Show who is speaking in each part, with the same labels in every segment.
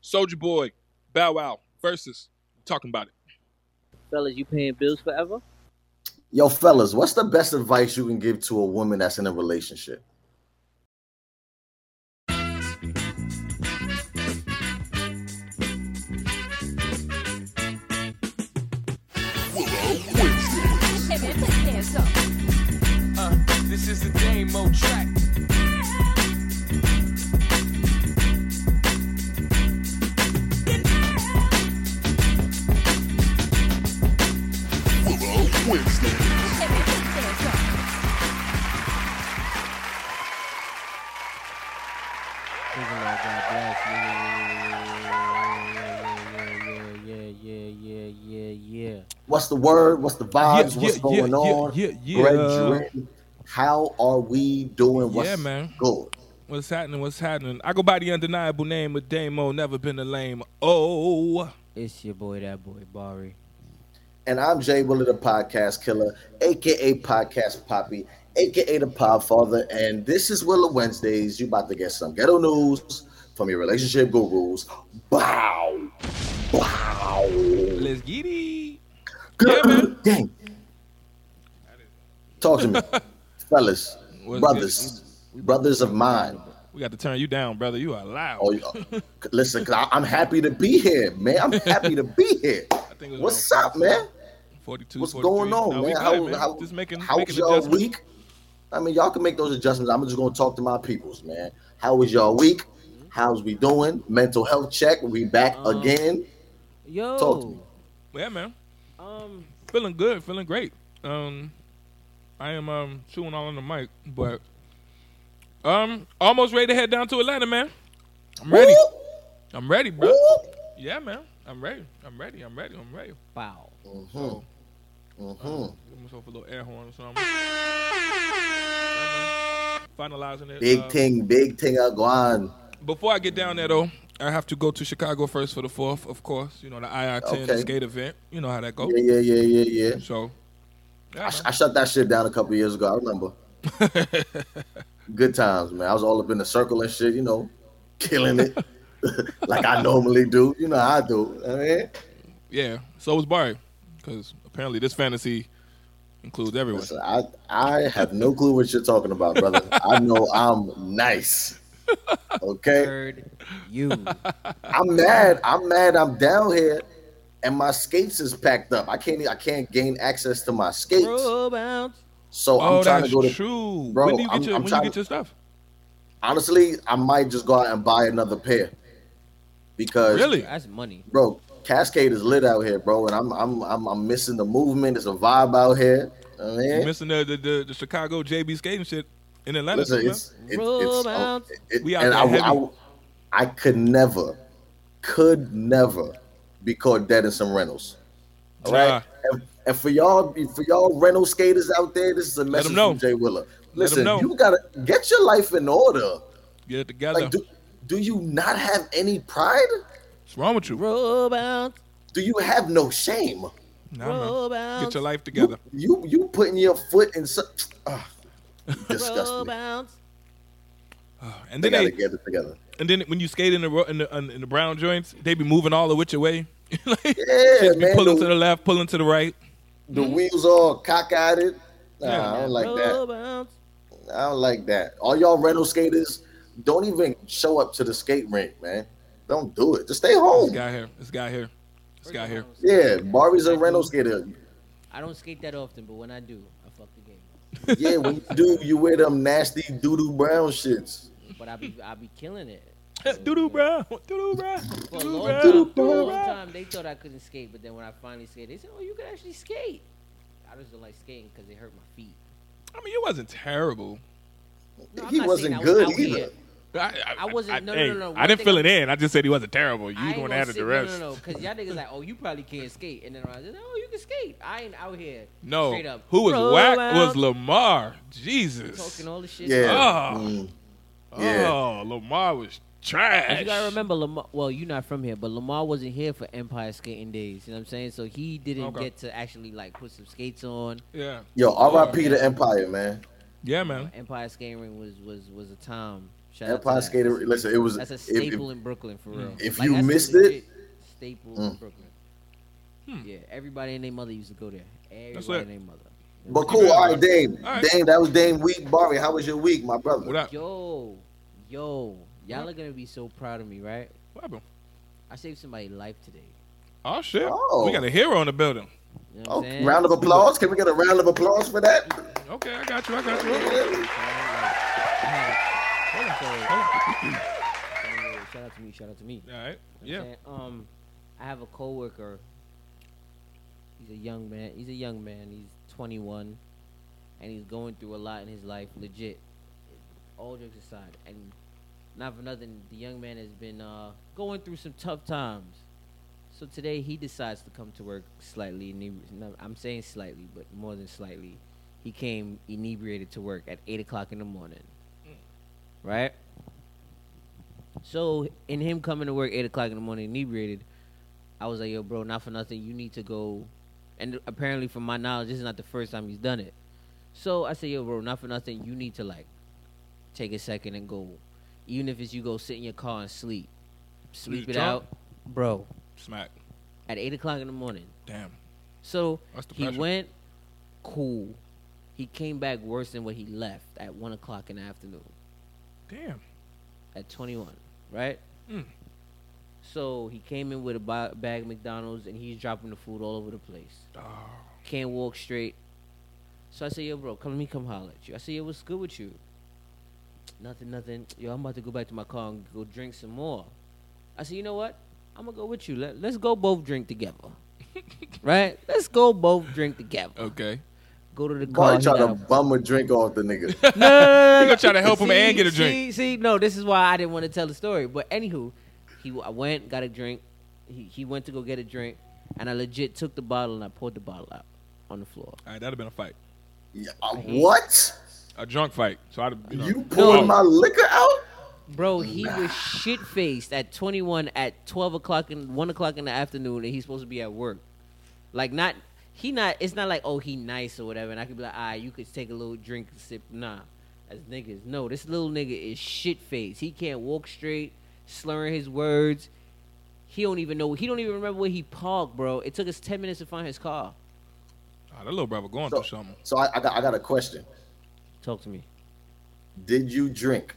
Speaker 1: Soldier Boy, Bow Wow versus. Talking about it.
Speaker 2: Fellas, you paying bills forever?
Speaker 3: Yo, fellas, what's the best advice you can give to a woman that's in a relationship?
Speaker 4: Uh, this is the demo track.
Speaker 3: What's the word? What's the vibes?
Speaker 1: Yeah,
Speaker 3: what's
Speaker 1: yeah,
Speaker 3: going
Speaker 1: yeah,
Speaker 3: on?
Speaker 1: yeah, yeah,
Speaker 3: Greg
Speaker 1: yeah.
Speaker 3: Jordan, how are we doing? What's
Speaker 1: Yeah, man.
Speaker 3: good?
Speaker 1: What's happening? What's happening? I go by the undeniable name of Damo. Never been a lame. Oh,
Speaker 2: It's your boy, that boy, Bari.
Speaker 3: And I'm Jay Willard, the podcast killer, aka Podcast Poppy, aka the Podfather. And this is Willow Wednesdays. You about to get some ghetto news from your relationship gurus. Bow. Wow.
Speaker 1: let's get it. Yeah, man.
Speaker 3: Dang. Talk to me. Fellas,
Speaker 1: What's
Speaker 3: brothers, brothers of mine.
Speaker 1: We got to turn you down, brother. You are loud.
Speaker 3: Oh, yeah. listen, 'cause I- I'm happy to be here, man. I'm happy to be here.
Speaker 1: I think it was
Speaker 3: What's
Speaker 1: around
Speaker 3: up, man?
Speaker 1: 42,
Speaker 3: What's
Speaker 1: 43.
Speaker 3: going on,
Speaker 1: Nah, we
Speaker 3: man?
Speaker 1: good,
Speaker 3: How,
Speaker 1: man.
Speaker 3: how,
Speaker 1: Just making,
Speaker 3: how
Speaker 1: making
Speaker 3: was y'all
Speaker 1: adjustments.
Speaker 3: week? I mean, y'all can make those adjustments. I'm just gonna talk to my peoples, man. How was y'all week? How's we doing? Mental health check. We back
Speaker 1: Uh,
Speaker 2: Um,
Speaker 3: again.
Speaker 2: Yo.
Speaker 3: Talk to me.
Speaker 1: Yeah, man.
Speaker 2: Um,
Speaker 1: Feeling good. Feeling great. Um, I am um chewing all on the mic, but um, almost ready to head down to Atlanta, man. I'm ready. I'm ready, bro. Yeah, man. I'm ready. I'm ready. I'm ready. I'm ready.
Speaker 2: wow.
Speaker 3: Mhm. Mhm.
Speaker 1: Give myself a little air horn or something. Yeah, man. Finalizing it.
Speaker 3: Big
Speaker 1: uh,
Speaker 3: thing, big thing, Aguan.
Speaker 1: Before I get down there though, I have to go to Chicago first for the fourth, of course. You know the IR10 the
Speaker 3: Okay.
Speaker 1: skate event. You know how that goes.
Speaker 3: Yeah, yeah, yeah, yeah, yeah.
Speaker 1: So, yeah,
Speaker 3: I, sh- I shut that shit down a couple years ago. I remember.
Speaker 1: man.
Speaker 3: Good times, man. I was all up in the circle and shit. You know, killing it like I normally do. You know how I do. I mean,
Speaker 1: yeah. So was Barry, because apparently this fantasy includes everyone.
Speaker 3: Listen, I I have no clue what you're talking about, brother. I know I'm nice. Okay,
Speaker 2: Heard you.
Speaker 3: I'm mad. I'm mad. I'm down here, and my skates is packed up. I can't. e, I can't gain access to my skates.
Speaker 2: Bro, bounce.
Speaker 3: So
Speaker 1: Oh,
Speaker 3: I'm trying
Speaker 1: that's
Speaker 3: to go to.
Speaker 1: true.
Speaker 3: Bro,
Speaker 1: when do you get
Speaker 3: I'm-
Speaker 1: your
Speaker 3: I'm
Speaker 1: When
Speaker 3: trying
Speaker 1: you get
Speaker 3: to-
Speaker 1: your stuff?
Speaker 3: Honestly, I might just go out and buy another pair because
Speaker 1: Really?
Speaker 2: That's money.
Speaker 3: bro, Cascade is lit out here, bro, and I'm I'm I'm, I'm missing the movement. It's a vibe out here. I mean,
Speaker 1: You missing the, the the the Chicago JB skating shit in Atlanta?
Speaker 3: Listen,
Speaker 1: too, man?
Speaker 3: it's, it's, it's,
Speaker 2: Roll
Speaker 3: oh,
Speaker 2: out.
Speaker 3: it-
Speaker 1: We out
Speaker 3: and I,
Speaker 1: there
Speaker 3: I,
Speaker 1: heavy.
Speaker 3: I could never, could never be caught dead in some rentals. All right.
Speaker 1: Nah.
Speaker 3: And, and for y'all, for y'all rental skaters out there, this is a message
Speaker 1: know.
Speaker 3: from Jay Willer.
Speaker 1: Let 'em
Speaker 3: Listen,
Speaker 1: know.
Speaker 3: you gotta get your life in order.
Speaker 1: Get it together.
Speaker 3: Like, do, do you not have any pride?
Speaker 1: What's wrong with you?
Speaker 2: Bro, bounce.
Speaker 3: Do you have no shame?
Speaker 1: Nah,
Speaker 2: Bro,
Speaker 1: man. Get
Speaker 2: bounce.
Speaker 1: your life together.
Speaker 3: You, you you putting your foot in some. Uh,
Speaker 2: Bro,
Speaker 3: disgusting.
Speaker 2: bounce.
Speaker 1: And
Speaker 3: They
Speaker 1: then
Speaker 3: gotta
Speaker 1: they,
Speaker 3: get it together.
Speaker 1: and then when you skate in the ro- in the, in the brown joints, they be moving all the which way. like,
Speaker 3: Yeah,
Speaker 1: just be
Speaker 3: man.
Speaker 1: pulling
Speaker 3: the-
Speaker 1: to the left, pulling to the right.
Speaker 3: the
Speaker 2: Mm-hmm.
Speaker 3: wheels all cockeyed. Nah,
Speaker 1: Yeah.
Speaker 3: I don't like
Speaker 2: Bro,
Speaker 3: that.
Speaker 2: bounce.
Speaker 3: I don't like that. All y'all rental skaters, don't even show up to the skate rink, man. Don't do it. Just stay
Speaker 1: This
Speaker 3: home.
Speaker 1: guy here. This guy here. This guy here.
Speaker 3: Yeah, Barbie's a rental skater.
Speaker 2: I don't skate that often, but when I do, I fuck the game.
Speaker 3: Yeah, when you do, you wear them nasty doo-doo brown shits.
Speaker 2: But I be, I be killing it.
Speaker 1: Doo doo, bro. Doo doo, bro.
Speaker 2: For
Speaker 1: Doo-doo, bruh.
Speaker 2: a long time, for a
Speaker 1: Doo-doo,
Speaker 2: long
Speaker 1: bruh.
Speaker 2: time, they thought I couldn't skate, but then when I finally skated, they said, "Oh, you can actually skate." I just don't like skating because it hurt my feet.
Speaker 1: I mean, you wasn't terrible.
Speaker 2: No, I'm
Speaker 3: he
Speaker 2: not saying I
Speaker 3: wasn't
Speaker 2: was
Speaker 3: good
Speaker 2: out
Speaker 3: either.
Speaker 2: here.
Speaker 1: I, I,
Speaker 2: I wasn't- no, no,
Speaker 1: hey,
Speaker 2: no, no.
Speaker 1: I
Speaker 2: One
Speaker 1: didn't
Speaker 2: thing
Speaker 1: fill
Speaker 2: I-
Speaker 1: it in. I just said he wasn't terrible. You
Speaker 2: I ain't
Speaker 1: going to
Speaker 2: gonna
Speaker 1: add it
Speaker 2: sit-
Speaker 1: the rest.
Speaker 2: No, no, no, because y'all niggas like, oh, you probably can't skate, and then I said, oh, you can skate. I ain't out here.
Speaker 1: No.
Speaker 2: straight up.
Speaker 1: Who was
Speaker 2: Roll
Speaker 1: whack
Speaker 2: out,
Speaker 1: was Lamar. Jesus.
Speaker 2: talking all the shit.
Speaker 3: Yeah.
Speaker 1: Oh.
Speaker 3: Mm. Yeah.
Speaker 1: Oh, Lamar was
Speaker 2: But
Speaker 1: trash.
Speaker 2: You gotta remember Lamar. Well, you're not from here, but Lamar wasn't here for Empire Skating Days. You know what I'm saying? So he didn't
Speaker 1: Okay.
Speaker 2: get to actually like put some skates on.
Speaker 1: Yeah.
Speaker 3: Yo, RIP to Empire, man.
Speaker 1: Yeah, man.
Speaker 2: Empire Skating Ring was was was a time Shout out to
Speaker 3: Empire
Speaker 2: that.
Speaker 3: Skater. Listen, it was
Speaker 2: That's a
Speaker 3: if-
Speaker 2: staple
Speaker 3: if-
Speaker 2: in Brooklyn for real.
Speaker 3: if
Speaker 2: Like,
Speaker 3: you
Speaker 2: that's a
Speaker 3: missed
Speaker 2: legit staple in
Speaker 3: Mm.
Speaker 2: Brooklyn. Yeah, everybody and their mother used to go there. Everybody
Speaker 1: Hmm. lit.
Speaker 2: and their mother.
Speaker 3: but cool. All right, Dame.
Speaker 1: All right.
Speaker 3: Dame, that was Dame week. Barry, how was your week, my brother?
Speaker 1: What up?
Speaker 2: Yo, yo, y'all are gonna be so proud of me, right?
Speaker 1: What happened?
Speaker 2: I saved somebody's life today.
Speaker 1: Oh shit!
Speaker 3: Oh.
Speaker 1: We got a hero in the building.
Speaker 2: You know what
Speaker 3: Oh,
Speaker 2: I'm saying?
Speaker 3: round of applause. Can we get a round of applause for that?
Speaker 1: Okay, I got you. I got you. Hold on, hold on.
Speaker 2: Shout out to me. Shout out to me.
Speaker 1: All right. Yeah.
Speaker 2: You know what I'm saying? Um, I have a coworker. He's a young man. He's a young man. He's 21, and he's going through a lot in his life. Legit. All jokes aside, and not for nothing, the young man has been uh, going through some tough times. So today he decides to come to work slightly. inebri- no, I'm saying slightly, but more than slightly. He came inebriated to work at eight o'clock in the morning. Right. So in him coming to work eight o'clock in the morning inebriated, I was like, "Yo, bro, not for nothing. You need to go." And apparently, from my knowledge, this is not the first time he's done it. So I said, "Yo, bro, not for nothing. You need to like take a second and go, even if it's you go sit in your car and sleep, sleep it
Speaker 1: drunk?
Speaker 2: out, bro."
Speaker 1: Smack.
Speaker 2: At eight o'clock in the morning.
Speaker 1: Damn.
Speaker 2: So
Speaker 1: That's the
Speaker 2: he
Speaker 1: pressure.
Speaker 2: went, cool. He came back worse than what he left at one o'clock in the afternoon
Speaker 1: Damn.
Speaker 2: at 21, right?
Speaker 1: Mm.
Speaker 2: So he came in with a ba- bag of McDonald's and he's dropping the food all over the place.
Speaker 1: Oh.
Speaker 2: Can't walk straight. So I say, yo, bro, come let me come holler at you. I say, yo, what's good with you? Nothing, nothing. Yo, I'm about to go back to my car and go drink some more. I said, you know what? I'm gonna go with you. Let, let's go both drink together. right? Let's go both drink together.
Speaker 1: Okay.
Speaker 2: Go to the car.
Speaker 3: Barry
Speaker 2: he
Speaker 3: trying
Speaker 2: got
Speaker 3: to
Speaker 2: a-
Speaker 3: bum a drink off the nigga.
Speaker 2: no, no, no, no,
Speaker 1: You
Speaker 2: no.
Speaker 1: gonna try to help him and get a drink.
Speaker 2: See, see, no, this is why I didn't want to tell the story. But anywho, he I went, got a drink. He he went to go get a drink, and I legit took the bottle and I poured the bottle out on the floor.
Speaker 1: All right. That'd have been a fight.
Speaker 3: Yeah, uh, what?
Speaker 1: A drunk fight. So I'd. You, know, Oh.
Speaker 3: You pouring
Speaker 2: No.
Speaker 3: my liquor out?
Speaker 2: Bro, he was shit faced at 21 at 12 o'clock and 1 o'clock in the afternoon, and he's supposed to be at work. Like, not, he not, it's not like, oh, he nice or whatever, and I could be like, ah, you could take a little drink and sip. Nah, as niggas. No, this little nigga is shit faced. He can't walk straight, slurring his words. He don't even know, he don't even remember where he parked, bro. It took us 10 minutes to find his car.
Speaker 1: oh, that little brother going
Speaker 3: So,
Speaker 1: through something.
Speaker 3: so I, I got I got a question.
Speaker 2: Talk to me.
Speaker 3: Did you drink?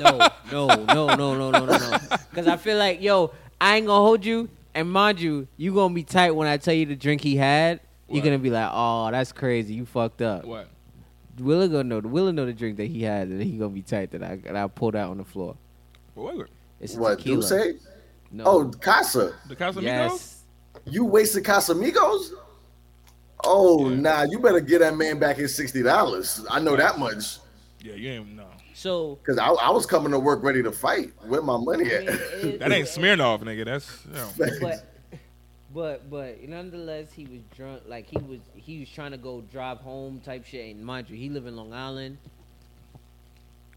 Speaker 2: no, no, no, no, no, no, no, no. Because I feel like, yo, I ain't gonna hold you, and mind you, you gonna be tight when I tell you the drink he had. You're
Speaker 1: What?
Speaker 2: gonna be like, oh, that's crazy. You fucked up.
Speaker 1: What?
Speaker 2: Willa gonna know. Willa know the drink that he had, and he gonna be tight that I that I pulled out on the floor.
Speaker 1: What was it?
Speaker 2: It's a
Speaker 3: What
Speaker 2: tequila.
Speaker 3: you say?
Speaker 2: No.
Speaker 3: Oh, Casa.
Speaker 1: The Casamigos?
Speaker 2: yes.
Speaker 3: You wasted Casamigos? Oh nah, you better get that man back his sixty dollars. I know that much.
Speaker 1: Yeah. You ain't no.
Speaker 2: So
Speaker 3: Cause I, I was coming to work ready to fight. Where my money
Speaker 2: I mean,
Speaker 3: at?
Speaker 2: it-
Speaker 1: That ain't
Speaker 2: it-
Speaker 1: Smirnoff, nigga. That's. You know.
Speaker 2: but but but nonetheless he was drunk like he was he was trying to go drive home type shit and mind you he live in long island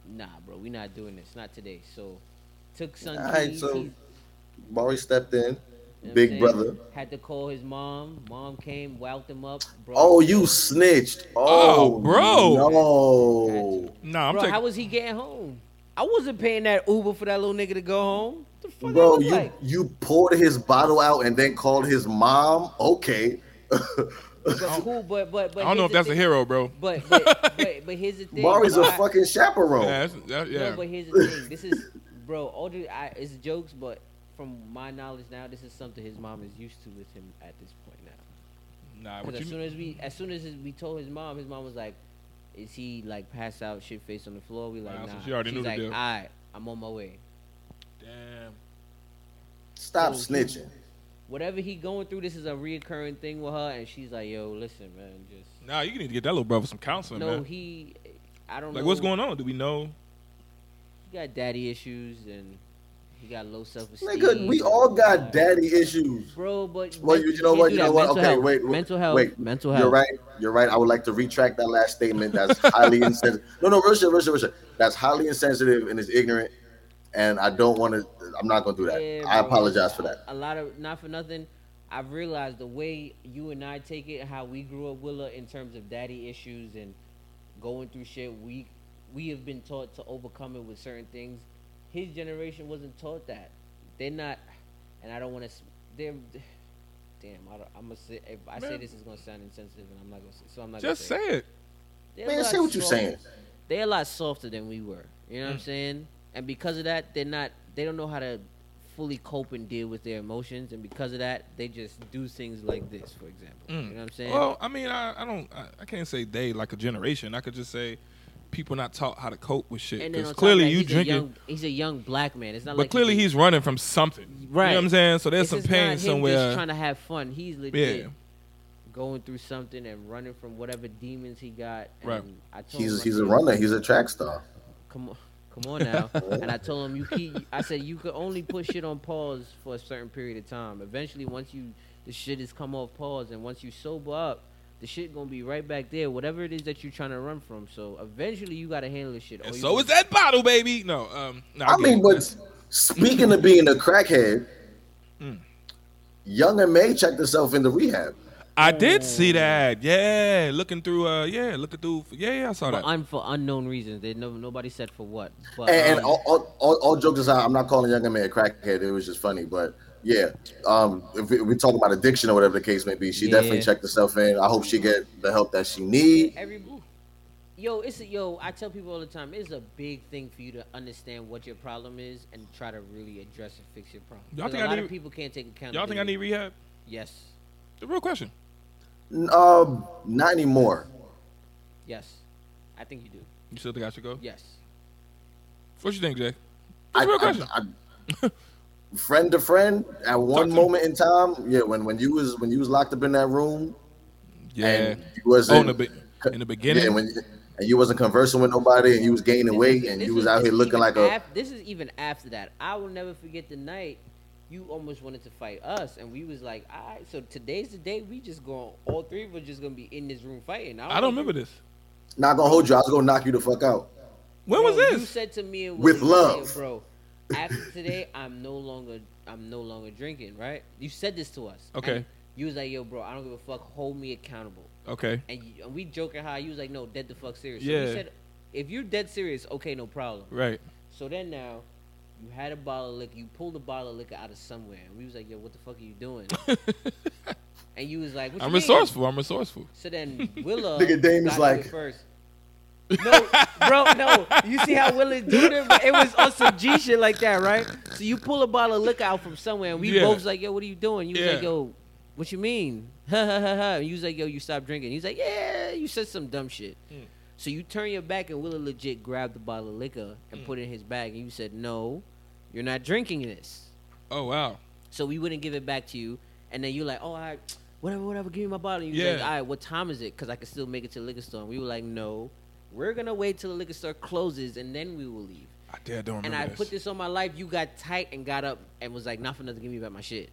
Speaker 2: nah bro we not doing this not today so took son
Speaker 3: All right,
Speaker 2: keys,
Speaker 3: so-
Speaker 2: he- you know
Speaker 3: Maury stepped in.
Speaker 2: what I'm
Speaker 3: Big
Speaker 2: saying?
Speaker 3: brother.
Speaker 2: had to call his mom mom came wowed him up bro
Speaker 3: Oh, you snitched. Oh,
Speaker 1: Oh, bro.
Speaker 3: No.
Speaker 1: Nah, I'm
Speaker 2: bro how
Speaker 1: taking.
Speaker 2: was he getting home i wasn't paying that uber for that little nigga to go home the fuck I
Speaker 3: Bro,
Speaker 2: look
Speaker 3: you
Speaker 2: like?
Speaker 3: you poured his bottle out and then called his mom. Okay.
Speaker 2: But cool but but but
Speaker 1: I don't know if
Speaker 2: here's the
Speaker 1: that's a
Speaker 2: thing-
Speaker 1: hero, bro.
Speaker 2: but but, but but here's the thing
Speaker 3: Maury's a
Speaker 2: why-
Speaker 3: fucking chaperone.
Speaker 1: Yeah. That's, that, yeah.
Speaker 2: Oh. No, but here's the thing. This is, bro. All the, I, it's jokes, but from my knowledge now, this is something his mom is used to with him at this point now.
Speaker 1: nah.
Speaker 2: 'Cause
Speaker 1: What
Speaker 2: as
Speaker 1: you?
Speaker 2: soon as we, as soon as we told his mom, his mom was like, "Is he like passed out, shit face on the floor?" We like,
Speaker 1: Wow, so
Speaker 2: nah.
Speaker 1: she already
Speaker 2: She's
Speaker 1: knew the
Speaker 2: like,
Speaker 1: deal.
Speaker 2: "All right, I'm on my way."
Speaker 1: Damn.
Speaker 3: Stop
Speaker 2: So-
Speaker 3: snitching.
Speaker 2: Whatever he going through, this is a reoccurring thing with her, and she's like, "Yo, listen, man, just
Speaker 1: Nah, you need to get that little brother some counseling,
Speaker 2: no."
Speaker 1: man.
Speaker 2: He, I don't
Speaker 1: Like,
Speaker 2: know
Speaker 1: what's going on? Do we know?
Speaker 2: He got daddy issues, and he got low self esteem.
Speaker 3: Nigga, we all got daddy issues.
Speaker 2: Bro, but
Speaker 3: Well,
Speaker 2: men-
Speaker 3: you, you know
Speaker 2: can't
Speaker 3: what?
Speaker 2: do
Speaker 3: You
Speaker 2: that.
Speaker 3: know what?
Speaker 2: Mental
Speaker 3: Okay,
Speaker 2: health.
Speaker 3: wait, wait.
Speaker 2: Mental health.
Speaker 3: Wait.
Speaker 2: Mental health.
Speaker 3: You're right. You're right. I would like to retract that last statement. That's highly insensitive. No, no, real shit, real shit, real shit. That's highly insensitive and is ignorant. And I don't want to. I'm not gonna do that.
Speaker 2: Yeah,
Speaker 3: I
Speaker 2: bro.
Speaker 3: apologize for that.
Speaker 2: A lot of not for nothing. I've realized the way you and I take it, how we grew up, Willa, in terms of daddy issues and going through shit. We we have been taught to overcome it with certain things. His generation wasn't taught that. They're not, and I don't want to. They're damn. I don't, I'm gonna say if I say
Speaker 1: Man.
Speaker 2: this is gonna sound insensitive, and I'm not gonna. Say, so I'm not.
Speaker 1: Just
Speaker 2: gonna
Speaker 1: say it.
Speaker 2: They're a
Speaker 3: Man,
Speaker 2: lot
Speaker 3: say what you're
Speaker 2: softer-
Speaker 3: saying.
Speaker 2: They're a lot softer than we were. You know what I'm
Speaker 1: Mm.
Speaker 2: saying? And because of that, they're not. They don't know how to fully cope and deal with their emotions, and because of that, they just do things like this. For example,
Speaker 1: Mm.
Speaker 2: you know what I'm saying?
Speaker 1: Well, I mean, I, I don't, I, I can't say they like a generation. I could just say people not taught how to cope with shit.
Speaker 2: and then
Speaker 1: Because
Speaker 2: on top of
Speaker 1: clearly
Speaker 2: that,
Speaker 1: you
Speaker 2: he's
Speaker 1: drinking,
Speaker 2: A young, he's a young black man. It's not
Speaker 1: but
Speaker 2: like
Speaker 1: clearly
Speaker 2: he's.
Speaker 1: he's running from something. You
Speaker 2: Right.
Speaker 1: know what I'm saying? So there's
Speaker 2: This
Speaker 1: some
Speaker 2: is not
Speaker 1: pain
Speaker 2: him
Speaker 1: somewhere.
Speaker 2: Just trying to have fun. He's legit
Speaker 1: yeah.
Speaker 2: going through something and running from whatever demons he got. And
Speaker 1: Right.
Speaker 2: I told him,
Speaker 3: He's
Speaker 2: I
Speaker 3: he's a
Speaker 2: said,
Speaker 3: runner. He's a track star.
Speaker 2: Come on, come on now. and I told him you keep. I said you could only put shit on pause for a certain period of time. Eventually, once you the shit has come off pause, and once you sober up. The shit gonna be right back there, whatever it is that you're trying to run from. So eventually, you gotta handle this shit. or
Speaker 1: And
Speaker 2: you
Speaker 1: so
Speaker 2: gonna-
Speaker 1: is that bottle, baby. No, um, no,
Speaker 3: I
Speaker 1: get
Speaker 3: mean,
Speaker 1: it.
Speaker 3: but speaking of being a crackhead,
Speaker 1: Mm.
Speaker 3: Young and May checked herself into rehab.
Speaker 1: I did see that. Yeah, looking through. Uh, yeah, looking through. Yeah, yeah, I saw
Speaker 2: for,
Speaker 1: that.
Speaker 2: un, for unknown reasons. They no, nobody said for what. But
Speaker 3: And, and
Speaker 2: um,
Speaker 3: all, all, all, all jokes aside, I'm not calling Young and May a crackhead. It was just funny, but yeah, um, if we, we talk about addiction or whatever the case may be, she definitely
Speaker 2: Yeah.
Speaker 3: checked herself in. I hope she get the help that she need.
Speaker 2: Every yo, it's a, yo. I tell people all the time, it's a big thing for you to understand what your problem is and try to really address and fix your problem.
Speaker 1: Y'all
Speaker 2: 'Cause
Speaker 1: think
Speaker 2: a
Speaker 1: I
Speaker 2: lot
Speaker 1: need-
Speaker 2: of people can't take account.
Speaker 1: Y'all think I need rehab?
Speaker 2: Yes,
Speaker 1: The real question.
Speaker 3: Um, not anymore.
Speaker 2: yes. I think you do.
Speaker 1: You still think I should go?
Speaker 2: Yes.
Speaker 1: What you think, Jay? That's
Speaker 3: I,
Speaker 1: a real question.
Speaker 3: I, I- friend to friend, at one
Speaker 1: to
Speaker 3: moment in time, yeah, when when you was when you was locked up in that room,
Speaker 1: yeah.
Speaker 3: and you wasn't
Speaker 1: Oh, in the be- in the beginning?
Speaker 3: yeah, when you, and you wasn't conversing with nobody, and you was gaining weight,
Speaker 2: This
Speaker 3: and
Speaker 2: is-
Speaker 3: you was
Speaker 2: this
Speaker 3: out here
Speaker 2: is
Speaker 3: looking
Speaker 2: even
Speaker 3: like a
Speaker 2: af- this is even after that. I will never forget the night you almost wanted to fight us, and we was like, all right. So today's the day we just going. All three of us just gonna be in this room fighting.
Speaker 1: I don't remember this.
Speaker 3: not gonna hold you. I was gonna knock you the fuck out.
Speaker 1: When was
Speaker 2: Bro, You
Speaker 1: this?
Speaker 2: said to me and
Speaker 3: With
Speaker 2: Willie, you said,
Speaker 3: love.
Speaker 2: bro. After today, I'm no longer, I'm no longer drinking. Right? You said this to us.
Speaker 1: Okay.
Speaker 2: And you was like, yo, bro, I don't give a fuck. Hold me accountable.
Speaker 1: Okay.
Speaker 2: And, you, and we joking how you was like, no, dead the fuck serious. So
Speaker 1: Yeah.
Speaker 2: you said, if you're dead serious, okay, no problem.
Speaker 1: Right.
Speaker 2: So then now, you had a bottle of liquor. You pulled a bottle of liquor out of somewhere, and we was like, yo, what the fuck are you doing? and you was like, what you
Speaker 1: I'm
Speaker 2: mean?
Speaker 1: resourceful. I'm resourceful.
Speaker 2: So then Willa
Speaker 3: Nigga, Dame is
Speaker 2: got
Speaker 3: like-
Speaker 2: to it first. No, bro, no. You see how Willa do that? But it was on some G shit like that, right? So you pull a bottle of liquor out from somewhere, and we
Speaker 1: Yeah.
Speaker 2: both was like, "Yo, what are you doing?" You was like,
Speaker 1: Yeah.
Speaker 2: "Yo, what you mean?" Ha ha ha ha. And you was like, "Yo, you stopped drinking." He's like, "Yeah, you said some dumb shit."
Speaker 1: Hmm.
Speaker 2: So you turn your back, and Willa legit grabbed the bottle of liquor
Speaker 1: Hmm.
Speaker 2: and put it in his bag, and you said, "No, you're not drinking this."
Speaker 1: Oh wow.
Speaker 2: so we wouldn't give it back to you. And then you like, oh, all right, whatever, whatever, give me my bottle. And you
Speaker 1: Yeah.
Speaker 2: like, all right, what time is it? Because I can still make it to the liquor store. And we were like, no, we're gonna wait till the liquor store closes and then we will leave.
Speaker 1: I did. Don't
Speaker 2: And
Speaker 1: remember
Speaker 2: I
Speaker 1: this.
Speaker 2: put this on my life. You got tight and got up and was like, not for nothing, give me back my shit.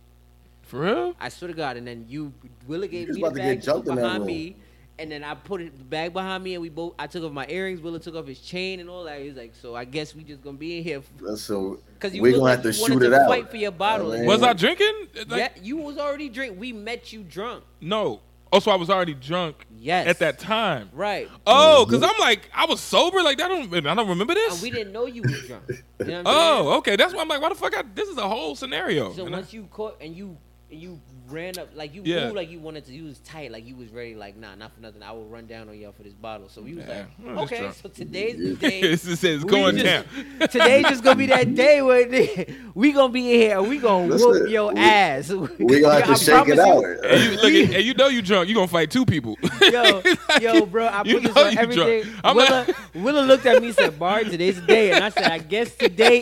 Speaker 1: For real?
Speaker 2: I swear to God. And then you, Willa gave
Speaker 3: You was
Speaker 2: me the
Speaker 3: about to get
Speaker 2: bag
Speaker 3: jumped in that
Speaker 2: behind
Speaker 3: room.
Speaker 2: me. And then I put it, the bag behind me, and we both. I took off my earrings. Willa took off his chain and all that. He was like, "So I guess we just gonna be in here
Speaker 3: So
Speaker 2: because you
Speaker 3: we're
Speaker 2: look
Speaker 3: gonna
Speaker 2: like
Speaker 3: have to
Speaker 2: you wanted
Speaker 3: shoot
Speaker 2: to
Speaker 3: it out.
Speaker 2: fight for your bottle."
Speaker 3: I
Speaker 2: And
Speaker 3: mean-
Speaker 1: Was I drinking? Like,
Speaker 2: yeah, you was already drink. We met you drunk.
Speaker 1: No. Oh, so I was already drunk.
Speaker 2: Yes. Mm-hmm.
Speaker 1: At that time.
Speaker 2: Right.
Speaker 1: Oh, because I'm like I was sober. Like I don't. I don't remember
Speaker 2: And
Speaker 1: this.
Speaker 2: Uh, we didn't know you was drunk. You know what I'm
Speaker 1: Oh, okay. That's why I'm like, why the fuck? I, this is a whole scenario.
Speaker 2: saying? So
Speaker 1: And I-
Speaker 2: once you caught and you and you ran up like you
Speaker 1: Yeah.
Speaker 2: moved like you wanted to, you was tight, like you was ready, like nah, not for nothing. I will run down on y'all for this bottle. So we was
Speaker 1: Yeah, I'm
Speaker 2: like,
Speaker 1: just
Speaker 2: okay,
Speaker 1: drunk.
Speaker 2: so today's the day.
Speaker 1: this is it's
Speaker 2: we
Speaker 1: going down.
Speaker 2: just- Today's just gonna be that day where they- we gonna be in here and we gonna whoop
Speaker 3: Listen,
Speaker 2: your
Speaker 3: we-
Speaker 2: ass.
Speaker 3: We're gonna have to shake it out.
Speaker 1: And you, look, and you know you drunk. You gonna fight two people.
Speaker 2: Yo, yo, bro, I
Speaker 1: You
Speaker 2: put this
Speaker 1: know
Speaker 2: on
Speaker 1: you drunk.
Speaker 2: everything.
Speaker 1: I'm
Speaker 2: Willa,
Speaker 1: not-
Speaker 2: Willa looked at me and said, Bar, today's the day. And I said, I guess today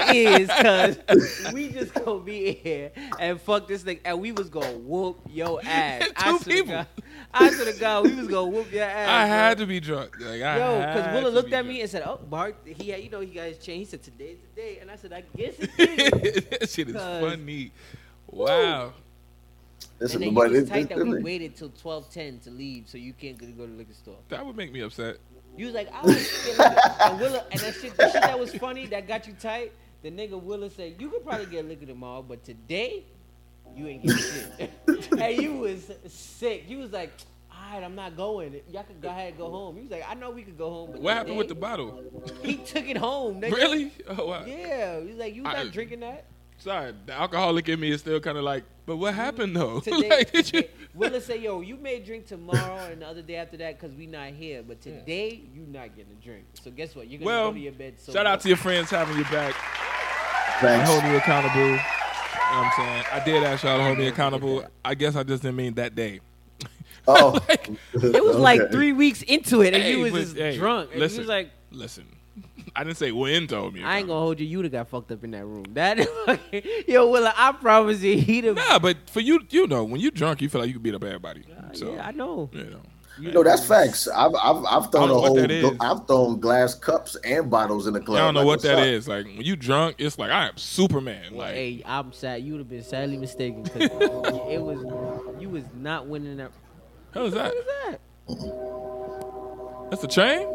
Speaker 2: is because we just going to be in here and fuck this thing. And we was going to whoop your ass. I
Speaker 1: Two
Speaker 2: swear to
Speaker 1: people.
Speaker 2: God. I swear to God, we was going to whoop your ass.
Speaker 1: I had
Speaker 2: bro.
Speaker 1: to be drunk. Like, I
Speaker 2: Yo,
Speaker 1: had
Speaker 2: because
Speaker 1: to
Speaker 2: Willa looked
Speaker 1: be
Speaker 2: at me
Speaker 1: drunk.
Speaker 2: and said, Oh, Bart, he had, you know, he got his chain. He said, Today's the day. And I said, I guess it is.
Speaker 1: that shit is
Speaker 2: Cause-
Speaker 1: funny. Wow.
Speaker 3: Listen,
Speaker 2: and then
Speaker 3: but
Speaker 2: you was
Speaker 3: it-
Speaker 2: tight
Speaker 3: it-
Speaker 2: that we
Speaker 3: it-
Speaker 2: waited till 12.10 to leave so you can't go to the liquor store.
Speaker 1: That would make me upset.
Speaker 2: You was like, I was thinking, like, and Willa, and that shit, the shit that was funny that got you tight. The nigga Willa said, you could probably get liquor tomorrow, but today, you ain't getting shit. and you was sick. You was like, all all right, I'm not going. Y'all could go ahead and go home. He was like, I know we could go home. But
Speaker 1: What happened with the
Speaker 2: today-
Speaker 1: bottle?
Speaker 2: He took it home. Nigga.
Speaker 1: Really? Oh, wow.
Speaker 2: Yeah. He's like, you not
Speaker 1: I-
Speaker 2: drinking that?
Speaker 1: Sorry, the alcoholic in me is still kind of like, but what happened though?
Speaker 2: Mm-hmm. Today,
Speaker 1: like, did you?
Speaker 2: today- Willa say, yo, you may drink tomorrow and the other day after that because we not here. But today, you not getting a drink. So guess what? You're going to
Speaker 1: Well,
Speaker 2: go to your bed so
Speaker 1: Shout out to your friends having your back and
Speaker 3: Thanks.
Speaker 1: holding you accountable. You know what I'm saying? I did ask y'all to hold me accountable. I guess I just didn't mean that day.
Speaker 3: Oh,
Speaker 2: It was like three weeks into it and
Speaker 1: Hey,
Speaker 2: you was
Speaker 1: but-
Speaker 2: just
Speaker 1: hey,
Speaker 2: drunk. And you
Speaker 1: listen.
Speaker 2: was like,
Speaker 1: Listen, I didn't say when to hold me.
Speaker 2: I ain't
Speaker 1: accountable.
Speaker 2: gonna hold you. You done got fucked up in that room. That yo, Willa, I promise you, he done.
Speaker 1: Nah, but for you, you know, when you're drunk, you feel like you can beat up everybody. So,
Speaker 2: Uh, yeah, I know.
Speaker 1: you know.
Speaker 3: No, that's facts. I've I've, I've
Speaker 1: I don't
Speaker 3: thrown
Speaker 1: know
Speaker 3: a
Speaker 1: what
Speaker 3: whole
Speaker 1: that is.
Speaker 3: I've thrown glass cups and bottles in the club.
Speaker 1: I don't know
Speaker 3: Like,
Speaker 1: what
Speaker 3: what's
Speaker 1: that
Speaker 3: up?
Speaker 1: is. Like when you drunk, it's like I am Superman. Like
Speaker 2: Hey, I'm sad. You would have been sadly mistaken 'cause it was you was not winning that.
Speaker 1: hell is that?
Speaker 2: What is that?
Speaker 1: That's a train?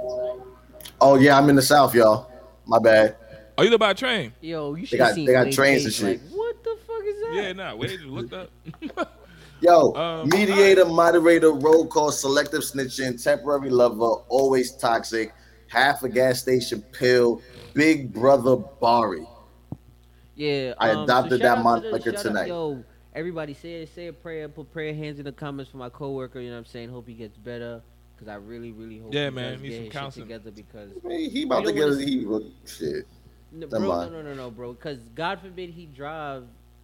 Speaker 3: Oh yeah, I'm in the south, y'all. My bad.
Speaker 1: Are you there by a train?
Speaker 2: Yo, you should
Speaker 3: got-
Speaker 2: have seen.
Speaker 3: they got
Speaker 2: Blake's
Speaker 3: trains and
Speaker 2: face,
Speaker 3: shit.
Speaker 2: Like, what the fuck is that?
Speaker 1: Yeah, nah. Wait, looked up.
Speaker 3: Yo,
Speaker 1: Um,
Speaker 3: mediator, moderator, roll call, selective snitching, temporary lover, always toxic, half a gas station pill, big brother Bari.
Speaker 2: Yeah,
Speaker 3: I
Speaker 2: um, shout
Speaker 3: adopted that
Speaker 2: out
Speaker 3: mon-
Speaker 2: to the-
Speaker 3: like it's
Speaker 2: shout out-
Speaker 3: tonight.
Speaker 2: Yo, everybody say say a prayer, put prayer hands in the comments for my coworker. You know what I'm saying? Hope he gets better because I really, really hope.
Speaker 1: Yeah,
Speaker 2: he
Speaker 1: man,
Speaker 2: does
Speaker 1: need
Speaker 2: get
Speaker 1: some
Speaker 2: his shit
Speaker 1: counseling.
Speaker 2: together because
Speaker 3: Hey, He about
Speaker 2: You
Speaker 3: to
Speaker 2: don't
Speaker 3: get
Speaker 2: wanna-
Speaker 3: his he shit.
Speaker 2: No,
Speaker 3: Them
Speaker 2: bro,
Speaker 3: lie.
Speaker 2: no, no, no, no, bro. Because God forbid he drive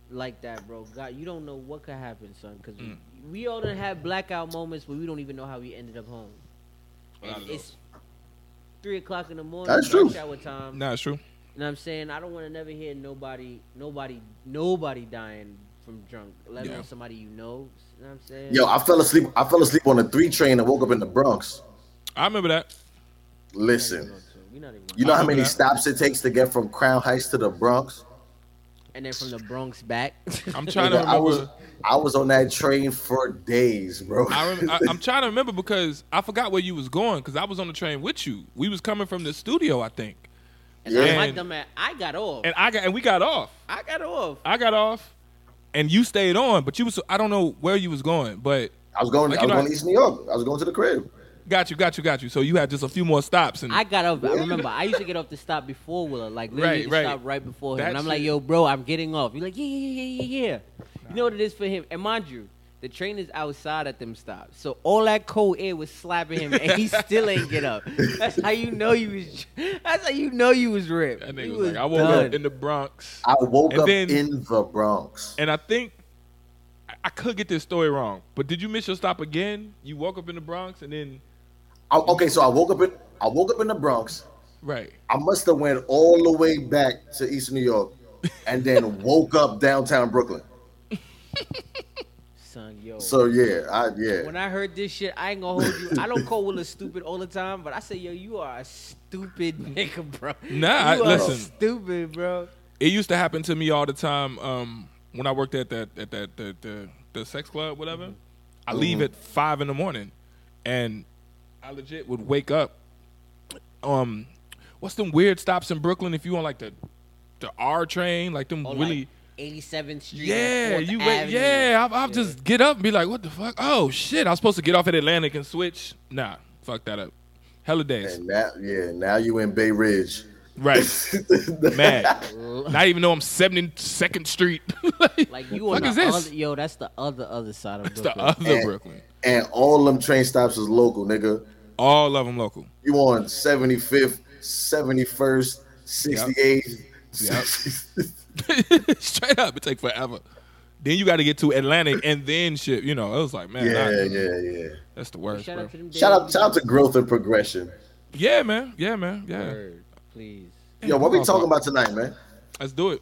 Speaker 2: like that, bro. God, you don't know what could happen, son. Because
Speaker 1: Mm.
Speaker 2: we all done have blackout moments where we don't even know how we ended up home.
Speaker 1: A lot
Speaker 2: And
Speaker 1: of
Speaker 2: it's three o'clock in the morning.
Speaker 3: That's
Speaker 2: rush
Speaker 3: true.
Speaker 2: Hour time.
Speaker 1: Nah, it's true.
Speaker 2: You know what I'm saying? I don't want to never hear nobody, nobody, nobody dying from drunk. Let
Speaker 1: Yeah.
Speaker 2: alone somebody you know. You know what I'm saying?
Speaker 3: Yo, I fell asleep. I fell asleep on a three train and woke up in the Bronx.
Speaker 1: I remember that.
Speaker 3: Listen,
Speaker 2: We're not even gonna-
Speaker 3: you know
Speaker 1: I
Speaker 3: how
Speaker 1: remember
Speaker 3: many
Speaker 1: that.
Speaker 3: stops it takes to get from Crown Heights to the Bronx?
Speaker 2: and then from the Bronx back.
Speaker 1: I'm trying to
Speaker 3: Nigga,
Speaker 1: remember.
Speaker 3: I was I was on that train for days, bro.
Speaker 1: I rem- I, I'm trying to remember because I forgot where you was going because I was on the train with you. We was coming from the studio, I think,
Speaker 2: and yeah.
Speaker 1: Yeah.
Speaker 2: my dumb ass, I got off.
Speaker 1: and I got and we got off.
Speaker 2: I got off.
Speaker 1: I got off, and you stayed on. But you was I don't know where you was going, but
Speaker 3: I was going.
Speaker 1: Like,
Speaker 3: I
Speaker 1: you
Speaker 3: was
Speaker 1: know-
Speaker 3: going to East New York. I was going to the crib.
Speaker 1: got you, got you, got you. So you had just a few more stops, and
Speaker 2: I got off. I remember I used to get off the stop before Willa, like
Speaker 1: Right,
Speaker 2: literally the
Speaker 1: right.
Speaker 2: stop right before him.
Speaker 1: That
Speaker 2: and I'm like,
Speaker 1: shit-
Speaker 2: yo, bro, I'm getting off. You're like, yeah, yeah, yeah, yeah, yeah. You know what it is for him. And mind you, the train is outside at them stops, so all that cold air was slapping him, and he still ain't get up. That's how you know you was. That's how you know you was ripped.
Speaker 1: that
Speaker 2: He
Speaker 1: nigga was like, I woke
Speaker 2: done.
Speaker 1: up in the Bronx,
Speaker 3: I woke
Speaker 1: And
Speaker 3: up
Speaker 1: then-
Speaker 3: in the Bronx.
Speaker 1: and I think I, I could get this story wrong, but did you miss your stop again? You woke up in the Bronx, and then
Speaker 3: I, Oh, okay, so I woke up in. I woke up in the Bronx.
Speaker 1: right.
Speaker 3: I must have went all the way back to East New York, and then woke up downtown Brooklyn.
Speaker 2: son, yo.
Speaker 3: So yeah, I yeah.
Speaker 2: when I heard this shit, I ain't gonna hold you. I don't call Willa stupid all the time, but I say, yo, you are a stupid nigga, bro.
Speaker 1: Nah, I-
Speaker 2: you are
Speaker 1: listen.
Speaker 2: stupid, bro.
Speaker 1: it used to happen to me all the time um, when I worked at that at that the the, the sex club whatever. I leave
Speaker 2: Mm-hmm.
Speaker 1: at five in the morning, and I legit would wake up. Um, what's them weird stops in Brooklyn? If you on like the the R train, like them
Speaker 2: Or
Speaker 1: really.
Speaker 2: Oh, like 87th Street. and
Speaker 1: yeah,
Speaker 2: Fourth
Speaker 1: you wait.
Speaker 2: Avenue.
Speaker 1: Yeah, I'll, I'll just get up and be like, "What the fuck? Oh shit! I was supposed to get off at Atlantic and switch. Nah, fuck that up. Hella days,
Speaker 3: And now yeah, now you in Bay Ridge.
Speaker 1: right? Mad. Not even though I'm 72nd Street. like,
Speaker 2: Like you on
Speaker 1: fuck
Speaker 2: the
Speaker 1: is this?
Speaker 2: other yo, that's the other other side of
Speaker 1: It's the
Speaker 2: Brooklyn.
Speaker 1: other
Speaker 3: And-
Speaker 1: Brooklyn.
Speaker 3: and all them train stops is local, nigga.
Speaker 1: All of them local.
Speaker 3: You on 75th, 71st, 68th.
Speaker 1: Straight up, it take forever. Then you got to get to Atlantic, and then shit. You know, it was like, man,
Speaker 3: yeah,
Speaker 1: that-
Speaker 3: yeah, yeah.
Speaker 1: that's the worst,
Speaker 2: Shout
Speaker 1: bro.
Speaker 2: out to them.
Speaker 3: Shout out,
Speaker 2: days.
Speaker 3: shout out to growth and progression.
Speaker 1: yeah, man. Yeah, man. Yeah.
Speaker 2: Word, please.
Speaker 3: Yo, what we
Speaker 1: Come on,
Speaker 3: talking
Speaker 1: bro.
Speaker 3: about tonight, man?
Speaker 1: Let's do it.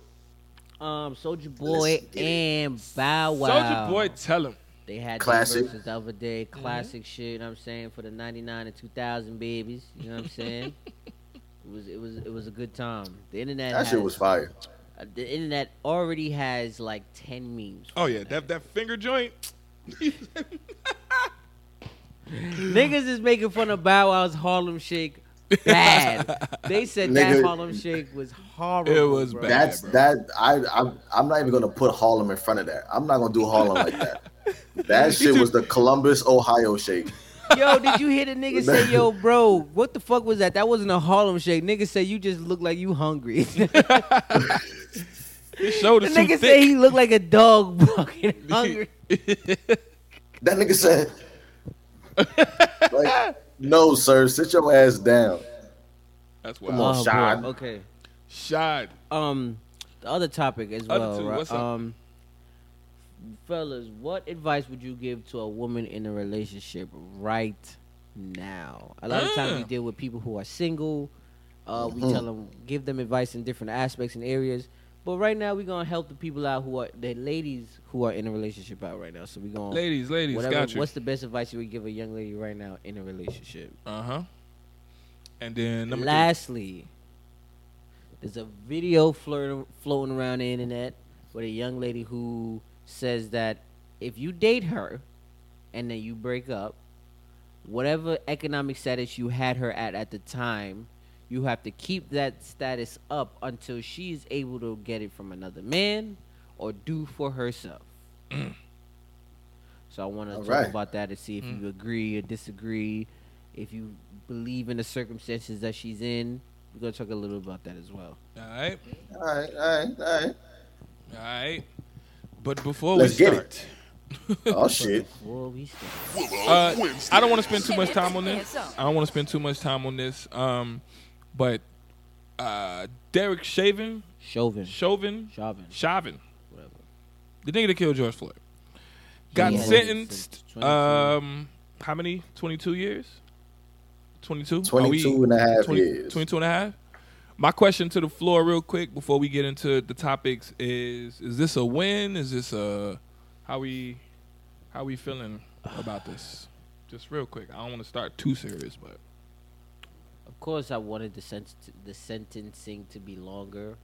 Speaker 2: Um, Soldier Boy
Speaker 3: get it.
Speaker 2: and Bow Wow.
Speaker 1: Soldier Boy, Mm-hmm. tell him.
Speaker 2: They had
Speaker 3: Classic.
Speaker 2: classic verses the other day. Classic shit. You know what I'm saying for the '99 and 2000 babies. You know what I'm saying. It was it was it was a good time. The internet
Speaker 3: That shit
Speaker 2: has-
Speaker 3: was fire.
Speaker 2: uh, the internet already has like ten memes.
Speaker 1: Oh yeah, that that finger joint.
Speaker 2: Niggas is making fun of Bow Wow's Harlem Shake bad. they said
Speaker 3: Nigga.
Speaker 2: that Harlem Shake was horrible.
Speaker 1: It was
Speaker 2: bro.
Speaker 1: bad.
Speaker 3: That's
Speaker 1: bro.
Speaker 3: that. I, I'm, I'm not even gonna put Harlem in front of that. I'm not gonna do Harlem like that. That shit was the Columbus, Ohio shake.
Speaker 2: Yo, did you hear the nigga say, "Yo, bro, what the fuck was that? That wasn't a Harlem Shake." Nigga say you just look like you hungry. the
Speaker 1: His shoulders too
Speaker 2: nigga say
Speaker 1: thick.
Speaker 2: he looked like a dog fucking hungry.
Speaker 3: That nigga said, like, no, sir, sit your ass down.
Speaker 1: That's
Speaker 3: Come
Speaker 1: wild.
Speaker 3: on.
Speaker 2: Oh,
Speaker 3: Shad.
Speaker 2: boy. Okay.
Speaker 1: Shot.
Speaker 2: Um, the other topic as
Speaker 1: Other
Speaker 2: well.
Speaker 1: two,
Speaker 2: right?
Speaker 1: what's up?
Speaker 2: um, fellas, what advice would you give to a woman in a relationship right now? A lot of times we
Speaker 1: Mm.
Speaker 2: deal with people who are single. Uh, we tell them, give them advice in different aspects and areas. But right now, we're gonna help the people out who are the ladies who are in a relationship out right now. So we're gonna
Speaker 1: Ladies, ladies,
Speaker 2: whatever.
Speaker 1: got you.
Speaker 2: What's the best advice you would give a young lady right now in a relationship?
Speaker 1: Uh huh. And then number
Speaker 2: Lastly, there's a video flirt- floating around the internet with a young lady who says that if you date her and then you break up, whatever economic status you had her at at the time, you have to keep that status up until she's able to get it from another man or do for herself. so I want to
Speaker 3: All
Speaker 2: talk
Speaker 3: right.
Speaker 2: about that and see if you agree or disagree, if you believe in the circumstances that she's in. We're gonna talk a little about that as well.
Speaker 1: two. All right.
Speaker 3: All right, all right, all right.
Speaker 1: All right. But before
Speaker 3: Let's
Speaker 1: we
Speaker 3: get
Speaker 1: start,
Speaker 3: Oh, shit.
Speaker 2: Before we start,
Speaker 1: uh, I don't want to spend too much time on this. I don't want to spend too much time on this. Um, but uh, Derek Chauvin,
Speaker 2: Chauvin,
Speaker 1: Chauvin,
Speaker 2: Chauvin,
Speaker 1: Chauvin,
Speaker 2: whatever.
Speaker 1: the nigga that killed George Floyd, got
Speaker 2: Yeah.
Speaker 1: sentenced.
Speaker 2: 22.
Speaker 1: Um, how many? Twenty-two years. 22? Are we-
Speaker 3: 22 and a half
Speaker 1: 20
Speaker 3: years.
Speaker 1: 22 and a half. My question to the floor, real quick, before we get into the topics, is: Is this a win? Is this a how we how we feeling about this? Just real quick. I don't want to start too serious, but
Speaker 2: Of course, I wanted the sent- the sentencing to be longer,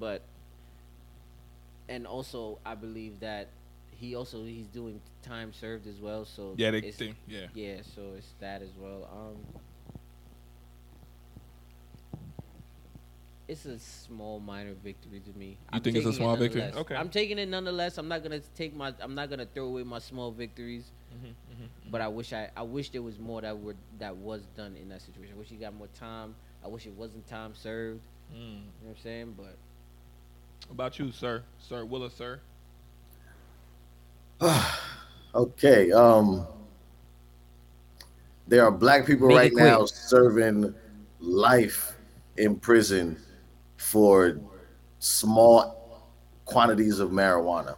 Speaker 2: but and also I believe that he also he's doing time served as well. So
Speaker 1: yeah, they,
Speaker 2: it's-
Speaker 1: they yeah.
Speaker 2: yeah, so it's that as well. Um, it's a small minor victory to me. You
Speaker 1: think it's a small victory? Okay.
Speaker 2: Okay, I'm taking it nonetheless. I'm not gonna take my. I'm not gonna throw away my small victories. But I wish I, I wish there was more that were that was done in that situation. I wish he got more time. I wish it wasn't time served.
Speaker 1: Mm.
Speaker 2: You know what I'm saying? But
Speaker 1: About you, sir, sir Willis, sir.
Speaker 3: Okay. Um, there are black people
Speaker 2: Make it
Speaker 3: right now
Speaker 2: quick.
Speaker 3: serving life in prison for small quantities of marijuana.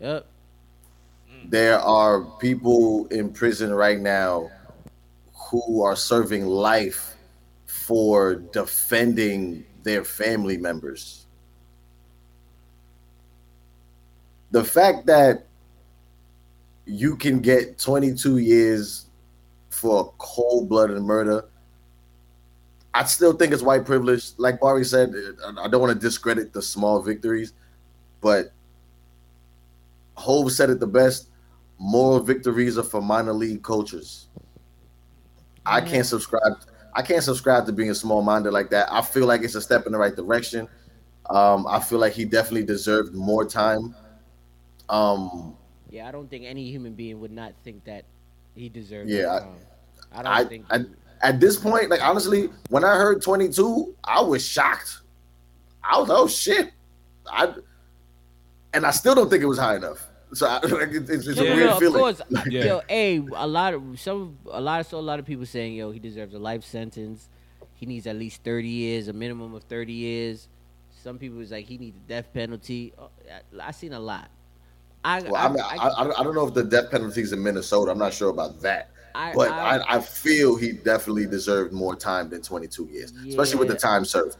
Speaker 2: yep,
Speaker 3: There are people in prison right now who are serving life for defending their family members. The fact that you can get 22 years for cold blooded murder, I still think it's white privilege. Like Barry said, I don't want to discredit the small victories, but Hove said it the best moral victories are for minor league coaches. I can't subscribe. I can't subscribe to being small minded like that. I feel like it's a step in the right direction. Um, I feel like he definitely deserved more time. Um,
Speaker 2: yeah. I don't think any human being would not think that he deserved.
Speaker 3: Yeah, I-
Speaker 2: that time. I, don't
Speaker 3: I-
Speaker 2: think.
Speaker 3: I-
Speaker 2: you-
Speaker 3: at this point, like honestly, when I heard 22, I was shocked. I was oh shit, I and I still don't think it was high enough. So I, like, it's, it's, it's
Speaker 2: No,
Speaker 3: a
Speaker 2: no,
Speaker 3: weird
Speaker 2: no, of
Speaker 3: feeling.
Speaker 2: course. I-
Speaker 1: Yeah.
Speaker 2: Yo, hey, a lot of some, a lot of so a lot of people saying, yo, he deserves a life sentence. He needs at least thirty years, a minimum of thirty years. Some people is like he needs the death penalty. Uh, I, I seen a lot. I,
Speaker 3: Well,
Speaker 2: I,
Speaker 3: I, mean, I, I, don't- I don't know if the death penalties in Minnesota. I'm not sure about that.
Speaker 2: I-
Speaker 3: but
Speaker 2: I-
Speaker 3: I, I, feel he definitely deserved more time than 22 years, especially with the
Speaker 2: Yeah.
Speaker 3: time served.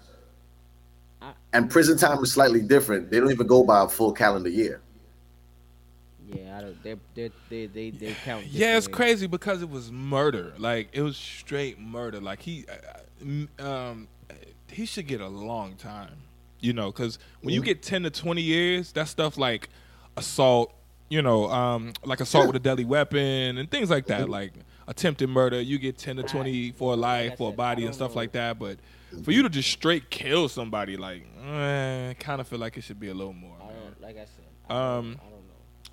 Speaker 2: I-
Speaker 3: And prison time is slightly different. They don't even go by a full calendar year.
Speaker 2: yeah, I don't. They they they they, they count.
Speaker 1: Yeah, it's
Speaker 2: differently.
Speaker 1: crazy because it was murder. Like it was straight murder. Like he, uh, m- um, he should get a long time. You know, because when you get ten to twenty years, that stuff like assault. You know, um, like assault with a deadly weapon and things like that. Like attempted murder, you get ten to twenty for a life, for a
Speaker 2: said,
Speaker 1: body
Speaker 2: I
Speaker 1: and
Speaker 2: don't
Speaker 1: stuff
Speaker 2: know.
Speaker 1: like that. But for you to just straight kill somebody, like, eh, kind of feel like it should be a little more.
Speaker 2: I
Speaker 1: man.
Speaker 2: don't- like I said. I don't-
Speaker 1: Um,
Speaker 2: I don't know.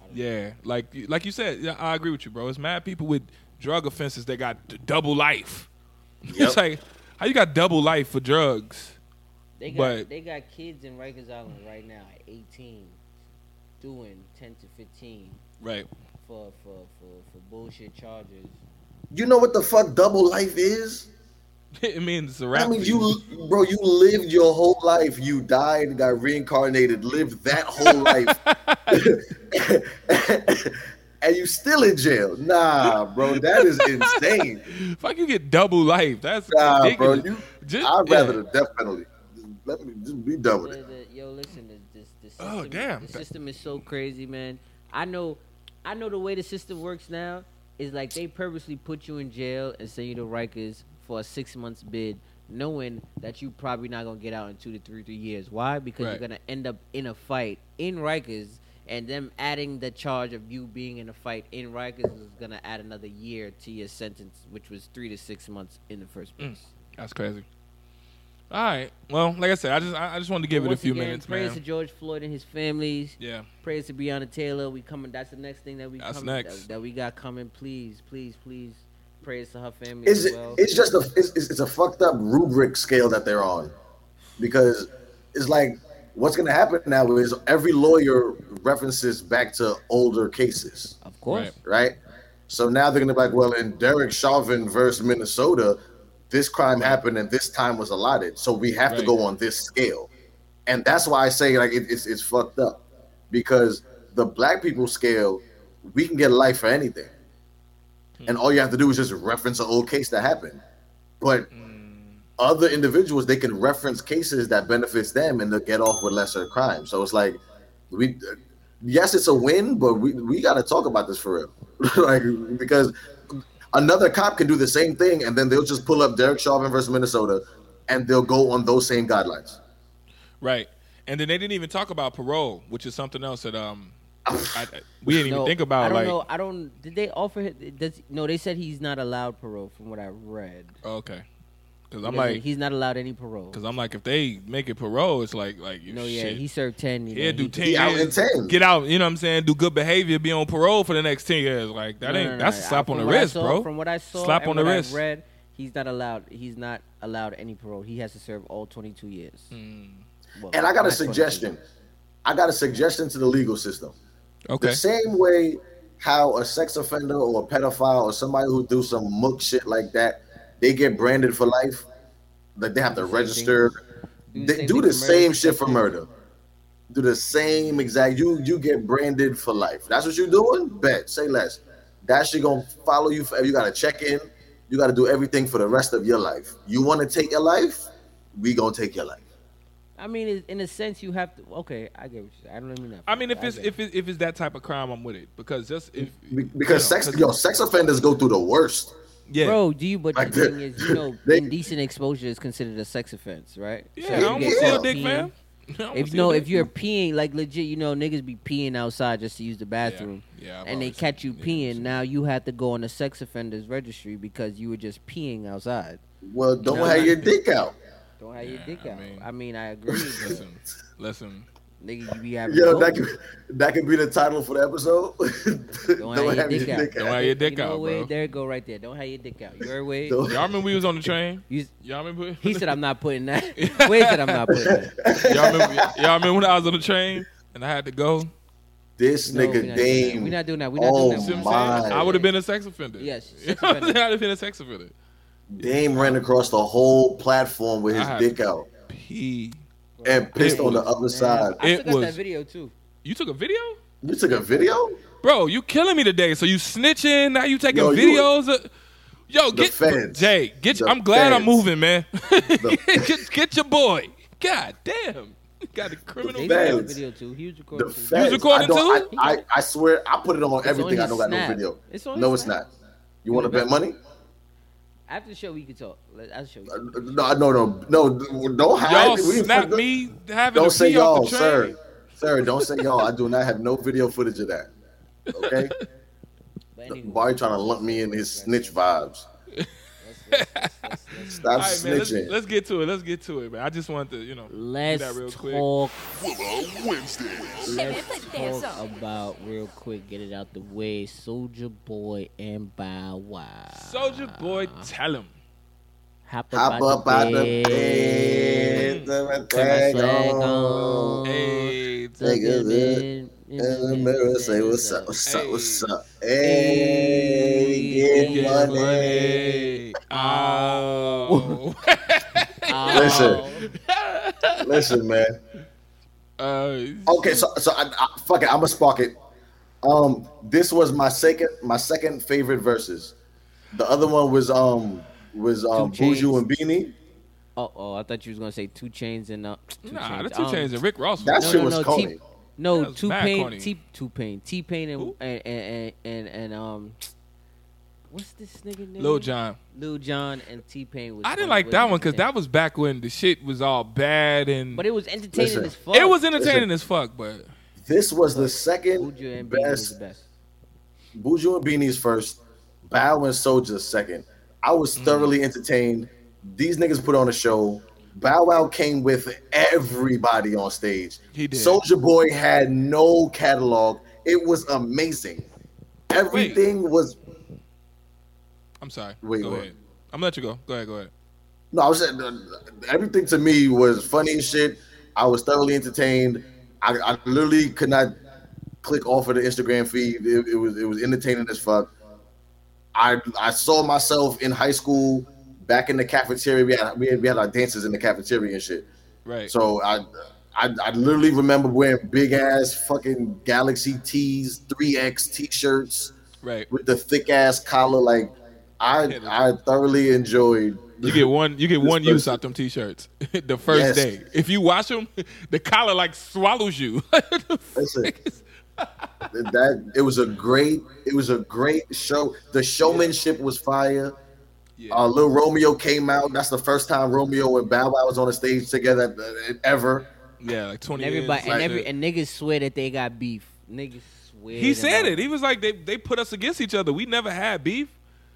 Speaker 2: I don't
Speaker 1: Yeah, like like you said, yeah, I agree with you, bro. It's mad people with drug offenses that got d- double life.
Speaker 3: Yep.
Speaker 1: it's like how you got double life for drugs?
Speaker 2: They got
Speaker 1: But-
Speaker 2: they got kids in Rikers Island right now at 18, doing 10 to 15
Speaker 1: Right.
Speaker 2: for for for, for bullshit charges.
Speaker 3: You know what the fuck double life is?
Speaker 1: it means it's a rap.
Speaker 3: I mean,
Speaker 1: for
Speaker 3: you, bro, you lived your whole life. You died, got reincarnated, lived that whole life, and you still in jail. Nah, bro, that is insane.
Speaker 1: Fuck, you get double life. That's
Speaker 3: Nah, bro,
Speaker 1: ridiculous.
Speaker 3: you.
Speaker 1: Just-
Speaker 3: I'd
Speaker 1: yeah.
Speaker 3: rather the death penalty. Just Let me just be done with
Speaker 2: The-
Speaker 3: it.
Speaker 2: the- yo, listen, the- this this system,
Speaker 1: Oh, damn.
Speaker 2: the system is so crazy, man. I know, I know the way the system works now is like they purposely put you in jail and send you to Rikers for a six months bid, knowing that you probably not gonna get out in two to three three years. Why? Because
Speaker 1: Right.
Speaker 2: you're gonna end up in a fight in Rikers. And them adding the charge of you being in a fight in Rikers is gonna add another year to your sentence, which was three to six months in the first place.
Speaker 1: That's crazy. All right. Well, like I said, I just I I just wanted to give it a
Speaker 2: Once
Speaker 1: few
Speaker 2: again,
Speaker 1: minutes,
Speaker 2: Praise
Speaker 1: man.
Speaker 2: to George Floyd and his families.
Speaker 1: Yeah.
Speaker 2: Praise to Breonna Taylor. We coming. That's the next thing that we
Speaker 1: That's
Speaker 2: coming,
Speaker 1: next.
Speaker 2: That, that we got coming. Please, please, please. Praise to her family
Speaker 3: It's
Speaker 2: as well.
Speaker 3: it's just a it's, it's it's a fucked up rubric scale that they're on, because it's like what's gonna happen now is every lawyer references back to older cases.
Speaker 2: of course.
Speaker 1: Right.
Speaker 3: right? So now they're gonna be like, well, in Derek Chauvin versus Minnesota, this crime happened and this time was allotted, so we have to
Speaker 1: Right.
Speaker 3: go on this scale, and that's why I say like it, it's it's fucked up, because the black people scale, we can get life for anything, and all you have to do is just reference an old case that happened, but other individuals they can reference cases that benefits them and they'll get off with lesser crime. So it's like we yes, it's a win, but we, we gotta talk about this for real. like because another cop can do the same thing and then they'll just pull up Derek Chauvin versus Minnesota and they'll go on those same guidelines.
Speaker 1: Right. And then they didn't even talk about parole, which is something else that um I, I- we didn't even
Speaker 2: No,
Speaker 1: think about.
Speaker 2: I don't
Speaker 1: like
Speaker 2: know. I don't. Did they offer? him- Does no? They said he's not allowed parole, from what I read.
Speaker 1: oh, okay, because I'm
Speaker 2: Because
Speaker 1: like
Speaker 2: he's not allowed any parole.
Speaker 1: because I'm like if they make it parole, it's like like you
Speaker 2: No, yeah,
Speaker 1: shit.
Speaker 2: he served ten. You
Speaker 1: yeah,
Speaker 2: know,
Speaker 1: do
Speaker 2: he-
Speaker 1: ten
Speaker 3: He out in
Speaker 1: years,
Speaker 3: 10.
Speaker 1: get out. You know what I'm saying? Do good behavior, be on parole for the next ten years. Like that
Speaker 2: No,
Speaker 1: ain't
Speaker 2: no, no,
Speaker 1: that's a
Speaker 2: no.
Speaker 1: slap
Speaker 2: From
Speaker 1: on the
Speaker 2: what I
Speaker 1: wrist,
Speaker 2: saw-
Speaker 1: bro.
Speaker 2: From what I saw,
Speaker 1: Slap
Speaker 2: and
Speaker 1: on the
Speaker 2: what I
Speaker 1: wrist.
Speaker 2: read, he's not allowed. He's not allowed any parole. He has to serve all twenty-two years.
Speaker 1: Mm.
Speaker 2: Well,
Speaker 3: And I got a
Speaker 2: not 22.
Speaker 3: suggestion. I got a suggestion to the legal system.
Speaker 1: Okay,
Speaker 3: The same way how a sex offender or a pedophile or somebody who do some mook shit like that, they get branded for life. Like they have to
Speaker 2: Do the same
Speaker 3: register.
Speaker 2: thing. Do the
Speaker 3: They
Speaker 2: same
Speaker 3: do
Speaker 2: thing
Speaker 3: the
Speaker 2: for
Speaker 3: same
Speaker 2: murder.
Speaker 3: shit for murder. Do the same exact. You you get branded for life. That's what you're doing. Bet. Say less. That shit gonna follow you. Forever. You gotta check in. You gotta do everything for the rest of your life. You want to take your life? We gonna take your life.
Speaker 2: I mean, it's- in a sense, you have to. Okay, I get what you. I don't even know.
Speaker 1: I mean if
Speaker 2: I
Speaker 1: it's
Speaker 2: get
Speaker 1: if it, if it's that type of crime, I'm with it because just if
Speaker 3: Be-
Speaker 1: you know,
Speaker 3: Because sex,
Speaker 1: 'cause-
Speaker 3: yo, sex offenders go through the worst.
Speaker 1: yeah,
Speaker 2: Bro, do you? But
Speaker 3: Like
Speaker 2: the
Speaker 3: that.
Speaker 2: thing is, you know,
Speaker 3: They-
Speaker 2: indecent exposure is considered a sex offense, right? So
Speaker 1: yeah. I
Speaker 2: if you
Speaker 1: don't want
Speaker 2: get
Speaker 1: to see your
Speaker 3: caught
Speaker 1: dick,
Speaker 2: peeing-
Speaker 1: man. I don't wanna
Speaker 2: If
Speaker 1: see
Speaker 2: no,
Speaker 1: your
Speaker 2: if
Speaker 1: dick.
Speaker 2: you're peeing, like legit, you know, niggas be peeing outside just to use the bathroom,
Speaker 1: Yeah, I've
Speaker 2: and they
Speaker 1: always
Speaker 2: catch you
Speaker 1: seen niggas.
Speaker 2: peeing. Now you have to go on the sex offenders registry because you were just peeing outside.
Speaker 3: Well, don't
Speaker 2: No,
Speaker 3: have
Speaker 2: not-
Speaker 3: your dick out.
Speaker 2: Don't have your
Speaker 1: Yeah,
Speaker 2: dick
Speaker 1: I
Speaker 2: out.
Speaker 1: mean-
Speaker 2: I mean, I agree. but
Speaker 1: listen, listen.
Speaker 2: nigga, you be having.
Speaker 3: Yo, that
Speaker 2: goals.
Speaker 3: could that could be the title for the episode.
Speaker 2: Don't, have your dick out.
Speaker 1: Don't have your dick
Speaker 2: You know
Speaker 1: out,
Speaker 2: what?
Speaker 1: bro.
Speaker 2: There you go right there. Don't have your dick out. You're way.
Speaker 3: Don't-
Speaker 1: Y'all remember we was on the train?
Speaker 2: You,
Speaker 1: Y'all remember?
Speaker 2: He said, I'm not putting that. Wade said, I'm not putting that.
Speaker 1: y'all remember? Y'all remember when I was on the train and I had to go?
Speaker 3: This
Speaker 2: No, we're
Speaker 3: nigga
Speaker 2: not doing that.
Speaker 3: Dame.
Speaker 2: We're not doing that. We're not doing
Speaker 3: Oh
Speaker 1: See
Speaker 2: that.
Speaker 1: what I'm
Speaker 3: my.
Speaker 1: saying? I would have been a sex offender.
Speaker 2: Yes,
Speaker 1: You know
Speaker 2: sex
Speaker 1: what I'm saying?
Speaker 2: offender.
Speaker 1: I'd have been a sex offender.
Speaker 3: Dame ran across the whole platform with his
Speaker 1: I-
Speaker 3: dick out
Speaker 1: P.
Speaker 3: and pissed
Speaker 1: It
Speaker 3: on the
Speaker 1: was-
Speaker 3: other side.
Speaker 2: I
Speaker 1: It
Speaker 2: still got that
Speaker 1: was-
Speaker 2: video too.
Speaker 1: You took a video,
Speaker 3: You took a video?
Speaker 1: bro. You killing me today. So you snitching? Now you taking
Speaker 3: Yo, you-
Speaker 1: videos? of- Yo, get
Speaker 3: feds.
Speaker 1: Jay. Get.
Speaker 3: The
Speaker 1: I'm glad I'm
Speaker 3: feds.
Speaker 1: moving, man.
Speaker 3: The-
Speaker 1: get, get your boy. God damn. You Got a criminal.
Speaker 2: They
Speaker 3: feds.
Speaker 2: got the video too. He was
Speaker 3: The
Speaker 2: recording. too.
Speaker 3: feds.
Speaker 1: recording
Speaker 3: I don't-
Speaker 1: too?
Speaker 3: I, I, I swear I put it on everything.
Speaker 2: on
Speaker 3: I don't
Speaker 2: his
Speaker 3: got no
Speaker 2: Snap.
Speaker 3: video.
Speaker 2: It's on
Speaker 3: no,
Speaker 2: his
Speaker 3: it's
Speaker 2: Snap.
Speaker 3: not. You want to bet money?
Speaker 2: After the show, we could talk. Let- After the show, we
Speaker 3: Uh,
Speaker 2: could talk.
Speaker 3: No, no, no, no. Don't hide.
Speaker 1: Y'all
Speaker 3: it. We-
Speaker 1: snap me having
Speaker 3: Don't
Speaker 1: a
Speaker 3: say
Speaker 1: pee off the
Speaker 3: y'all,
Speaker 1: train.
Speaker 3: sir. Sir, don't say y'all. I do not have no video footage of that. Okay,
Speaker 2: But anyway,
Speaker 3: Barry trying to lump me in his snitch vibes.
Speaker 2: that's
Speaker 3: Stop
Speaker 1: All right, man. Let's,
Speaker 3: snitching.
Speaker 1: let's get to it. Let's get to it, man. I just wanted to, you know,
Speaker 2: Let's
Speaker 1: do that real quick.
Speaker 2: talk.
Speaker 5: Shit, it's
Speaker 2: Let's
Speaker 5: a dance
Speaker 2: talk
Speaker 5: off.
Speaker 2: about real quick. Get it out the way. Soldier Boy and Bow Wow.
Speaker 1: Soldier Boy, tell him.
Speaker 2: Hop up,
Speaker 3: Hop up out the bed.
Speaker 1: Mm.
Speaker 3: Put
Speaker 2: Put a
Speaker 3: that
Speaker 2: swag
Speaker 3: on.
Speaker 2: on.
Speaker 1: Hey,
Speaker 3: Take a look In the mirror, say what's up,
Speaker 2: What's
Speaker 3: what's up, what's
Speaker 1: Hey.
Speaker 3: up. Hey, get
Speaker 1: get
Speaker 3: money. Oh.
Speaker 1: money. Oh. Ow.
Speaker 2: up?
Speaker 3: Listen. Listen, man.
Speaker 1: uh,
Speaker 3: Okay, so so I, I, fuck it, I'm gonna spark it. Um, this was my second my second favorite verses. The other one was um was um
Speaker 2: Two Chainz.
Speaker 3: Buju and Beanie.
Speaker 2: Oh, oh, I thought you was gonna say two chains and uh, two
Speaker 1: nah, the
Speaker 2: chains.
Speaker 1: two
Speaker 2: Um,
Speaker 1: chains and Rick Ross.
Speaker 3: That
Speaker 1: was-
Speaker 3: shit was
Speaker 2: T-
Speaker 3: corny.
Speaker 2: no,
Speaker 1: That was
Speaker 2: two
Speaker 1: mad
Speaker 2: pain,
Speaker 1: corny.
Speaker 2: T, two pain, T pain, and
Speaker 1: Who?
Speaker 2: and, and and and um, what's this nigga name?
Speaker 1: Lil John.
Speaker 2: Lil John and T Pain.
Speaker 1: I didn't like that one because that was back when the shit was all bad and
Speaker 2: But it was entertaining
Speaker 3: Listen.
Speaker 2: as fuck.
Speaker 1: it was entertaining as fuck. But
Speaker 3: This was the
Speaker 2: Buju
Speaker 3: second
Speaker 2: and Beanie was
Speaker 3: best.
Speaker 2: the best.
Speaker 3: Buju and Beanie's first. Bow and Soldier second. I was
Speaker 1: Mm.
Speaker 3: thoroughly entertained. These niggas put on a show. Bow Wow came with everybody on stage.
Speaker 1: He did.
Speaker 3: Soldier Boy had no catalog. It was amazing. Everything was
Speaker 1: I'm sorry.
Speaker 3: Wait,
Speaker 1: go
Speaker 3: what?
Speaker 1: ahead. I'm gonna let you go. Go ahead. Go ahead.
Speaker 3: No, I was saying uh, everything to me was funny as shit. I was thoroughly entertained. I, I literally could not click off of the Instagram feed. It, it was it was entertaining as fuck. I I saw myself in high school back in the cafeteria. We had we had, we had our dances in the cafeteria and shit.
Speaker 1: Right.
Speaker 3: So I, I I literally remember wearing big ass fucking Galaxy T's, three X T shirts
Speaker 1: right.
Speaker 3: with the thick ass collar. Like I I thoroughly enjoyed
Speaker 1: You get one. You get
Speaker 3: This
Speaker 1: one use
Speaker 3: person-
Speaker 1: out them t-shirts the first
Speaker 3: Yes.
Speaker 1: day. If you wash them, the collar like swallows you.
Speaker 3: Listen, that it was a great, it was a great show. The showmanship was fire.
Speaker 1: Yeah.
Speaker 3: Uh, Little Romeo came out. That's the first time Romeo and Bow Wow was on the stage together uh, ever.
Speaker 1: yeah, like twenty.
Speaker 2: And everybody
Speaker 1: years
Speaker 2: and
Speaker 1: later.
Speaker 2: every and niggas swear that they got beef. Niggas swear.
Speaker 1: He
Speaker 2: that
Speaker 1: said
Speaker 2: they-
Speaker 1: it. He was like, they they put us against each other. We never had beef.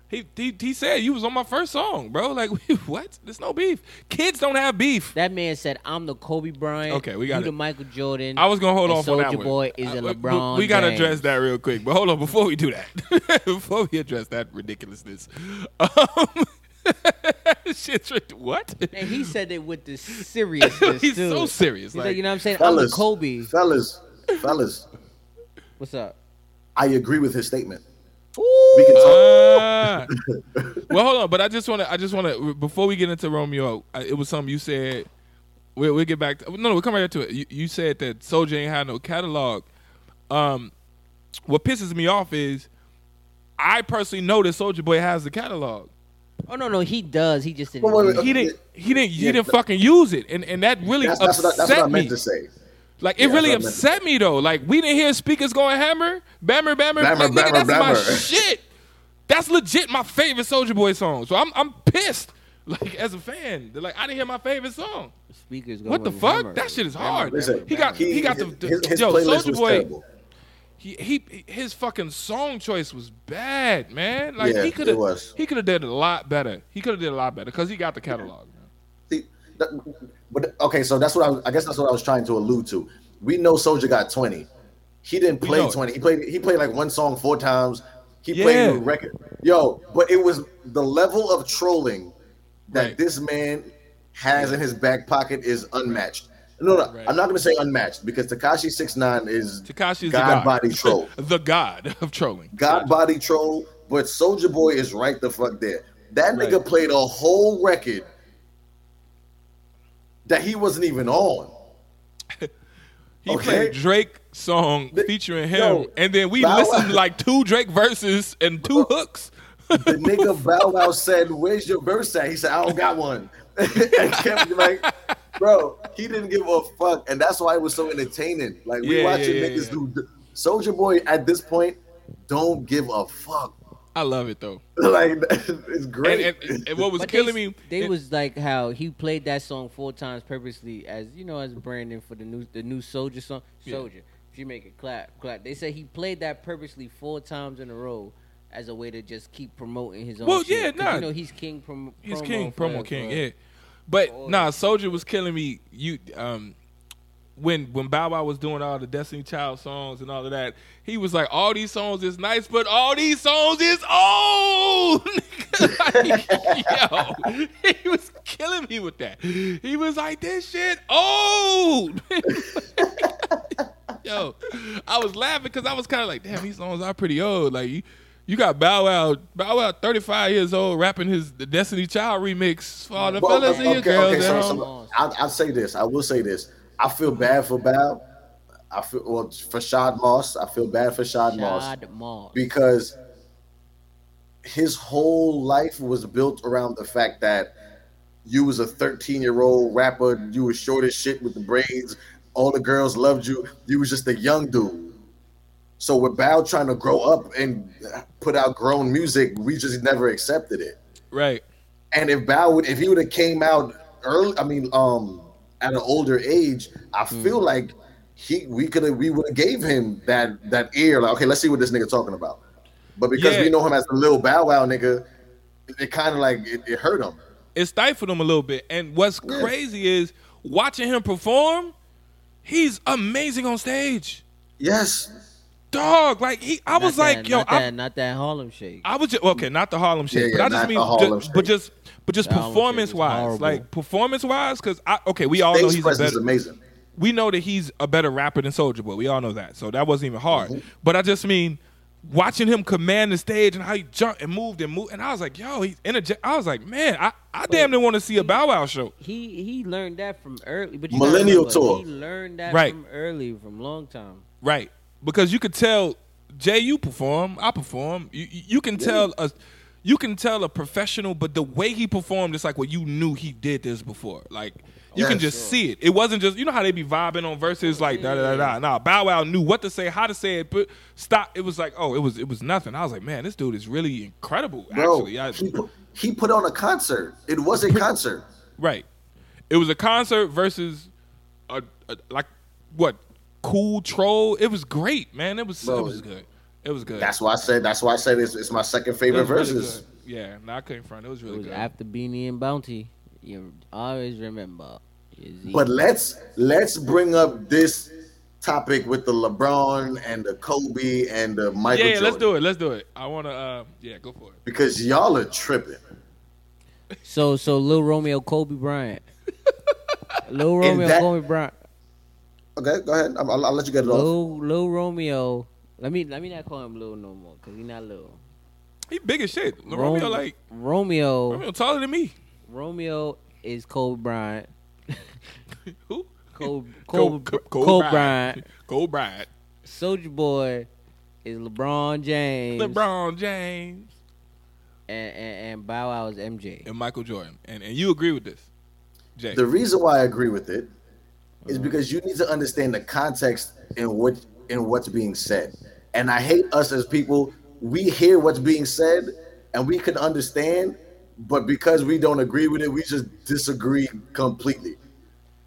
Speaker 1: He he, he said you was on my first song, bro. Like what? There's no beef. Kids don't have beef.
Speaker 2: That man said, "I'm the Kobe Bryant.
Speaker 1: Okay, we got
Speaker 2: you
Speaker 1: it.
Speaker 2: the Michael Jordan.
Speaker 1: I was gonna hold
Speaker 2: and
Speaker 1: on for that
Speaker 2: Soulja
Speaker 1: one.
Speaker 2: Boy is a
Speaker 1: I- we-
Speaker 2: LeBron.
Speaker 1: We, gotta
Speaker 2: James.
Speaker 1: address that real quick, but hold on before we do that. before we address that ridiculousness, um, shit's rid- what?
Speaker 2: And he said it with the seriousness.
Speaker 1: He's
Speaker 2: too.
Speaker 1: so serious,
Speaker 2: He's like,
Speaker 1: like-
Speaker 2: you know what I'm saying? I'm
Speaker 3: Fellas,
Speaker 2: the Kobe.
Speaker 3: fellas, fellas.
Speaker 2: What's up?
Speaker 3: I agree with his statement.
Speaker 2: Ooh,
Speaker 3: We can talk.
Speaker 1: Ah. well, hold on, but I just want to. I just want to. Before we get into Romeo, I, it was something you said. We'll, we'll get back. To, no, no, we'll come right to it. You, you said that Soulja ain't had no catalog. Um, what pisses me off is, I personally know that Soldier Boy has the catalog.
Speaker 2: oh no, no, he does. He just didn't.
Speaker 3: Wait, wait,
Speaker 2: use
Speaker 1: He
Speaker 2: it.
Speaker 1: didn't. He didn't. He
Speaker 3: Yeah,
Speaker 1: didn't
Speaker 3: but-
Speaker 1: fucking use it, and and that really
Speaker 3: That's, that's,
Speaker 1: upset
Speaker 3: what, I, that's what I meant
Speaker 1: me.
Speaker 3: to say.
Speaker 1: Like it
Speaker 3: Yeah,
Speaker 1: really
Speaker 3: that's what I meant to
Speaker 1: upset me though. Like we didn't hear speakers going hammer, bammer, bammer.
Speaker 3: Bammer,
Speaker 1: like, nigga, that's
Speaker 3: bammer,
Speaker 1: my
Speaker 3: bammer.
Speaker 1: shit. That's legit my favorite Soldier Boy song. So I'm I'm pissed. Like as a fan, They're like I didn't hear my favorite song.
Speaker 2: Speakers.
Speaker 1: What the
Speaker 2: going
Speaker 1: fuck?
Speaker 2: hammer.
Speaker 1: That shit is hard.
Speaker 3: Listen,
Speaker 1: he got he, got the, the
Speaker 3: his, his
Speaker 1: yo
Speaker 3: playlist
Speaker 1: Soldier
Speaker 3: was
Speaker 1: Boy.
Speaker 3: terrible.
Speaker 1: He, he his fucking song choice was bad, man. Like
Speaker 3: Yeah,
Speaker 1: he
Speaker 3: it
Speaker 1: could have
Speaker 3: was.
Speaker 1: he could have did a lot better. He could have did a lot better because he got the catalog. man.
Speaker 3: See, that- but okay, so that's what I, was, I guess that's what I was trying to allude to. We know Soldier got twenty. He didn't play
Speaker 1: know it.
Speaker 3: twenty. He played he played like one song four times. He
Speaker 1: Yeah.
Speaker 3: played the record. Yo, but it was the level of trolling that
Speaker 1: Right.
Speaker 3: this man has in his back pocket is unmatched. No, no,
Speaker 1: Right.
Speaker 3: I'm not gonna say unmatched because Takashi Six Nine is
Speaker 1: Tekashi is the
Speaker 3: God
Speaker 1: god
Speaker 3: body troll.
Speaker 1: the god of trolling.
Speaker 3: God body troll, but Soldier Boy is right the fuck there. That nigga played a whole record that he wasn't even on.
Speaker 1: He
Speaker 3: Okay.
Speaker 1: played Drake song
Speaker 3: The-
Speaker 1: featuring him,
Speaker 3: yo,
Speaker 1: and then we
Speaker 3: Bow Wow-
Speaker 1: listened to like two Drake verses and two hooks.
Speaker 3: The nigga Bow Wow said, "Where's your verse at?" He said, "I don't got one." and kept like, bro, he didn't give a fuck, and that's why it was so entertaining. Like we
Speaker 1: Yeah,
Speaker 3: watching
Speaker 1: yeah, yeah,
Speaker 3: niggas
Speaker 1: yeah.
Speaker 3: do. Soldier Boy at this point don't give a fuck.
Speaker 1: I love it though.
Speaker 3: Like it's great.
Speaker 1: And, and, and what was
Speaker 2: But
Speaker 1: killing
Speaker 2: they,
Speaker 1: me, eh.
Speaker 2: They
Speaker 1: it-
Speaker 2: was like how he played that song four times purposely, as you know, as Brandon for the new the new Soldier song.
Speaker 1: Yeah.
Speaker 2: Soldier, if you make it clap, clap. They said he played that purposely four times in a row as a way to just keep promoting his own.
Speaker 1: Well,
Speaker 2: shit.
Speaker 1: yeah,
Speaker 2: 'Cause
Speaker 1: nah.
Speaker 2: You know, he's king. Prom-
Speaker 1: He's
Speaker 2: promo
Speaker 1: king,
Speaker 2: for-
Speaker 1: promo king,
Speaker 2: for-
Speaker 1: yeah. But
Speaker 2: for-
Speaker 1: nah, Soldier was killing me. You um, when when Bow Wow was doing all the Destiny Child songs and all of that, he was like, "All these songs is nice, but all these songs is old." Like, yo, he was killing me with that. He was like, "This shit old." yo, I was laughing because I was kind of like, damn, these songs are pretty old. Like you, you got Bow Wow, Bow Wow, thirty five years old, rapping his the Destiny Child remix for all the
Speaker 3: Well,
Speaker 1: fellas and your girls at
Speaker 3: so,
Speaker 1: home.
Speaker 3: so I'll, I'll say this. I will say this. I feel bad for Bow. I feel well for Shad Moss. I feel bad for Shad Moss
Speaker 2: Shad Moss.
Speaker 3: because his whole life was built around the fact that you was a 13 year old rapper. You was short as shit with the braids. All the girls loved you. You was just a young dude. So with Bow trying to grow up and put out grown music, we just never accepted it.
Speaker 1: right?
Speaker 3: And if Bow would, if he would have came out early, I mean, um, at an older age, I
Speaker 1: Hmm.
Speaker 3: feel like he we could have we would have gave him that that ear. Like, okay, let's see what this nigga talking about. But because
Speaker 1: Yeah.
Speaker 3: we know him as the little Bow Wow nigga, it, kind of like it, it hurt him.
Speaker 1: It stifled him a little bit. And what's
Speaker 3: Yeah.
Speaker 1: crazy is watching him perform. He's amazing on stage,
Speaker 3: Yes.
Speaker 1: dog. Like he, I
Speaker 2: Not
Speaker 1: was like,
Speaker 2: that,
Speaker 1: yo,
Speaker 2: not
Speaker 1: I,
Speaker 2: that, not that Harlem Shake.
Speaker 1: I was just okay, not the Harlem Shake, but
Speaker 3: Yeah, yeah,
Speaker 1: I just
Speaker 3: not
Speaker 1: mean,
Speaker 3: the Harlem
Speaker 1: just, but
Speaker 3: Shake.
Speaker 1: just, but just
Speaker 2: The Harlem Shake was
Speaker 1: performance wise,
Speaker 2: horrible.
Speaker 1: like performance wise, because I okay, we all know Oh,
Speaker 3: Stage
Speaker 1: he's a
Speaker 3: presence
Speaker 1: better.
Speaker 3: is amazing.
Speaker 1: we know that he's a better rapper than Soldier Boy. We all know that. So that wasn't even hard.
Speaker 3: Mm-hmm.
Speaker 1: But I just mean watching him command the stage and how he jumped and moved and moved. And I was like, yo, he's energetic. I was like, man, I, I damn near want to see a Bow Wow show.
Speaker 2: He he learned that from early, but you gotta
Speaker 3: Millennial
Speaker 2: remember,
Speaker 3: tour.
Speaker 2: He learned that
Speaker 1: Right.
Speaker 2: from early, from long time.
Speaker 1: Right. Because you could tell Jay, you perform, I perform. You you you can tell a you can tell a professional, but the way he performed, it's like well, you knew he did this before. Like you can
Speaker 3: Yes.
Speaker 1: just see it. It wasn't just you know how they be vibing on verses like da da da da. Nah, Bow Wow knew what to say, how to say it, but stop. It was like oh, it was it was nothing. I was like man, this dude is really incredible.
Speaker 3: Bro,
Speaker 1: actually, I,
Speaker 3: he, put, he put on a concert. It was a concert.
Speaker 1: Right. It was a concert versus a, a like what cool troll. It was great, man. It was it
Speaker 3: Bro,
Speaker 1: was good. It was good.
Speaker 3: That's why I said. That's why I said it's, it's my second
Speaker 1: it
Speaker 3: favorite
Speaker 1: was really
Speaker 3: verses.
Speaker 1: good. Yeah, no, I couldn't front. It was
Speaker 2: It
Speaker 1: really
Speaker 2: was
Speaker 1: good.
Speaker 2: after Beanie and Bounty. You always remember. Is he-
Speaker 3: But let's let's bring up this topic with the LeBron and the Kobe and the
Speaker 1: yeah,
Speaker 3: Michael
Speaker 1: yeah,
Speaker 3: Jordan.
Speaker 1: let's do it. Let's do it. I wanna. Uh, yeah, go for it.
Speaker 3: Because y'all are tripping.
Speaker 2: so so Lil Romeo, Kobe Bryant. Lil
Speaker 3: And
Speaker 2: Romeo,
Speaker 3: that-
Speaker 2: Kobe Bryant.
Speaker 3: Okay, go ahead. I'm, I'll, I'll let you get it off.
Speaker 2: Lil Lil Romeo. Let me let me not call him Lil no more, cause he not Lil.
Speaker 1: He big as shit. Lil
Speaker 2: Rom-
Speaker 1: Romeo like
Speaker 2: Romeo.
Speaker 1: Romeo taller than me.
Speaker 2: Romeo is Kobe Bryant.
Speaker 1: Who?
Speaker 2: Kobe
Speaker 1: Cole-
Speaker 2: Kobe,
Speaker 1: Co-
Speaker 2: Kobe, Kobe
Speaker 1: Bryant.
Speaker 2: Bryant.
Speaker 1: Cole Bryant.
Speaker 2: Soldier Boy is LeBron James.
Speaker 1: LeBron James
Speaker 2: and, and, and Bow Wow is MJ.
Speaker 1: and Michael Jordan. And and you agree with this, Jay?
Speaker 3: The reason why I agree with it is because you need to understand the context in what in what's being said. And I hate us as people. We hear what's being said and we can understand, but because we don't agree with it, we just disagree completely.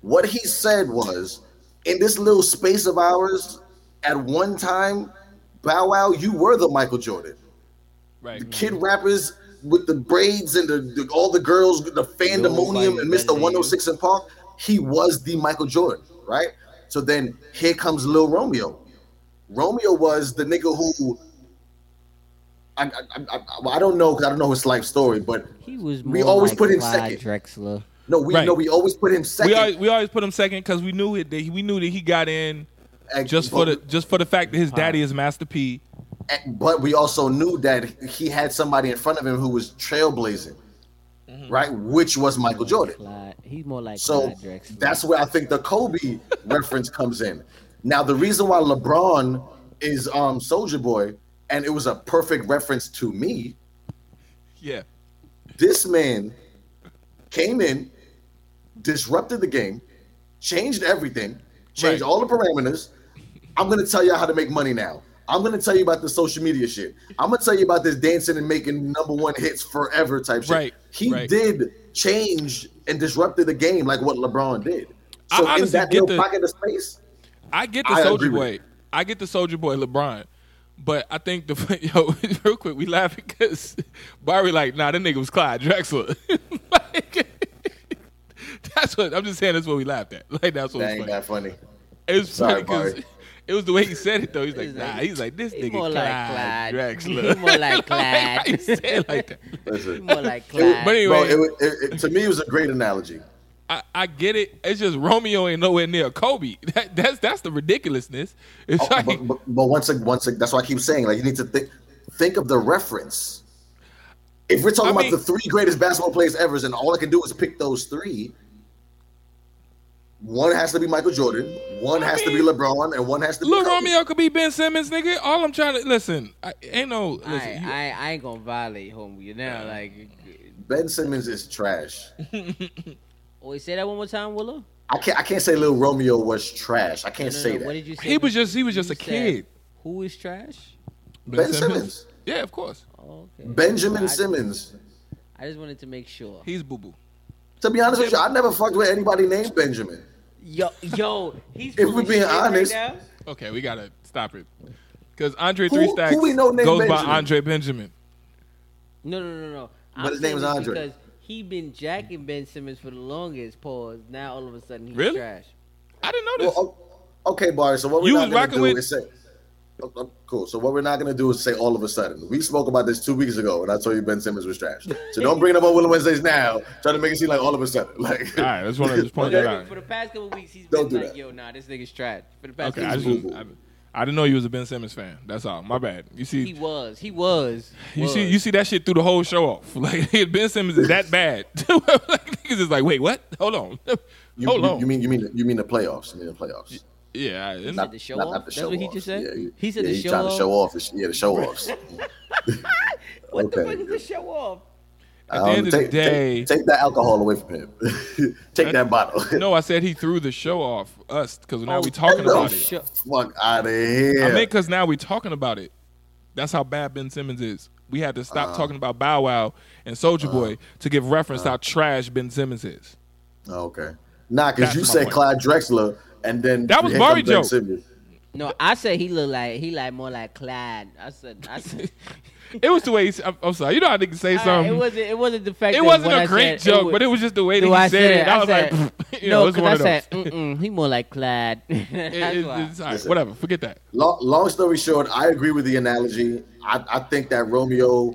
Speaker 3: What he said was, in this little space of ours, at one time, Bow Wow, you were the Michael Jordan.
Speaker 1: right.
Speaker 3: the kid rappers with the braids and the, the- all the girls, with the
Speaker 2: Nobody
Speaker 3: fandemonium and
Speaker 2: better
Speaker 3: Mr.
Speaker 2: than
Speaker 3: 106 and Park, he was the Michael Jordan, right? So then here comes Lil Romeo. Romeo was the nigga who I I, I, I, well, I don't know 'cause I don't know his life story, but
Speaker 2: He was more
Speaker 3: We always
Speaker 2: like
Speaker 3: put him
Speaker 2: Clyde
Speaker 3: second.
Speaker 2: Drexler.
Speaker 3: no, we
Speaker 1: Right.
Speaker 3: no, we always put him second.
Speaker 1: We always, we always put him second because we knew it. That he, we knew that he got in
Speaker 3: And-
Speaker 1: just for the just for the fact that his daddy is Master P.
Speaker 3: And- but we also knew that he had somebody in front of him who was trailblazing,
Speaker 1: Mm-hmm.
Speaker 3: right? Which was Michael Jordan.
Speaker 2: Clyde. He's more like
Speaker 3: So
Speaker 2: Clyde Drexler.
Speaker 3: that's where I think the Kobe reference comes in. Now the reason why LeBron is um Soldier Boy, and it was a perfect reference to me.
Speaker 1: Yeah,
Speaker 3: This man came in, disrupted the game, changed everything, changed
Speaker 1: Right.
Speaker 3: all the parameters. I'm gonna tell y'all how to make money now. I'm gonna tell you about the social media shit. I'm gonna tell you about this dancing and making number one hits forever type shit.
Speaker 1: Right,
Speaker 3: He
Speaker 1: right.
Speaker 3: did change and disrupted the game like what LeBron did.
Speaker 1: I
Speaker 3: So in
Speaker 1: honestly
Speaker 3: that
Speaker 1: get
Speaker 3: little
Speaker 1: the-
Speaker 3: pocket of space,
Speaker 1: I get the
Speaker 3: I
Speaker 1: Soldier
Speaker 3: agree with
Speaker 1: Boy. I get the Soldier Boy LeBron, But I think the yo real quick we laughing because Barry like nah that nigga was Clyde Drexler. like, that's what I'm just saying. That's what we laughed at. Like that's what
Speaker 3: That ain't
Speaker 1: was funny.
Speaker 3: that funny.
Speaker 1: It was
Speaker 3: Sorry,
Speaker 1: funny because
Speaker 3: Barry.
Speaker 1: it was the way he said it though. He's like
Speaker 2: He's
Speaker 1: nah.
Speaker 2: like-
Speaker 1: He's like this
Speaker 2: He
Speaker 1: nigga
Speaker 2: more
Speaker 1: Clyde,
Speaker 2: like Clyde.
Speaker 1: Drexler.
Speaker 2: He more like
Speaker 1: how you
Speaker 2: Clyde.
Speaker 1: say it like that.
Speaker 3: Listen.
Speaker 2: More like
Speaker 1: But
Speaker 2: Clyde.
Speaker 1: anyway,
Speaker 3: Bro, it, wa- it, it, to me, it was a great analogy.
Speaker 1: I, I get it. It's just Romeo ain't nowhere near Kobe. That, that's that's the ridiculousness.
Speaker 2: Oh,
Speaker 1: It's like
Speaker 3: Oh, But, but, but once, ag- once, ag- that's why I keep saying, like, you need to think, think of the reference. If we're talking
Speaker 1: I
Speaker 3: about
Speaker 1: mean-
Speaker 3: the three greatest basketball players ever, and all I can do is pick those three, one has to be Michael Jordan, one has to be
Speaker 1: mean-
Speaker 3: LeBron, and one has to be
Speaker 1: Lil
Speaker 3: Kobe.
Speaker 1: Romeo could be Ben Simmons, nigga. All I'm trying to listen. I, ain't no
Speaker 2: I,
Speaker 1: listen. you-
Speaker 2: I, I ain't gonna violate homie. You know, like,
Speaker 3: Ben Simmons is trash.
Speaker 2: wait, say that one more time, Willow.
Speaker 3: I can't. I can't say Lil Romeo was trash. I can't say
Speaker 2: What
Speaker 3: that.
Speaker 2: did you say?
Speaker 1: He was just- he was just
Speaker 2: You
Speaker 1: a
Speaker 2: said,
Speaker 1: kid.
Speaker 2: Who is trash? Oh,
Speaker 3: Ben Simmons.
Speaker 1: Yeah, of course.
Speaker 2: Okay.
Speaker 3: Benjamin
Speaker 2: I-
Speaker 3: Simmons.
Speaker 2: I just wanted to make sure.
Speaker 1: He's boo boo.
Speaker 3: To be honest with you, I never fucked with anybody named Benjamin.
Speaker 2: Yo, yo, he's.
Speaker 3: If
Speaker 2: full
Speaker 3: we're
Speaker 2: of
Speaker 3: being
Speaker 2: shit right
Speaker 3: honest-
Speaker 2: now.
Speaker 1: Okay, we gotta stop it. Cause Andre
Speaker 3: Who-
Speaker 1: Three
Speaker 3: who
Speaker 1: Stacks
Speaker 3: we know named
Speaker 1: goes by
Speaker 3: Benjamin?
Speaker 1: Andre Benjamin.
Speaker 2: No, no, no, no.
Speaker 3: But his name is
Speaker 2: saying this
Speaker 3: Andre.
Speaker 2: Because he been jacking Ben Simmons for the longest. Pause. Now all of a sudden he's
Speaker 1: Really?
Speaker 2: trash.
Speaker 1: I didn't know this.
Speaker 3: Well, o- Oh, okay, Barry. So what we're
Speaker 1: You
Speaker 3: not
Speaker 1: was
Speaker 3: gonna
Speaker 1: rocking
Speaker 3: do
Speaker 1: with-
Speaker 3: is say. Oh, oh, Cool. So what we're not gonna do is say all of a sudden. We spoke about this two weeks ago, and I told you Ben Simmons was trash. So don't bring it up on Willow Wednesdays now. Try to make it seem like all of a sudden. Like,
Speaker 1: All right, I just wanted to just point that out.
Speaker 2: For the past couple weeks, he's
Speaker 3: Don't
Speaker 2: been
Speaker 3: do
Speaker 2: like,
Speaker 3: that.
Speaker 2: "Yo, nah, this nigga's trash." For the past
Speaker 1: Okay,
Speaker 2: couple
Speaker 1: I
Speaker 2: weeks,
Speaker 1: just I, I didn't know you was a Ben Simmons fan. That's all. My bad. You
Speaker 2: he
Speaker 1: see,
Speaker 2: was, he was.
Speaker 1: you
Speaker 2: was.
Speaker 1: see, you see that shit through the whole show off. Like Ben Simmons is that bad. like, niggas is like, wait, what? Hold on,
Speaker 3: you,
Speaker 1: hold
Speaker 3: you-
Speaker 1: on.
Speaker 3: you mean you mean you mean the playoffs? You mean the playoffs?
Speaker 1: yeah, I-
Speaker 2: Not- the show off? That's what he just said?
Speaker 3: Yeah,
Speaker 2: He said
Speaker 3: yeah,
Speaker 2: the
Speaker 3: he's
Speaker 2: show
Speaker 3: trying to
Speaker 2: off?
Speaker 3: show off. his- Yeah, the show offs.
Speaker 2: what the
Speaker 3: okay.
Speaker 2: fuck is this show off?
Speaker 1: at the end of the
Speaker 3: Um, take,
Speaker 1: day,
Speaker 3: take, take that alcohol away from him. take that bottle.
Speaker 1: no, I said he threw the show off us because now
Speaker 2: Oh,
Speaker 1: we talking
Speaker 3: no.
Speaker 1: about it.
Speaker 2: Show-
Speaker 3: Fuck out of here.
Speaker 1: I think because now we talking about it. That's how bad Ben Simmons is. We had to
Speaker 3: Uh.
Speaker 1: stop talking about Bow Wow and Soldier Boy to give reference
Speaker 3: Uh.
Speaker 1: how trash Ben Simmons is.
Speaker 3: Oh, okay. Nah,
Speaker 1: That's
Speaker 3: because you
Speaker 1: my
Speaker 3: said
Speaker 1: point.
Speaker 3: Clyde Drexler, and then
Speaker 1: That was
Speaker 3: here come
Speaker 1: Barry
Speaker 3: Ben
Speaker 1: joke.
Speaker 3: Simmons.
Speaker 2: No, I said he look like he like more like Clyde. I said, I said.
Speaker 1: It was the way he, I'm, I'm sorry. You know how niggas say
Speaker 2: All right,
Speaker 1: something.
Speaker 2: Uh, it wasn't. It wasn't the fact.
Speaker 1: It
Speaker 2: that
Speaker 1: wasn't
Speaker 2: what
Speaker 1: a
Speaker 2: I
Speaker 1: great
Speaker 2: said,
Speaker 1: joke, but it was just the way that he said, it. I was
Speaker 2: said-
Speaker 1: like, you know, it's
Speaker 2: because
Speaker 1: one of those.
Speaker 2: I said, Mm-mm, he more like Clyde.
Speaker 1: It-
Speaker 2: That's
Speaker 1: it-
Speaker 2: why.
Speaker 1: it's all right, whatever. Forget that.
Speaker 3: Long, long story short, I agree with the analogy. I, I think that Romeo,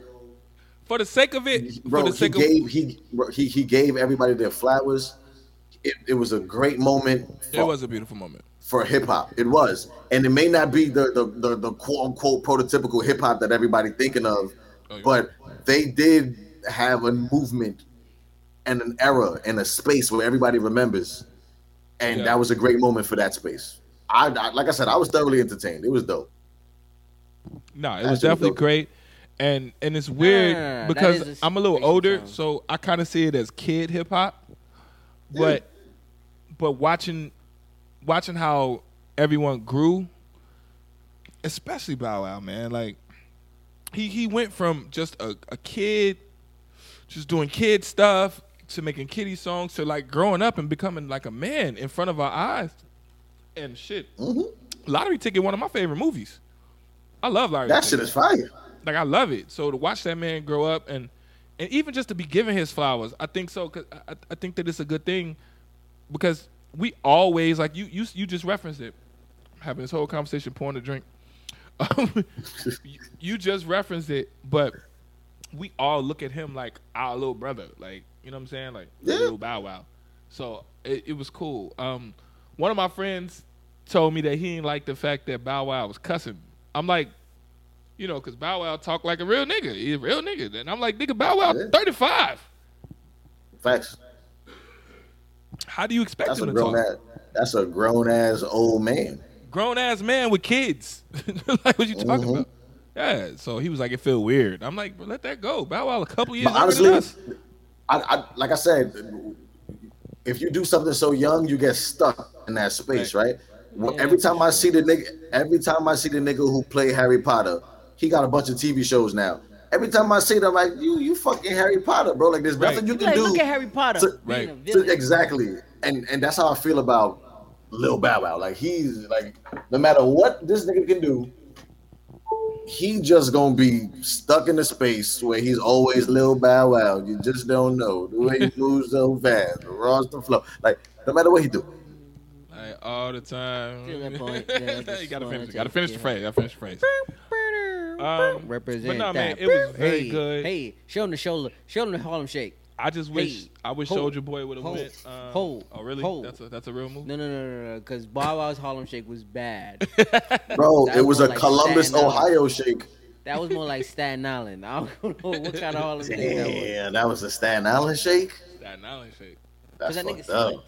Speaker 1: For the sake of it,
Speaker 3: bro,
Speaker 1: for the
Speaker 3: he
Speaker 1: sake of
Speaker 3: gave he he he gave everybody their flowers. It, it was a great moment.
Speaker 1: it was a beautiful moment.
Speaker 3: for hip hop. It was, and it may not be the the the, the quote unquote prototypical hip hop that everybody thinking of,
Speaker 1: Oh, yeah.
Speaker 3: but they did have a movement and an era and a space where everybody remembers, and
Speaker 1: Yeah.
Speaker 3: that was a great moment for that space. I, I like I said, I was thoroughly entertained. It was dope.
Speaker 1: No, it was
Speaker 3: Actually,
Speaker 1: definitely
Speaker 3: though-
Speaker 1: great, and and it's weird
Speaker 2: no, no, no, that
Speaker 1: because
Speaker 2: is a
Speaker 1: I'm a little
Speaker 2: different
Speaker 1: older,
Speaker 2: time.
Speaker 1: so I kind of see it as kid hip hop, but but watching watching how everyone grew, especially Bow Wow, man, like he he went from just a, a kid, just doing kid stuff to making kiddie songs to like growing up and becoming like a man in front of our eyes, and shit.
Speaker 3: Mm-hmm.
Speaker 1: Lottery ticket, one of my favorite movies. I love lottery.
Speaker 3: That
Speaker 1: Ticket
Speaker 3: shit is fire.
Speaker 1: like I love it. So to watch that man grow up and and even just to be given his flowers, I think so. Cause I, I think that it's a good thing because we always like you you you just referenced it. I'm having this whole conversation, pouring a drink. Um, you, you just referenced it, but we all look at him like our little brother, like you know what I'm saying, like
Speaker 3: Yeah.
Speaker 1: little Bow Wow. So it, it was cool. Um, one of my friends told me that he didn't like the fact that Bow Wow was cussing. I'm like, you know, because Bow Wow talk like a real nigga. He's a real nigga. And I'm like, nigga, Bow Wow,
Speaker 3: Yeah.
Speaker 1: 35.
Speaker 3: Facts.
Speaker 1: How do you expect
Speaker 3: That's a
Speaker 1: him to talk?
Speaker 3: grown ass. That's a grown ass old man.
Speaker 1: Grown ass man with kids. like, what you talking
Speaker 3: Mhm.
Speaker 1: about? Yeah, so he was like, it feel weird. I'm like, "Bro, let that go. Bow Wow, a couple years
Speaker 3: But
Speaker 1: older than us.
Speaker 3: honestly, I, I like I said, if you do something so young, you get stuck in that space, right? Well, every time I see the nigga, every time I see the nigga who played Harry Potter, he got a bunch of TV shows now. Every time I see them, like you, you fucking Harry Potter, bro. Like there's
Speaker 1: Right.
Speaker 3: nothing you
Speaker 2: He's
Speaker 3: can
Speaker 2: like,
Speaker 3: do.
Speaker 2: look at Harry Potter.
Speaker 3: to-
Speaker 1: Right.
Speaker 2: being a
Speaker 3: So,
Speaker 2: villain.
Speaker 3: exactly, and and that's how I feel about Lil Bow Wow. Like he's like, no matter what this nigga can do, he just gonna be stuck in a space where he's always Lil Bow Wow. You just don't know the way he moves so fast, the raws the flow. Like no matter what he do,
Speaker 1: Like all the time.
Speaker 2: To that point, yeah, I
Speaker 1: you
Speaker 2: just
Speaker 1: gotta
Speaker 2: wanna
Speaker 1: finish.
Speaker 2: just-
Speaker 1: Gotta finish the
Speaker 2: yeah.
Speaker 1: phrase. Gotta finish the phrase. Um,
Speaker 2: Represent
Speaker 1: But nah, man,
Speaker 2: that.
Speaker 1: it was very
Speaker 2: hey,
Speaker 1: good.
Speaker 2: Hey, show him the shoulder. Show him the Harlem Shake.
Speaker 1: I just wish
Speaker 2: Hey,
Speaker 1: I wish
Speaker 2: hold,
Speaker 1: Soldier Boy would have
Speaker 2: hold,
Speaker 1: went. Um,
Speaker 2: hold,
Speaker 1: oh really?
Speaker 2: hold.
Speaker 1: That's a that's a real move.
Speaker 2: No, no, no, no, no, because Bow Wow's Harlem Shake was bad.
Speaker 3: bro,
Speaker 2: That
Speaker 3: it was
Speaker 2: one,
Speaker 3: a
Speaker 2: like,
Speaker 3: Columbus,
Speaker 2: standing out.
Speaker 3: Ohio shake.
Speaker 2: That was more like Staten Island. I don't know what kind of Harlem Shake that was.
Speaker 3: Damn, that was a Staten Island shake.
Speaker 1: That knowledge shake.
Speaker 3: That's
Speaker 2: that nigga
Speaker 3: fucked up.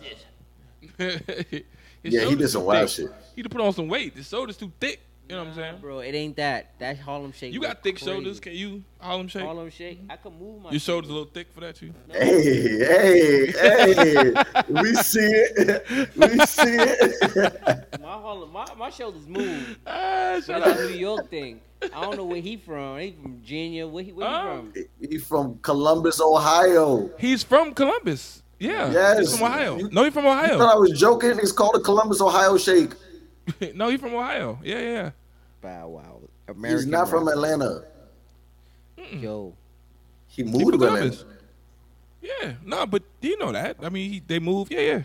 Speaker 2: said this.
Speaker 1: His
Speaker 3: Yeah, he
Speaker 1: shoulders
Speaker 3: did some
Speaker 1: too
Speaker 3: wild
Speaker 1: thick.
Speaker 3: shit.
Speaker 1: He to put on some weight. His shoulders too thick. You know what I'm saying?
Speaker 2: Bro, it ain't that. That Harlem Shake.
Speaker 1: You
Speaker 2: was
Speaker 1: got thick
Speaker 2: crazy.
Speaker 1: shoulders. Can you Harlem shake?
Speaker 2: Harlem Shake. I could move my.
Speaker 1: Your shoulders a little thick for that, you?
Speaker 3: Hey, hey, hey! we see it. We see it.
Speaker 2: My Harlem. My, my shoulders move.
Speaker 1: Ah, shut
Speaker 2: That's a
Speaker 1: up.
Speaker 2: New York thing. I don't know where he from. He from Virginia. Where he, where he
Speaker 1: Oh.
Speaker 2: from?
Speaker 3: he from Columbus, Ohio.
Speaker 1: He's from Columbus. Yeah. He's
Speaker 3: Yes.
Speaker 1: from Ohio.
Speaker 3: You-
Speaker 1: no, he's from
Speaker 3: You thought
Speaker 1: Ohio.
Speaker 3: I was joking? It's called a Columbus, Ohio shake.
Speaker 1: no, he's from Ohio. Yeah, yeah.
Speaker 2: Bow Wow. American.
Speaker 3: He's not from
Speaker 2: rock.
Speaker 3: Atlanta.
Speaker 2: Yo.
Speaker 3: He
Speaker 1: He
Speaker 3: moved
Speaker 1: from
Speaker 3: to Atlanta.
Speaker 1: Columbus. Yeah. No, but you know that. I mean, he, they move. Yeah, yeah.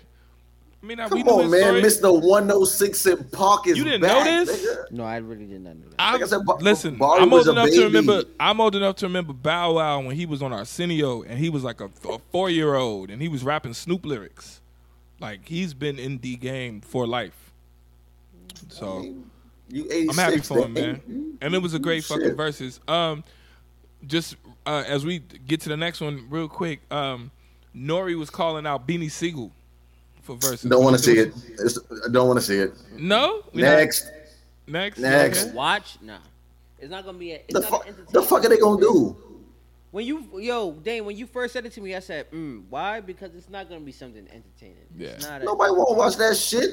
Speaker 1: I mean, I, we
Speaker 3: Come
Speaker 1: knew
Speaker 3: on,
Speaker 1: his story.
Speaker 3: man. Mr. 106 in Park is
Speaker 1: You didn't
Speaker 3: back,
Speaker 1: know this?
Speaker 3: nigga.
Speaker 2: No, I really did not know that.
Speaker 1: I,
Speaker 3: Like I said, Bar-
Speaker 1: listen,
Speaker 3: Barry
Speaker 1: I'm old
Speaker 3: was a
Speaker 1: enough to
Speaker 3: baby.
Speaker 1: remember. I'm old enough to remember Bow Wow when he was on Arsenio, and he was like a, four year old, and he was rapping Snoop lyrics. Like he's been in the game for life. So
Speaker 3: You 86.
Speaker 1: I'm happy for him,
Speaker 3: that ain't-
Speaker 1: man. And it was a great fucking
Speaker 3: Shit.
Speaker 1: verses. Um, just uh, as we get to the next one, real quick. Um, Nori was calling out Beanie Siegel for verses.
Speaker 3: Don't want to see it. It's, I don't want to see it.
Speaker 1: No. We not-
Speaker 3: Next.
Speaker 1: Next.
Speaker 3: Next.
Speaker 1: Okay.
Speaker 2: Watch? Nah. It's not gonna be a. It's
Speaker 3: The,
Speaker 2: not
Speaker 3: fu-
Speaker 2: an entertainment
Speaker 3: the fuck are they going to do?
Speaker 2: When you yo Dane, when you first said it to me, I said, mm, "Why? Because it's not gonna be something entertaining. It's
Speaker 1: Yeah.
Speaker 2: not a,
Speaker 3: Nobody want to watch that shit.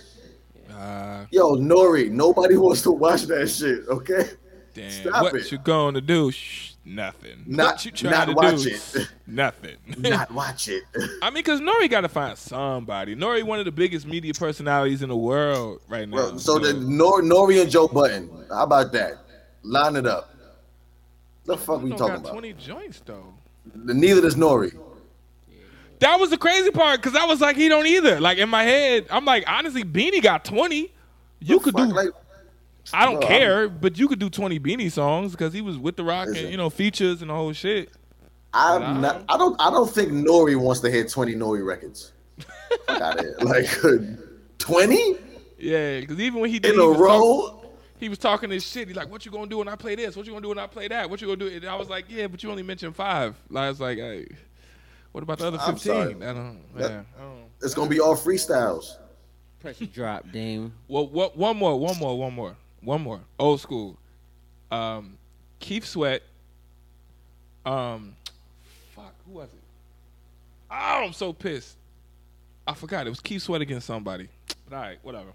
Speaker 1: Uh,
Speaker 3: Yo, Nori, nobody wants to watch that shit, okay?
Speaker 1: Damn,
Speaker 3: Stop
Speaker 1: what
Speaker 3: it.
Speaker 1: you going to do? Shh, nothing.
Speaker 3: Not-
Speaker 1: what you trying
Speaker 3: not
Speaker 1: to
Speaker 3: watch
Speaker 1: do?
Speaker 3: it.
Speaker 1: Nothing.
Speaker 3: Not watch it.
Speaker 1: I mean, because Nori got to find somebody. Nori, one of the biggest media personalities in the world right now.
Speaker 3: Bro, so the Nor- Nori and Joe Button, how about that? Line it up. The fuck
Speaker 1: Nori
Speaker 3: we
Speaker 1: don't
Speaker 3: talking
Speaker 1: got
Speaker 3: about?
Speaker 1: Twenty joints though.
Speaker 3: Neither does Nori.
Speaker 1: That was the crazy part because I was like, he don't either. Like in my head, I'm like, honestly, Beanie got twenty. You could do.
Speaker 3: Fuck, like,
Speaker 1: I don't
Speaker 3: bro, I'm-
Speaker 1: care, but you could do twenty Beanie songs because he was with the Rock and
Speaker 3: Listen.
Speaker 1: you know features and the whole shit.
Speaker 3: I'm
Speaker 1: Nah.
Speaker 3: not. I don't. I don't think Nori wants to hear 20 Nori records. Fuck out of here. Like 20
Speaker 1: Yeah, because even when he did
Speaker 3: in
Speaker 1: he
Speaker 3: a
Speaker 1: was talking-
Speaker 3: row.
Speaker 1: he was talking this shit. He's like, "What you gonna do when I play this? What you gonna do when I play that? What you gonna do?" And I was like, "Yeah, but you only mentioned five. Like, I was like, hey, "What about the other
Speaker 3: I'm
Speaker 1: 15?
Speaker 3: sorry.
Speaker 1: I don't. Yeah.
Speaker 3: That-
Speaker 1: I don't-
Speaker 3: It's gonna be all freestyles.
Speaker 2: pressure drop, Dame.
Speaker 1: Well, what? One more. One more. One more. One more. Old school. Um, Keith Sweat. Um, fuck. Who was it? Oh, I'm so pissed. I forgot. It was Keith Sweat against somebody. But all right, whatever.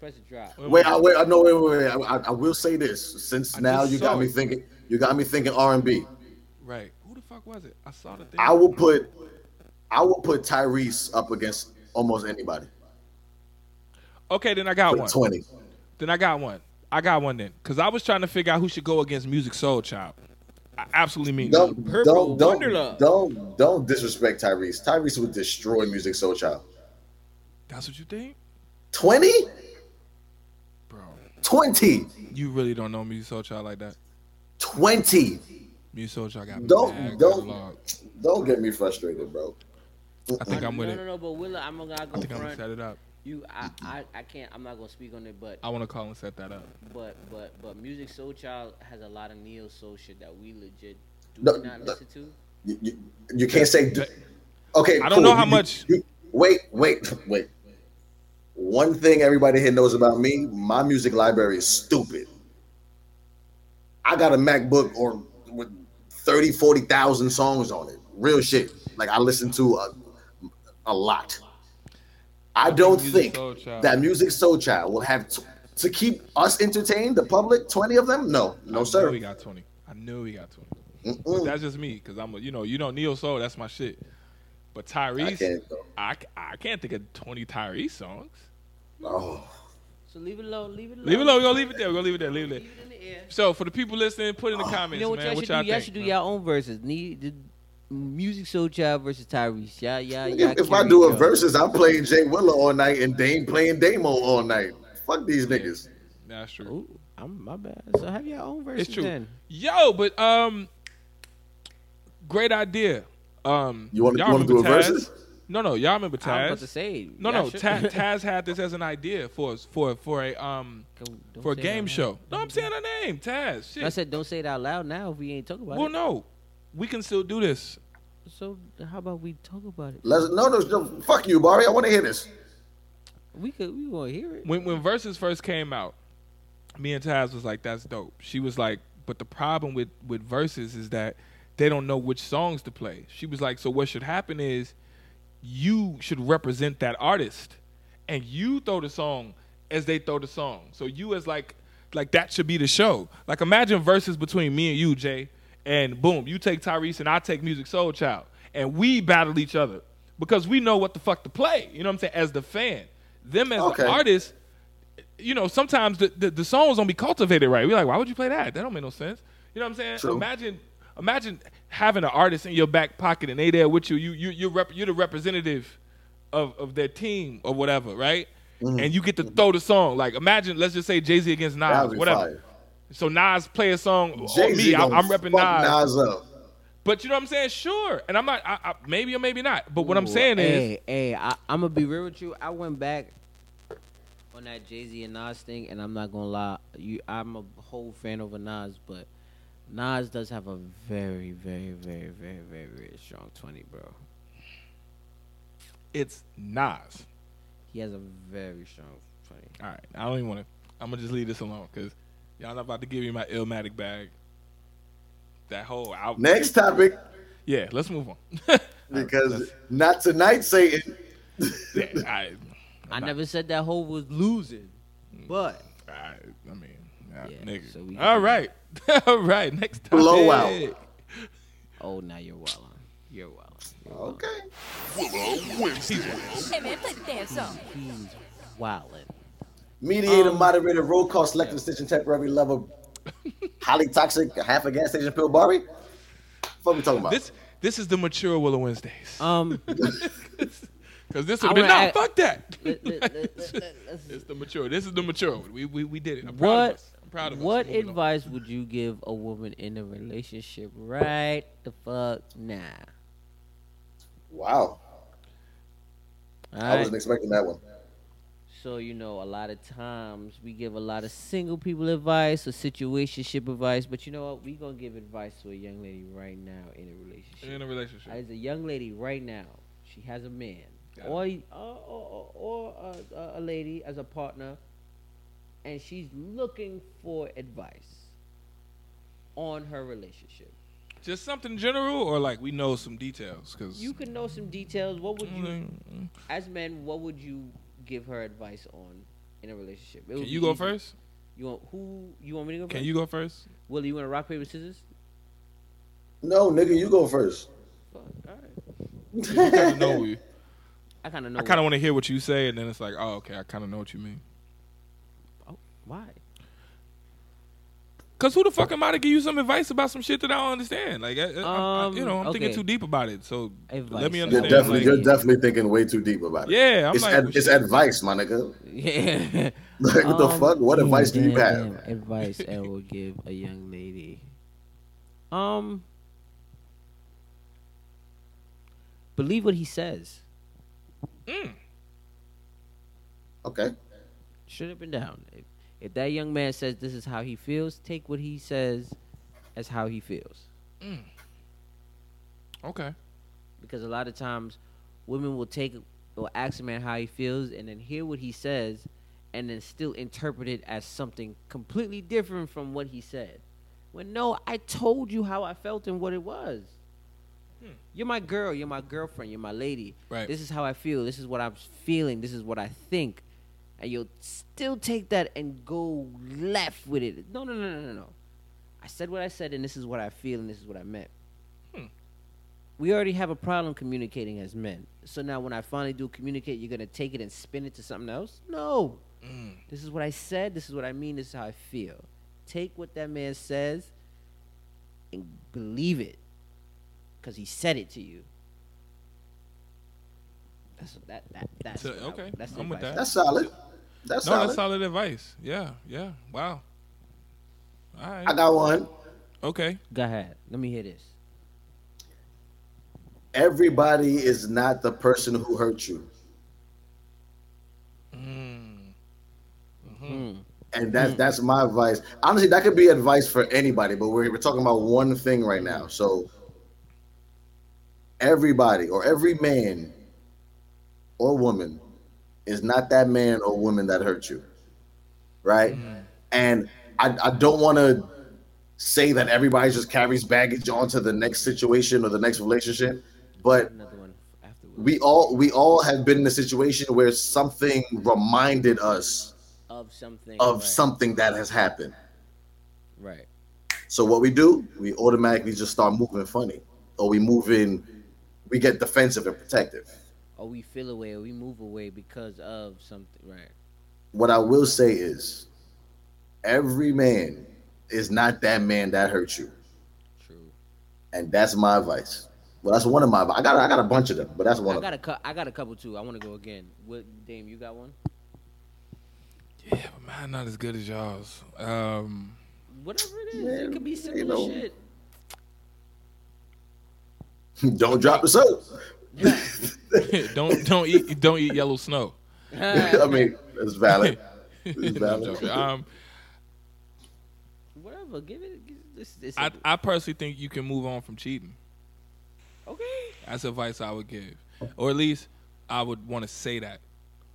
Speaker 2: Pressure drop.
Speaker 3: Wait, I, wait, I know, wait, wait, wait. I, I- I will say this. Since
Speaker 1: I
Speaker 3: now
Speaker 1: just
Speaker 3: you
Speaker 1: saw
Speaker 3: got me
Speaker 1: it.
Speaker 3: thinking, you got me thinking R and B.
Speaker 1: Right. Who the fuck was it? I saw the thing.
Speaker 3: I will put, I will put Tyrese up against almost anybody.
Speaker 1: okay, then I got one.
Speaker 3: Put 20.
Speaker 1: Then I got one. I got one then, because I was trying to figure out who should go against Music Soul Child. I absolutely mean that.
Speaker 3: Don't,
Speaker 2: Purple
Speaker 3: don't,
Speaker 2: Wonderland.
Speaker 3: don't, don't, don't disrespect Tyrese. Tyrese would destroy Music Soul Child.
Speaker 1: That's what you think,
Speaker 3: 20?
Speaker 1: bro?
Speaker 3: 20.
Speaker 1: You really don't know Music Soul Child like that.
Speaker 3: 20.
Speaker 1: Music Soul Child got
Speaker 3: Don't-
Speaker 1: mad
Speaker 3: don't-
Speaker 1: catalog.
Speaker 3: Don't get me frustrated, bro.
Speaker 1: I think I'm with
Speaker 2: no,
Speaker 1: it.
Speaker 2: no, no, but Willa, I'm gonna
Speaker 1: I
Speaker 2: go
Speaker 1: think I'm gonna
Speaker 2: front.
Speaker 1: set it up.
Speaker 2: You, I, I, I can't. I'm not gonna speak on it, but,
Speaker 1: I want to call and set that up.
Speaker 2: but, but, but, music Soul Child has a lot of neo soul shit that we legit do
Speaker 3: No,
Speaker 2: not
Speaker 3: no.
Speaker 2: listen to.
Speaker 3: You, you, you can't say. d- Okay.
Speaker 1: I don't know how
Speaker 3: You-
Speaker 1: much-
Speaker 3: you- wait, wait, wait. One thing everybody here knows about me my music library is stupid. I got a MacBook or with 30, 40,000 songs on it. Real shit. Like, I listen to a, a lot. I don't
Speaker 1: Music
Speaker 3: think
Speaker 1: Soul Child.
Speaker 3: that Music Soul Child will have t- to keep us entertained, the public, 20 of them? No, no,
Speaker 1: I
Speaker 3: sir. Mm.
Speaker 1: knew he got 20. I knew he got 20. But
Speaker 3: Mm-mm.
Speaker 1: that's just me, cause I'm, a, you know, you know, Neo Soul. That's my shit. But Tyrese, I
Speaker 3: can't, though.
Speaker 1: I, c- I can't think of 20 Tyrese songs.
Speaker 3: Oh.
Speaker 2: So leave it alone. Leave it alone.
Speaker 1: Leave it alone. We're gonna leave it there. We're gonna leave it there. Leave it there.
Speaker 2: Leave it in the air.
Speaker 1: So for the people listening, put in the
Speaker 2: Oh, You
Speaker 1: comments,
Speaker 2: know what
Speaker 1: man.
Speaker 2: y'all
Speaker 1: what
Speaker 2: should
Speaker 1: y'all
Speaker 2: do? Y'all
Speaker 1: think?
Speaker 2: should do
Speaker 1: man.
Speaker 2: y'all own verses. Need the music soul child versus Tyrese. Y'all, y'all, y'all
Speaker 3: If, if I
Speaker 2: carry
Speaker 3: do
Speaker 2: y'all.
Speaker 3: a versus, I'm playing Jay Willow all night and Dame playing Damo all night. Fuck these niggas.
Speaker 1: That's true.
Speaker 2: Ooh, I'm my bad. So have your own verses
Speaker 1: It's true.
Speaker 2: Oh, then.
Speaker 1: Yo, but um, great idea. Um,
Speaker 3: You wanna-
Speaker 1: y'all
Speaker 3: you wanna
Speaker 1: remember
Speaker 3: do a
Speaker 1: Taz?
Speaker 3: versus?
Speaker 1: No, no, y'all remember
Speaker 2: I was
Speaker 1: Taz?
Speaker 2: about to say.
Speaker 1: no,
Speaker 2: y'all
Speaker 1: no,
Speaker 2: should-
Speaker 1: Taz, Taz had this as an idea for us for for a um
Speaker 2: Don't- don't
Speaker 1: for a
Speaker 2: say it
Speaker 1: game
Speaker 2: out
Speaker 1: show.
Speaker 2: loud.
Speaker 1: No, I'm saying her name, Taz. Shit.
Speaker 2: I said don't say it out loud now if we ain't talk about
Speaker 1: well,
Speaker 2: it.
Speaker 1: no, we can still do this.
Speaker 2: So how about we talk about it?
Speaker 3: Let's no, no, no. Fuck you, Barry. I want to hear this.
Speaker 2: We could. We gonna hear it.
Speaker 1: When when verses first came out, me and Taz was like, "That's dope." She was like, "But the problem with with verses is that they don't know which songs to play." She was like, "So what should happen is you should represent that artist, and you throw the song as they throw the song. So you as like like that should be the show. Like imagine verses between me and you, Jay, and boom, you take Tyrese and I take Music Soul Child, and we battle each other because we know what the fuck to play. You know what I'm saying? As the fan, them as
Speaker 3: Okay.
Speaker 1: the artist, you know, sometimes the, the, the songs don't be cultivated right. We're like, why would you play that? That don't make no sense. You know what I'm saying?
Speaker 3: True.
Speaker 1: Imagine imagine having an artist in your back pocket and they there with you. You you you're, rep, you're the representative of, of their team or whatever, right? And you get to throw the song. Like imagine, let's just say Jay Z against
Speaker 3: Mm-hmm. That would
Speaker 1: Nas,
Speaker 3: be
Speaker 1: whatever.
Speaker 3: fire.
Speaker 1: So Nas play a song. Jay
Speaker 3: Jay-Z
Speaker 1: me, I,
Speaker 3: gonna
Speaker 1: I'm repping
Speaker 3: fuck
Speaker 1: Nas.
Speaker 3: Nas up.
Speaker 1: But you know what I'm saying? Sure. And I'm not. I, I, maybe or maybe not. But what I'm
Speaker 2: Ooh,
Speaker 1: saying is,
Speaker 2: hey, hey, I, I'm gonna be real with you. I went back on that Jay Z and Nas thing, and I'm not gonna lie. You, I'm a whole fan of Nas, but Nas does have a very, very, very, very, very, very strong twenty, bro.
Speaker 1: it's Nas.
Speaker 2: He has a very strong twenty.
Speaker 1: All right. I don't even want to. I'm gonna just leave this alone because y'all not about to give me my illmatic bag. That whole out.
Speaker 3: Next topic,
Speaker 1: Yeah. Let's move on. All right,
Speaker 3: because
Speaker 1: let's-
Speaker 3: not tonight, Satan.
Speaker 1: yeah, all right.
Speaker 2: I
Speaker 1: not-
Speaker 2: never said that hoe was losing, but
Speaker 1: All right. I mean, yeah,
Speaker 2: Yeah,
Speaker 1: nigga.
Speaker 2: so we can
Speaker 1: all
Speaker 2: do-
Speaker 1: right. all right. Next topic.
Speaker 3: Blowout.
Speaker 2: oh, now you're wildin'. You're wildin'. You're wildin'.
Speaker 3: Okay.
Speaker 5: Hey man, play the damn song.
Speaker 2: He's wildin'.
Speaker 3: Mediator,
Speaker 1: Um,
Speaker 3: moderator, roll call, selective decision, temporary level, highly toxic, half a gas station pill, Barbie. What we talking about?
Speaker 1: This this is the mature Willow Wednesdays.
Speaker 2: Um,
Speaker 1: Because this
Speaker 2: I
Speaker 1: would have been,
Speaker 2: wanna
Speaker 1: nah,
Speaker 2: ask-
Speaker 1: fuck that.
Speaker 2: let- let- let- let- let- let's-
Speaker 1: it's the mature. This is the mature. one. We, we, we did it. I'm proud of
Speaker 2: what
Speaker 1: us. I'm proud of us.
Speaker 2: what
Speaker 1: Moving on.
Speaker 2: advice would you give a woman in a relationship right the fuck now?
Speaker 3: wow, I
Speaker 2: Alright.
Speaker 3: wasn't expecting that one.
Speaker 2: So you know, a lot of times we give a lot of single people advice or situationship advice, but you know what? We gonna give advice to a young lady right now in a relationship.
Speaker 1: In a relationship.
Speaker 2: As a young lady right now, she has a man
Speaker 1: Got
Speaker 2: or or, or, or a, a- a lady as a partner, and she's looking for advice on her relationship.
Speaker 1: Just something general or like we know some details? Because.
Speaker 2: You can know some details. What would you, as men, what would you give her advice on in a relationship? It would
Speaker 1: Can
Speaker 2: be
Speaker 1: you go
Speaker 2: easy.
Speaker 1: first?
Speaker 2: You want who? You want me to go
Speaker 1: Can
Speaker 2: first?
Speaker 1: you go first?
Speaker 2: Willie, you want to rock paper scissors?
Speaker 3: No, nigga, you go first.
Speaker 2: Fuck, all right.
Speaker 1: I kind of know you.
Speaker 2: I kind of know.
Speaker 1: I kind of want to hear what you say, and then it's like, oh, okay, I kind of know what you mean.
Speaker 2: Oh, why?
Speaker 1: Cause who the fuck am I to give you some advice about some shit that I don't understand? Like, I, I- I-
Speaker 2: Um,
Speaker 1: you know, I'm thinking
Speaker 2: okay.
Speaker 1: too deep about it. So
Speaker 2: Advice.
Speaker 1: let me
Speaker 2: You're
Speaker 3: You're
Speaker 1: understand.
Speaker 3: definitely,
Speaker 1: like-
Speaker 3: you're definitely thinking way too deep about it.
Speaker 1: yeah, I'm
Speaker 3: it's,
Speaker 1: like,
Speaker 3: ad-
Speaker 1: well,
Speaker 3: it's
Speaker 1: shit.
Speaker 3: advice, my nigga.
Speaker 2: Yeah.
Speaker 3: Like, what the
Speaker 2: Um,
Speaker 3: fuck? What
Speaker 2: yeah,
Speaker 3: advice do you
Speaker 2: damn,
Speaker 3: have?
Speaker 2: damn Advice I would give a young lady. Um, believe what he says.
Speaker 3: Okay.
Speaker 2: straight up and down. If, if that young man says this is how he feels, take what he says as how he feels.
Speaker 1: okay,
Speaker 2: Because a lot of times, women will take or ask a man how he feels and then hear what he says, and then still interpret it as something completely different from what he said. When no, I told you how I felt and what it was. You're my girl. You're my girlfriend. You're my lady.
Speaker 1: Right.
Speaker 2: This is how I feel. This is what I'm feeling. This is what I think. And you'll still take that and go left with it. No, no, no, no, no, no. I said what I said, and this is what I feel, and this is what I meant. We already have a problem communicating as men. So now, when I finally do communicate, you're gonna take it
Speaker 1: Mm.
Speaker 2: and spin it to something else. No. This is what I said. This is what I mean. This is how I feel. take what that man says and believe it because he said it to you. That's that, that that's
Speaker 1: So,
Speaker 2: what I-
Speaker 1: okay,
Speaker 2: that's the
Speaker 1: I'm with
Speaker 2: advice.
Speaker 1: that.
Speaker 3: That's solid. That's
Speaker 1: no,
Speaker 3: solid.
Speaker 1: that's solid advice. Yeah, yeah. Wow. All
Speaker 3: I
Speaker 1: right.
Speaker 3: got one.
Speaker 1: Okay.
Speaker 2: Go ahead. Let me hear this.
Speaker 3: Everybody is not the person who hurt you. And that's that's my advice. Honestly, that could be advice for anybody, but we're, we're talking about one thing right now. So everybody or every man or woman is not that man or woman that hurt you. Right? And I, I don't want to say that everybody just carries baggage onto the next situation or the next relationship, but
Speaker 2: Another one afterwards.
Speaker 3: we all we all have been in a situation where something reminded us
Speaker 2: of something.
Speaker 3: of
Speaker 2: right,
Speaker 3: something that has happened.
Speaker 2: Right.
Speaker 3: So what we do, we automatically just start moving funny, or we move in, we get defensive and protective.
Speaker 2: Or we feel away, or we move away because of something. Right.
Speaker 3: What I will say is, every man is not that man that hurts you,
Speaker 2: True.
Speaker 3: and that's my advice. Well, that's one of my. I got I got a bunch of them, but that's one
Speaker 2: I
Speaker 3: of them.
Speaker 2: got a cu- I got a couple too. I want to go again. What, Dame? You got one?
Speaker 1: Yeah, but mine not as good as y'all's. Um,
Speaker 2: Whatever it is,
Speaker 3: Man,
Speaker 2: it could be
Speaker 3: you
Speaker 2: simple
Speaker 3: know.
Speaker 2: shit.
Speaker 3: Don't drop the soap.
Speaker 1: don't don't eat don't eat yellow snow.
Speaker 2: Uh.
Speaker 3: I mean, it's valid. It's
Speaker 1: No, I'm
Speaker 3: valid.
Speaker 1: joking. um,
Speaker 2: Whatever. Give it. give- This. This.
Speaker 1: I I personally think you can move on from cheating.
Speaker 2: okay.
Speaker 1: That's advice I would give, or at least I would want to say that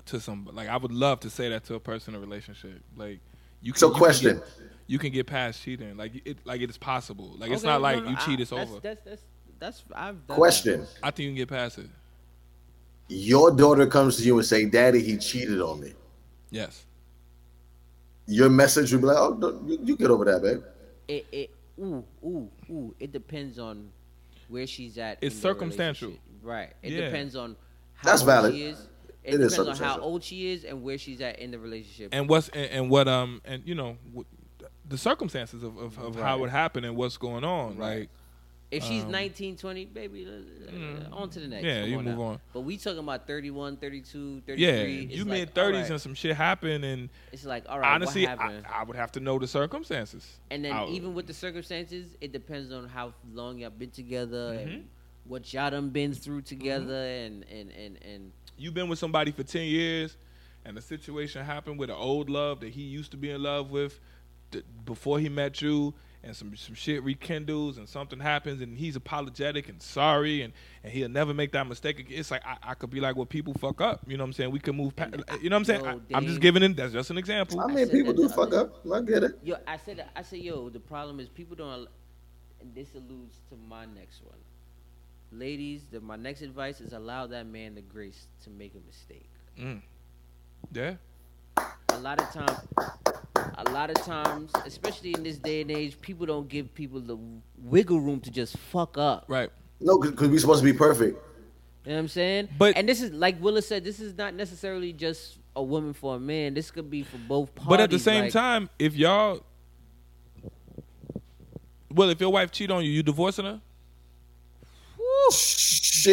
Speaker 1: to some. Like I would love to say that to a person in a relationship. Like you. Can,
Speaker 3: So
Speaker 1: you can
Speaker 3: question.
Speaker 1: get- you can get past cheating. Like it. Like it's possible. Like it's
Speaker 2: Okay,
Speaker 1: not
Speaker 2: no,
Speaker 1: like
Speaker 2: no,
Speaker 1: you
Speaker 2: I-
Speaker 1: cheat. It's
Speaker 2: that's,
Speaker 1: over.
Speaker 2: That's that's that's. I've done
Speaker 3: Question.
Speaker 1: I think you can get past it.
Speaker 3: Your daughter comes to you and say, "Daddy, he cheated on me."
Speaker 1: Yes.
Speaker 3: Your message would be like, "Oh, no, you, you get over that, babe."
Speaker 2: That. It it ooh ooh ooh. It depends on where she's at.
Speaker 1: It's
Speaker 2: in the
Speaker 1: circumstantial.
Speaker 2: relationship. Right. It
Speaker 1: Yeah.
Speaker 2: depends on how
Speaker 3: That's
Speaker 2: old
Speaker 3: valid.
Speaker 2: she is.
Speaker 3: It
Speaker 2: It,
Speaker 3: is
Speaker 2: depends on how
Speaker 3: circumstantial.
Speaker 2: old she is and where she's at in the relationship.
Speaker 1: and what's and, and what um and you know wh- the circumstances of, of, of how
Speaker 2: Right.
Speaker 1: it happened and what's going on
Speaker 2: Right.
Speaker 1: like
Speaker 2: If she's
Speaker 1: Um, Mm.
Speaker 2: nineteen, twenty, 19, 20, baby, uh, uh, on to the next.
Speaker 1: Yeah,
Speaker 2: Come
Speaker 1: you
Speaker 2: on
Speaker 1: move
Speaker 2: now.
Speaker 1: on.
Speaker 2: But we talking about 31, 32, 33.
Speaker 1: yeah
Speaker 2: It's
Speaker 1: you
Speaker 2: like,
Speaker 1: mid 30s
Speaker 2: alright.
Speaker 1: and some shit happened and
Speaker 2: It's like, all right,
Speaker 1: honestly
Speaker 2: what
Speaker 1: I,
Speaker 2: happened?
Speaker 1: I would have to know the circumstances
Speaker 2: and then
Speaker 1: I-
Speaker 2: even with the circumstances, it depends on how long y'all been together
Speaker 1: Mm-hmm.
Speaker 2: and what y'all done been through together and, and, and, and
Speaker 1: you've been with somebody for 10 years and the situation happened with an old love that he used to be in love with th- before he met you and some, some shit rekindles and something happens and he's apologetic and sorry and, and he'll never make that mistake again. It's like I, I could be like, well, people fuck up. You know what I'm saying? We can move past. You know what I'm saying?
Speaker 2: Yo,
Speaker 1: I, am just
Speaker 2: Dave.
Speaker 1: giving it. That's just an example.
Speaker 3: I
Speaker 2: I
Speaker 3: mean,
Speaker 2: said
Speaker 3: people
Speaker 2: that
Speaker 3: do
Speaker 2: the
Speaker 3: fuck
Speaker 2: other-
Speaker 3: up. I get it.
Speaker 2: yo, I said, I said, yo, the problem is people don't. al- And this alludes to my next one, ladies. The, my next advice is allow that man the grace to make a mistake.
Speaker 1: Yeah.
Speaker 2: a lot of times a lot of times especially in this day and age people don't give people the wiggle room to just fuck up
Speaker 1: Right.
Speaker 3: No, because we supposed to be perfect.
Speaker 2: you know what i'm saying
Speaker 1: But-
Speaker 2: and this is like willa said this is not necessarily just a woman for a man this could be for both parties
Speaker 1: But at the same
Speaker 2: like,
Speaker 1: time, if y'all, well, if your wife cheat on you, you divorcing her? You
Speaker 3: Shit,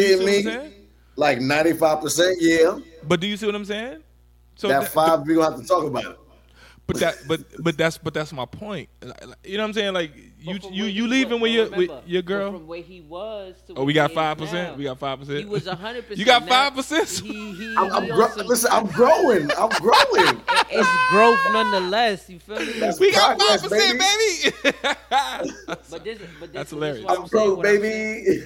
Speaker 1: see what I'm
Speaker 3: me.
Speaker 1: saying?
Speaker 3: Like ninety-five percent, yeah.
Speaker 1: But do you see what I'm saying? So
Speaker 3: that
Speaker 1: that-
Speaker 3: five, we gonna have to talk about it.
Speaker 1: But that, but but that's but that's my point. Like, like, You know what I'm saying? Like you
Speaker 2: but from
Speaker 1: you
Speaker 2: where
Speaker 1: you
Speaker 2: he
Speaker 1: leaving
Speaker 2: was-
Speaker 1: with your with
Speaker 2: remember,
Speaker 1: your
Speaker 2: but
Speaker 1: girl.
Speaker 2: from where he was to
Speaker 1: Oh,
Speaker 2: where
Speaker 1: we
Speaker 2: he
Speaker 1: got
Speaker 2: is
Speaker 1: five percent.
Speaker 2: now.
Speaker 1: We got five percent.
Speaker 2: he was 100%
Speaker 1: You got
Speaker 2: now.
Speaker 1: 5%?
Speaker 2: he, he,
Speaker 3: I'm, I'm
Speaker 2: he on
Speaker 3: gro-
Speaker 2: some-
Speaker 3: listen, I'm growing. I'm growing.
Speaker 2: it's growth nonetheless you feel me
Speaker 3: That's
Speaker 1: We got five
Speaker 3: progress,
Speaker 1: percent,
Speaker 3: baby.
Speaker 1: baby.
Speaker 2: but this but this,
Speaker 1: That's
Speaker 2: this is what
Speaker 1: hilarious.
Speaker 2: I'm saying,
Speaker 3: I'm growing,
Speaker 2: what I'm
Speaker 3: baby.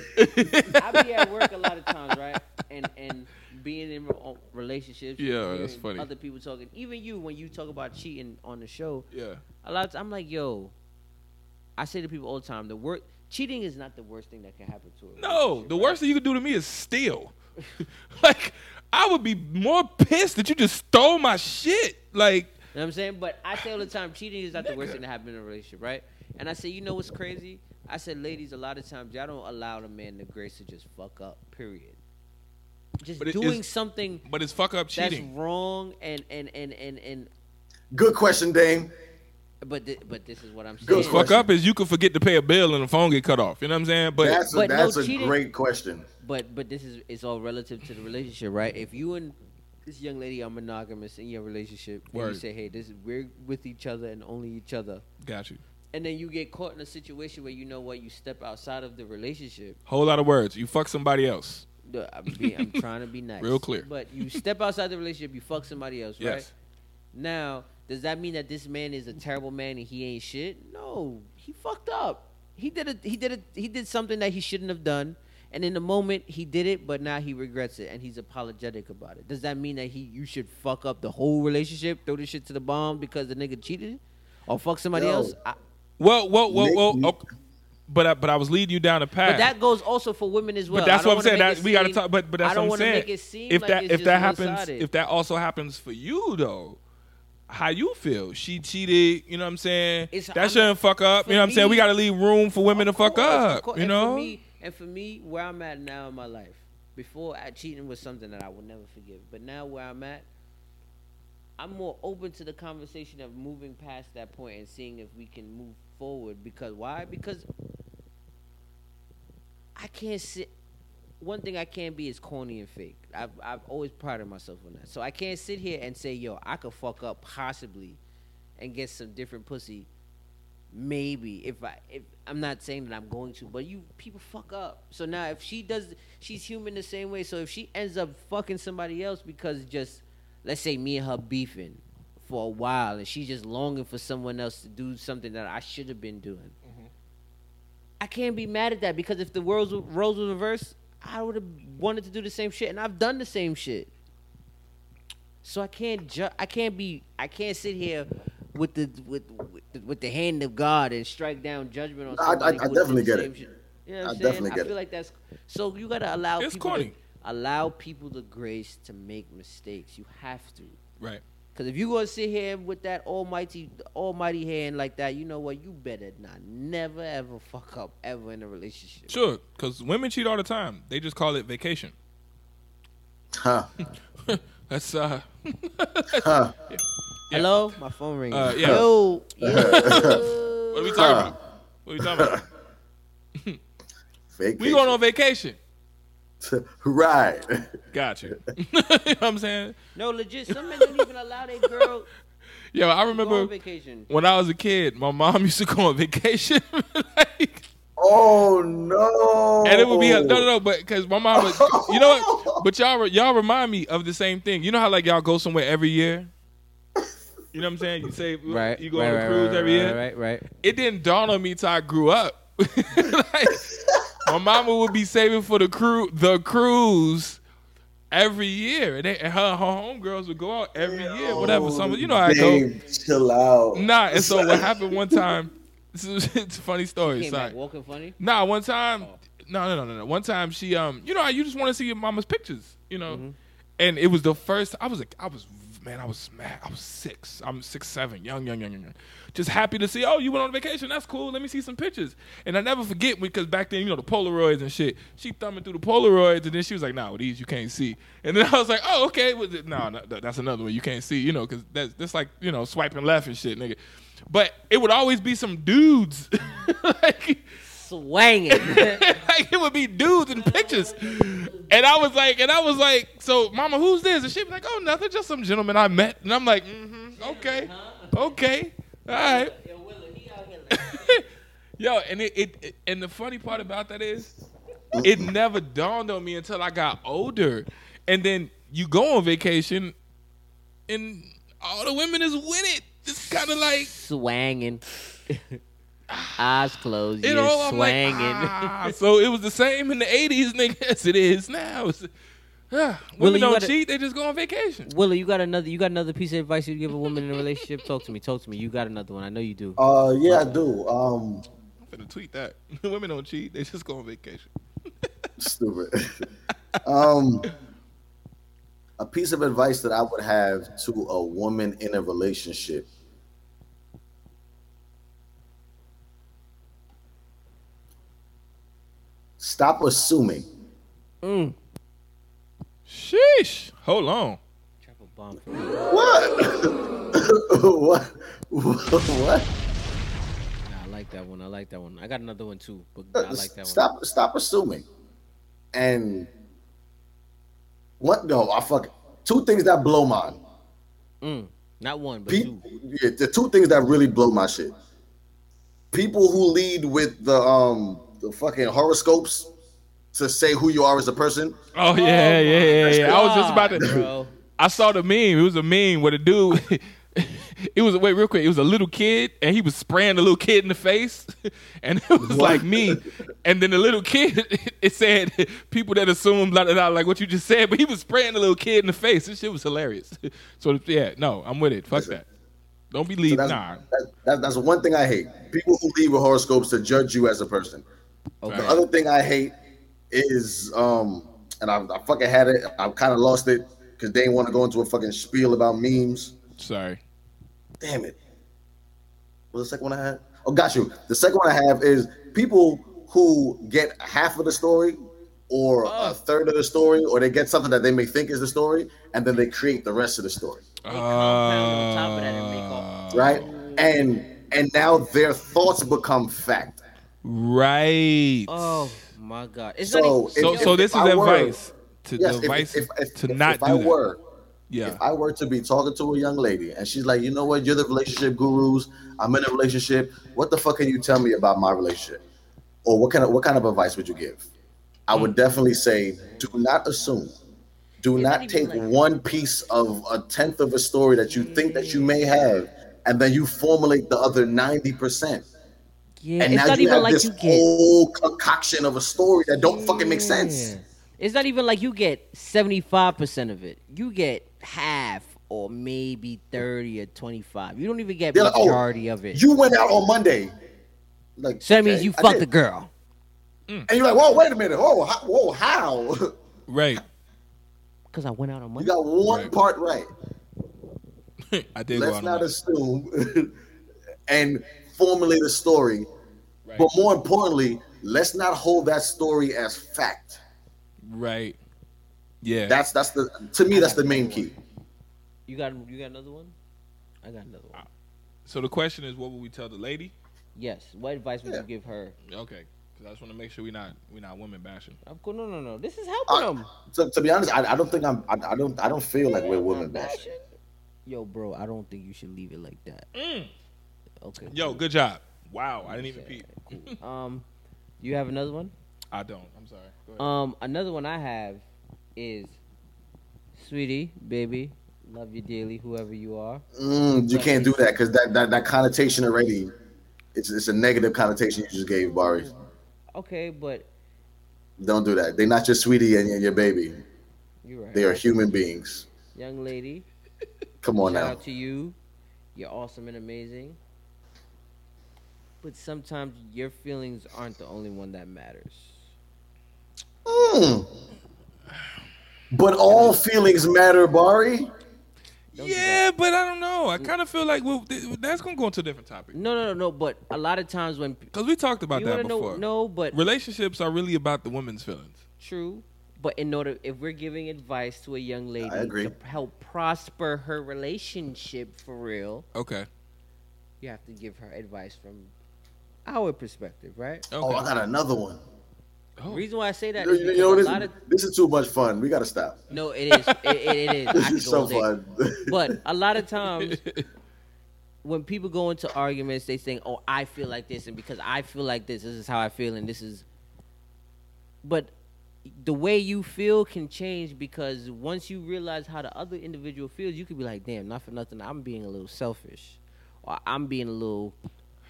Speaker 2: I be at work a lot of times, right? And and being in re- relationships,
Speaker 1: Yeah,
Speaker 2: and
Speaker 1: that's
Speaker 2: hearing
Speaker 1: funny.
Speaker 2: Other people talking, even you when you talk about cheating on the show,
Speaker 1: yeah,
Speaker 2: a lot of times I'm like, yo, I say to people all the time, the work cheating is not the worst thing that can happen to a
Speaker 1: no.
Speaker 2: relationship,
Speaker 1: The
Speaker 2: right?
Speaker 1: worst thing you could do to me is steal. like I would be more pissed that you just stole my shit. Like
Speaker 2: You know what I'm saying? But I say all the time, cheating is not the worst
Speaker 1: Nigga.
Speaker 2: thing to happen in a relationship, right? And I say, you know what's crazy? I said, ladies, a lot of times y'all don't allow the man the grace to just fuck up, period. Just
Speaker 1: But it-
Speaker 2: doing
Speaker 1: it's
Speaker 2: something
Speaker 1: but it's fuck up
Speaker 2: that's
Speaker 1: cheating.
Speaker 2: wrong and and and and and
Speaker 3: Good question, Dame.
Speaker 2: But thi- but this is what I'm
Speaker 3: Good
Speaker 2: saying.
Speaker 1: What's fuck
Speaker 3: question.
Speaker 1: up is you could forget to pay a bill and the phone get cut off. You know what I'm saying? But
Speaker 3: that's a,
Speaker 2: But no
Speaker 3: that's a
Speaker 2: cheating.
Speaker 3: great question.
Speaker 2: But but this is it's all relative to the relationship, right? If you and this young lady are monogamous in your relationship, and you
Speaker 1: Word.
Speaker 2: say, "Hey, this is, we're with each other and only each other,"
Speaker 1: got you.
Speaker 2: and then you get caught in a situation where you know what you step outside of the relationship.
Speaker 1: Whole lot of words. You fuck somebody else.
Speaker 2: No, I'm, be, I'm trying to be nice,
Speaker 1: Real clear.
Speaker 2: But you step outside the relationship, you fuck somebody else, right?
Speaker 1: Yes.
Speaker 2: Now, does that mean that this man is a terrible man and he ain't shit? No, he fucked up. He did a he did a he did something that he shouldn't have done, and in the moment he did it, but now he regrets it and he's apologetic about it. Does that mean that he you should fuck up the whole relationship, throw this shit to the bomb because the nigga cheated, or fuck somebody
Speaker 3: Yo.
Speaker 2: else? I,
Speaker 1: Whoa, whoa,
Speaker 3: Nick-
Speaker 1: whoa, whoa.
Speaker 3: Nick-
Speaker 1: Okay. But I, but I was leading you down a path.
Speaker 2: But that goes also for women as well.
Speaker 1: Ah. But
Speaker 2: I
Speaker 1: that's
Speaker 2: don't
Speaker 1: what I'm
Speaker 2: wanna
Speaker 1: saying.
Speaker 2: make
Speaker 1: That,
Speaker 2: it
Speaker 1: we gotta
Speaker 2: seem-
Speaker 1: talk. But but that's
Speaker 2: I don't
Speaker 1: what I'm
Speaker 2: wanna
Speaker 1: saying.
Speaker 2: make it seem
Speaker 1: if
Speaker 2: like
Speaker 1: that
Speaker 2: it's
Speaker 1: if
Speaker 2: just
Speaker 1: that happens,
Speaker 2: one-sided.
Speaker 1: if that also happens for you though, how you feel? She cheated. You know what I'm saying?
Speaker 2: It's-
Speaker 1: that
Speaker 2: I'm-
Speaker 1: shouldn't fuck up.
Speaker 2: for
Speaker 1: You know what I'm saying?
Speaker 2: me-
Speaker 1: We gotta leave room for women to
Speaker 2: Of
Speaker 1: fuck
Speaker 2: course, of
Speaker 1: up.
Speaker 2: course.
Speaker 1: You
Speaker 2: and
Speaker 1: know?
Speaker 2: For me, and for me, where I'm at now in my life, before I, cheating was something that I would never forgive, but now where I'm at, I'm more open to the conversation of moving past that point and seeing if we can move forward. Because why? Because I can't sit. One thing I can't be is corny and fake. I've I've always prided myself on that. So I can't sit here and say, "Yo, I could fuck up possibly, and get some different pussy." Maybe if I if I'm not saying that I'm going to, but you people fuck up. So now if she does, she's human the same way. So if she ends up fucking somebody else because just let's say me and her beefing for a while, and she's just longing for someone else to do something that I should have been doing. I can't be mad at that because if the world's roles were reversed, I would have wanted to do the same shit, and I've done the same shit. So I can't ju- I can't be I can't sit here with the with with the, with the hand of God and strike down judgment on.
Speaker 3: I- I-
Speaker 2: somebody
Speaker 3: I
Speaker 2: who did
Speaker 3: definitely
Speaker 2: the
Speaker 3: get
Speaker 2: same
Speaker 3: it.
Speaker 2: shit. You know what
Speaker 3: I
Speaker 2: I'm saying?
Speaker 3: definitely
Speaker 2: I
Speaker 3: get
Speaker 2: feel
Speaker 3: it.
Speaker 2: like that's so you gotta allow
Speaker 1: It's
Speaker 2: people
Speaker 1: corny.
Speaker 2: To, allow people the grace to make mistakes. You have to.
Speaker 1: Right.
Speaker 2: Cause if you gonna sit here with that almighty, almighty hand like that, you know what? You better not never ever fuck up ever in a relationship.
Speaker 1: Sure. Because women cheat all the time. They just call it vacation.
Speaker 3: Huh?
Speaker 1: That's uh.
Speaker 3: Huh?
Speaker 2: Hello, my phone rings.
Speaker 1: Uh, yeah.
Speaker 2: Yo,
Speaker 1: What are
Speaker 2: yo.
Speaker 1: we talking about? What are we talking about?
Speaker 3: Vacation.
Speaker 1: We going on vacation.
Speaker 3: right.
Speaker 1: Got you. you know what I'm saying?
Speaker 2: no, legit. Some men don't even allow their girl
Speaker 1: Yeah, I
Speaker 2: to go on
Speaker 1: remember
Speaker 2: vacation.
Speaker 1: when I was a kid, my mom used to go on vacation. like,
Speaker 3: Oh no.
Speaker 1: and it would be no, no, no, but because my mom, would, you know what? But y'all, re- y'all remind me of the same thing. You know how like y'all go somewhere every year. You know what I'm saying? You say you go on a cruise every year.
Speaker 2: Right, right.
Speaker 1: It didn't dawn on me till I grew up. like, my mama would be saving for the cru- the cruise every year, and, they, and her her homegirls would go out every year, whatever. Some you know how I go.
Speaker 3: Dave, chill out.
Speaker 1: Nah, and so what happened one time? This is, it's a funny story.
Speaker 2: Came
Speaker 1: Sorry.
Speaker 2: back walking funny.
Speaker 1: Nah, one time. No, no, no, no, no. One time she, um, you know, how you just want to see your mama's pictures, you know, and it was the first. I was like, I was, man, I was mad. I was six. I'm six, seven, young, young, young, young, young. Just happy to see. Oh, you went on vacation. That's cool. Let me see some pictures. And I never forget because back then, you know, the Polaroids and shit. She thumbing through the Polaroids, and then she was like, "Nah, well, these you can't see." And then I was like, "Oh, okay. Well, th- nah, no, th- that's another one you can't see, you know, because that's that's like you know swiping left and shit, nigga." But it would always be some dudes, like
Speaker 2: Swanging.
Speaker 1: like it would be dudes in pictures. And I was like, and I was like, so mama, who's this? And she'd be like, oh, nothing, just some gentleman I met. And I'm like, mm-hmm, okay, okay, all right.
Speaker 2: Yo, Willa, he out here like-
Speaker 1: Yo, and it, it, it- and the funny part about that is, it never dawned on me until I got older, and then you go on vacation, and all the women is with it. It's kind of like
Speaker 2: swanging. Eyes closed.
Speaker 1: you
Speaker 2: You're
Speaker 1: know, I'm like,
Speaker 2: swanging.
Speaker 1: ah. so it was the same in the '80s, nigga, as it is now. It's, yeah,
Speaker 2: Willie,
Speaker 1: women
Speaker 2: you
Speaker 1: don't
Speaker 2: gotta-
Speaker 1: cheat; they just go on vacation.
Speaker 2: Willow, you got another you got another piece of advice you give a woman in a relationship? Talk to me, talk to me. You got another one. I know you do.
Speaker 3: Uh, yeah, I do. Um,
Speaker 1: I'm finna tweet that. women don't cheat; they just go on vacation.
Speaker 3: stupid. um, a piece of advice that I would have to a woman in a relationship. Stop assuming.
Speaker 1: Sheesh! Hold on.
Speaker 2: Drop a bomb for me.
Speaker 3: What? what? what?
Speaker 2: Nah, I like that one. I like that one. I got another one too, but I like that
Speaker 3: Uh, stop stop assuming. And what no, I fuck two things that blow mine.
Speaker 2: one. Mm, not one, but
Speaker 3: Pe-
Speaker 2: two.
Speaker 3: yeah, the two things that really blow my shit. People who lead with the um the fucking horoscopes to say who you are as a person.
Speaker 1: Oh yeah, yeah, yeah, yeah. I was just about
Speaker 2: God,
Speaker 1: to.
Speaker 2: Bro.
Speaker 1: I saw the meme. It was a meme with a dude. it was wait real quick. It was a little kid, and he was spraying the little kid in the face, and it was like me. And then the little kid, it said people that assume blah blah blah, like what you just said, but he was spraying the little kid in the face. This shit was hilarious. So yeah, no, I'm with it. Fuck that. Don't be leading.
Speaker 3: That's,
Speaker 1: Nah.
Speaker 3: that, that, that's one thing I hate. People who lead with horoscopes to judge you as a person. The
Speaker 2: Okay.
Speaker 3: other thing I hate is, um, and I, I fucking had it. I kind of lost it because they didn't want to go into a fucking spiel about memes.
Speaker 1: Sorry.
Speaker 3: Damn it. What was the second one I had? Oh, got you. The second one I have is people who get half of the story or
Speaker 1: Oh.
Speaker 3: a third of the story, or they get something that they may think is the story, and then they create the rest of the story.
Speaker 2: They
Speaker 1: Uh,
Speaker 2: compound on top of that and make
Speaker 1: Oh.
Speaker 2: all-
Speaker 3: Right? And and now their thoughts become fact.
Speaker 1: Right.
Speaker 2: Oh my god. It's
Speaker 3: So,
Speaker 2: not.
Speaker 3: if-
Speaker 2: even-
Speaker 1: so
Speaker 3: if-
Speaker 1: so this
Speaker 3: if
Speaker 1: is
Speaker 3: I were-
Speaker 1: advice to
Speaker 3: Yes,
Speaker 1: the
Speaker 3: if,
Speaker 1: advice
Speaker 3: if, if,
Speaker 1: to
Speaker 3: if,
Speaker 1: not
Speaker 3: if
Speaker 1: do
Speaker 3: I
Speaker 1: that.
Speaker 3: were
Speaker 1: yeah.
Speaker 3: if I were to be talking to a young lady and she's like, you know what, you're the relationship gurus. I'm in a relationship. What the fuck can you tell me about my relationship? Or what kind of what kind of advice would you give? I
Speaker 2: Mm.
Speaker 3: would definitely say, do not assume. Do
Speaker 2: not
Speaker 3: not
Speaker 2: even
Speaker 3: take
Speaker 2: like-
Speaker 3: one piece of a tenth of a story that you think that you
Speaker 2: Mm.
Speaker 3: may have, and then you formulate the other ninety percent.
Speaker 2: yeah,
Speaker 3: And
Speaker 2: it's
Speaker 3: now
Speaker 2: not
Speaker 3: you
Speaker 2: even
Speaker 3: have
Speaker 2: like
Speaker 3: this
Speaker 2: you get.
Speaker 3: whole concoction of a story that don't fucking make sense.
Speaker 2: Yeah. It's not even like you get 75% of it. You get half or maybe 30 or 25. You don't even get
Speaker 3: They're like, oh,
Speaker 2: majority of it.
Speaker 3: You went out on Monday. Like
Speaker 2: so that means
Speaker 3: okay,
Speaker 2: you
Speaker 3: I
Speaker 2: fucked
Speaker 3: did.
Speaker 2: a girl.
Speaker 3: And you're like, whoa, wait a minute. Oh, how, whoa, how?
Speaker 1: Right.
Speaker 2: Because I went out on
Speaker 3: You
Speaker 2: Monday.
Speaker 3: got one
Speaker 1: Right.
Speaker 3: part right.
Speaker 1: I did go
Speaker 3: Let's
Speaker 1: out
Speaker 3: not
Speaker 1: on
Speaker 3: assume and formulate a story.
Speaker 1: Right.
Speaker 3: But more importantly, let's not hold that story as fact.
Speaker 1: Right. Yeah.
Speaker 3: That's that's the to me that's the main key.
Speaker 2: You got you got another one? I got another
Speaker 3: Uh,
Speaker 2: one.
Speaker 1: so the question is, what would we tell the lady?
Speaker 2: Yes. What advice would
Speaker 3: Yeah.
Speaker 2: you give her?
Speaker 1: Okay, because I just want to make sure we not we not women bashing.
Speaker 2: Of course, no, no, no. This is helping
Speaker 3: I,
Speaker 2: them.
Speaker 3: to, to be honest, I, I don't think I'm. I, I don't. I don't feel like we're women bashing.
Speaker 2: Yo, bro, I don't think you should leave it like that.
Speaker 1: Mm.
Speaker 2: Okay.
Speaker 1: Yo, good job. Wow, I didn't even peep.
Speaker 2: cool. Um, you have another one?
Speaker 1: I don't. I'm sorry. Go ahead.
Speaker 2: Um, another one I have is, sweetie, baby, love you dearly, whoever you are.
Speaker 3: Mm, you can't do that because that, that that connotation already. It's it's a negative connotation you just gave Bari.
Speaker 2: Okay, but
Speaker 3: Don't do that. They're not your sweetie and, and your baby.
Speaker 2: you're right.
Speaker 3: They are human beings.
Speaker 2: Young lady,
Speaker 3: Come on
Speaker 2: shout
Speaker 3: now.
Speaker 2: out to you. You're awesome and amazing. But sometimes your feelings aren't the only one that matters.
Speaker 3: Mm. But all feelings matter, Bari.
Speaker 2: Don't do
Speaker 1: yeah, but I don't know. I kind of feel like well, th- that's gonna go into a different topic
Speaker 2: No, no, no, no. But a lot of times when p-
Speaker 1: because we talked about
Speaker 2: you
Speaker 1: that
Speaker 2: want to know,
Speaker 1: before.
Speaker 2: no, but
Speaker 1: Relationships are really about the women's feelings.
Speaker 2: True, but in order, if we're giving advice to a young lady
Speaker 3: agree.
Speaker 2: to help prosper her relationship for real,
Speaker 1: Okay.
Speaker 2: you have to give her advice from our perspective, right?
Speaker 1: Okay.
Speaker 3: Oh, I got another one.
Speaker 1: Oh.
Speaker 2: reason why I say that
Speaker 3: You,
Speaker 2: is
Speaker 3: you
Speaker 2: because
Speaker 3: know
Speaker 2: a
Speaker 3: this,
Speaker 2: lot of
Speaker 3: this is too much fun. We gotta stop.
Speaker 2: no, it is, it, it, it is. I
Speaker 3: This
Speaker 2: could
Speaker 3: is
Speaker 2: go
Speaker 3: so
Speaker 2: all day.
Speaker 3: fun.
Speaker 2: But a lot of times, when people go into arguments, they think, "Oh, I feel like this," and because I feel like this, this is how I feel, and this is. But the way you feel can change because once you realize how the other individual feels, you could be like, "Damn, not for nothing, I'm being a little selfish, or I'm being a little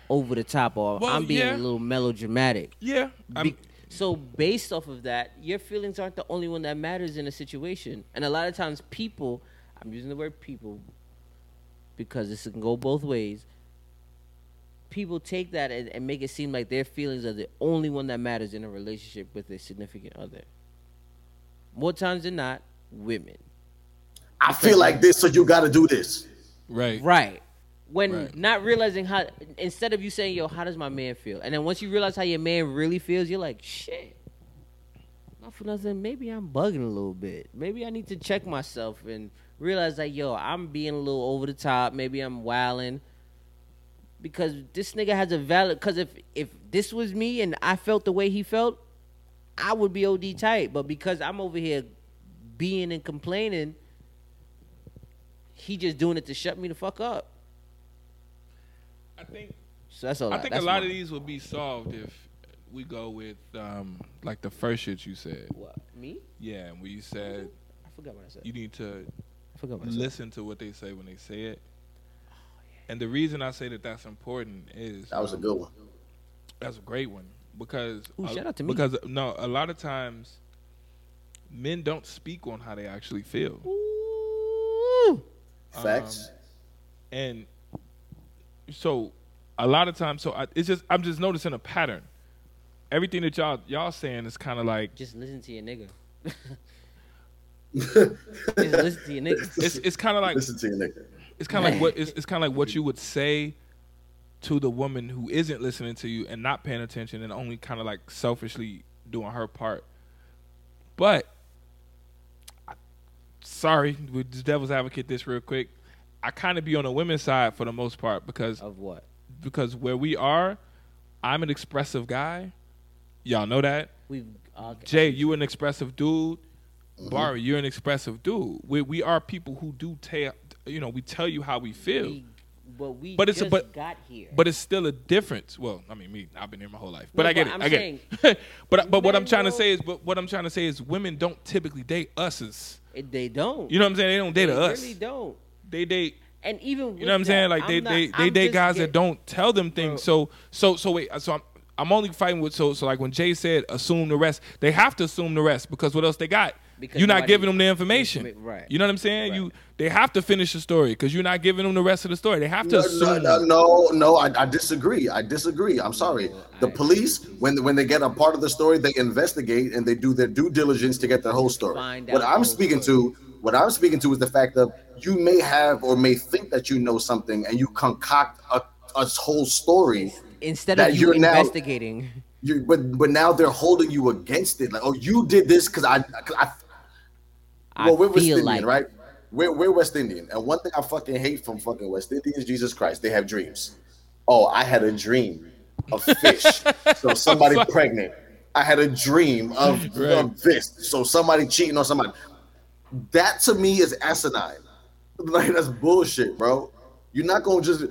Speaker 2: over the top, or
Speaker 1: Well,
Speaker 2: I'm being
Speaker 1: yeah.
Speaker 2: a little melodramatic."
Speaker 1: Yeah.
Speaker 2: Be-
Speaker 1: I'm,
Speaker 2: so based off of that, your feelings aren't the only one that matters in a situation. And a lot of times people, I'm using the word people because this can go both ways. People take that and, and make it seem like their feelings are the only one that matters in a relationship with a significant other. More times than not, women.
Speaker 3: I feel like this, so you gotta do this.
Speaker 1: right.
Speaker 2: Right. When
Speaker 1: Right.
Speaker 2: not realizing how, instead of you saying, yo, how does my man feel? And then once you realize how your man really feels, you're like, shit, not for nothing. Maybe I'm bugging a little bit. Maybe I need to check myself and realize like, yo, I'm being a little over the top. Maybe I'm wilding because this nigga has a valid. Because if if this was me and I felt the way he felt, I would be OD tight. But because I'm over here being and complaining, he just doing it to shut me the fuck up.
Speaker 1: I think
Speaker 2: So that's all.
Speaker 1: I think a
Speaker 2: Oh, that's
Speaker 1: lot
Speaker 2: my-
Speaker 1: of these will be solved if we go with um, like the first shit you said.
Speaker 2: What me?
Speaker 1: Yeah, where you said
Speaker 2: I forgot what I said.
Speaker 1: you need to
Speaker 2: I forgot what I said.
Speaker 1: listen to what they say when they say it. And the reason I say that that's important is
Speaker 3: That was a
Speaker 1: um,
Speaker 3: good one.
Speaker 1: That's a great one because
Speaker 2: Ooh,
Speaker 1: a-
Speaker 2: shout out to me.
Speaker 1: because no, a lot of times men don't speak on how they actually feel,
Speaker 2: Ooh. Um,
Speaker 3: Facts.
Speaker 1: and so a lot of times, so I, it's just I'm just noticing a pattern. Everything that y'all y'all saying is kind of like
Speaker 2: Just listen to your nigga. Just listen to your nigga.
Speaker 1: it's it's kind of like
Speaker 3: Listen to you, nigga.
Speaker 1: it's kind of like what it's, it's kind of like what you would say to the woman who isn't listening to you and not paying attention and only kind of like selfishly doing her part. But I- sorry, we just devil's advocate this real quick. I kind of be on the women's side for the most part because
Speaker 2: Of what?
Speaker 1: because where we are, I'm an expressive guy. Y'all know that.
Speaker 2: We've uh, okay.
Speaker 1: Jay, you an expressive dude. Barry, you're an expressive dude. We we are people who do tell you know we tell you how we feel.
Speaker 2: we, but we
Speaker 1: But
Speaker 2: but
Speaker 1: it's a-
Speaker 2: just
Speaker 1: but-
Speaker 2: got here.
Speaker 1: But it's still a difference. Well, I mean, me, I've been here my whole life, but
Speaker 2: No,
Speaker 1: I get
Speaker 2: but
Speaker 1: it.
Speaker 2: I'm
Speaker 1: i get
Speaker 2: saying
Speaker 1: it. but but what I'm
Speaker 2: men
Speaker 1: trying to
Speaker 2: don't-
Speaker 1: say is, but what I'm trying to say is, women don't typically date us.
Speaker 2: It- they don't.
Speaker 1: You know what I'm saying? They don't date
Speaker 2: they
Speaker 1: us.
Speaker 2: really don't.
Speaker 1: They date.
Speaker 2: And even
Speaker 1: You know what I'm saying? Like they they they date guys that don't tell them things. So so so wait. So I'm I'm only fighting with so so like when Jay said assume the rest. They have to assume the rest because what else they got?
Speaker 2: Because
Speaker 1: you're not
Speaker 2: nobody-
Speaker 1: giving them the information.
Speaker 2: Informa- right.
Speaker 1: You know what I'm saying? You they have to finish the story because you're not giving them the rest of the story. They have to
Speaker 3: No, no,
Speaker 1: assume.
Speaker 3: no, no, no, I, I disagree. I disagree. I'm sorry. The police, when when they get a part of the story, they investigate and they do their due diligence to get the whole story.
Speaker 2: Find out
Speaker 3: What
Speaker 2: the
Speaker 3: I'm
Speaker 2: whole
Speaker 3: speaking to, what I'm speaking to, is the fact of you may have or may think that you know something, and you concoct a, a whole story.
Speaker 2: Instead
Speaker 3: that
Speaker 2: of you
Speaker 3: you're now-
Speaker 2: investigating,
Speaker 3: You, but but now they're holding you against it. Like, oh, you did this because I, 'cause I
Speaker 2: I
Speaker 3: well, we're West
Speaker 2: feel like
Speaker 3: Indian, right? We're, we're West Indian, and one thing I fucking hate from fucking West Indians, Jesus Christ, they have dreams. Oh, I had a dream of fish, so somebody pregnant. I had a dream of, of this, so somebody cheating on somebody. That to me is asinine. Like that's bullshit, bro. You're not gonna just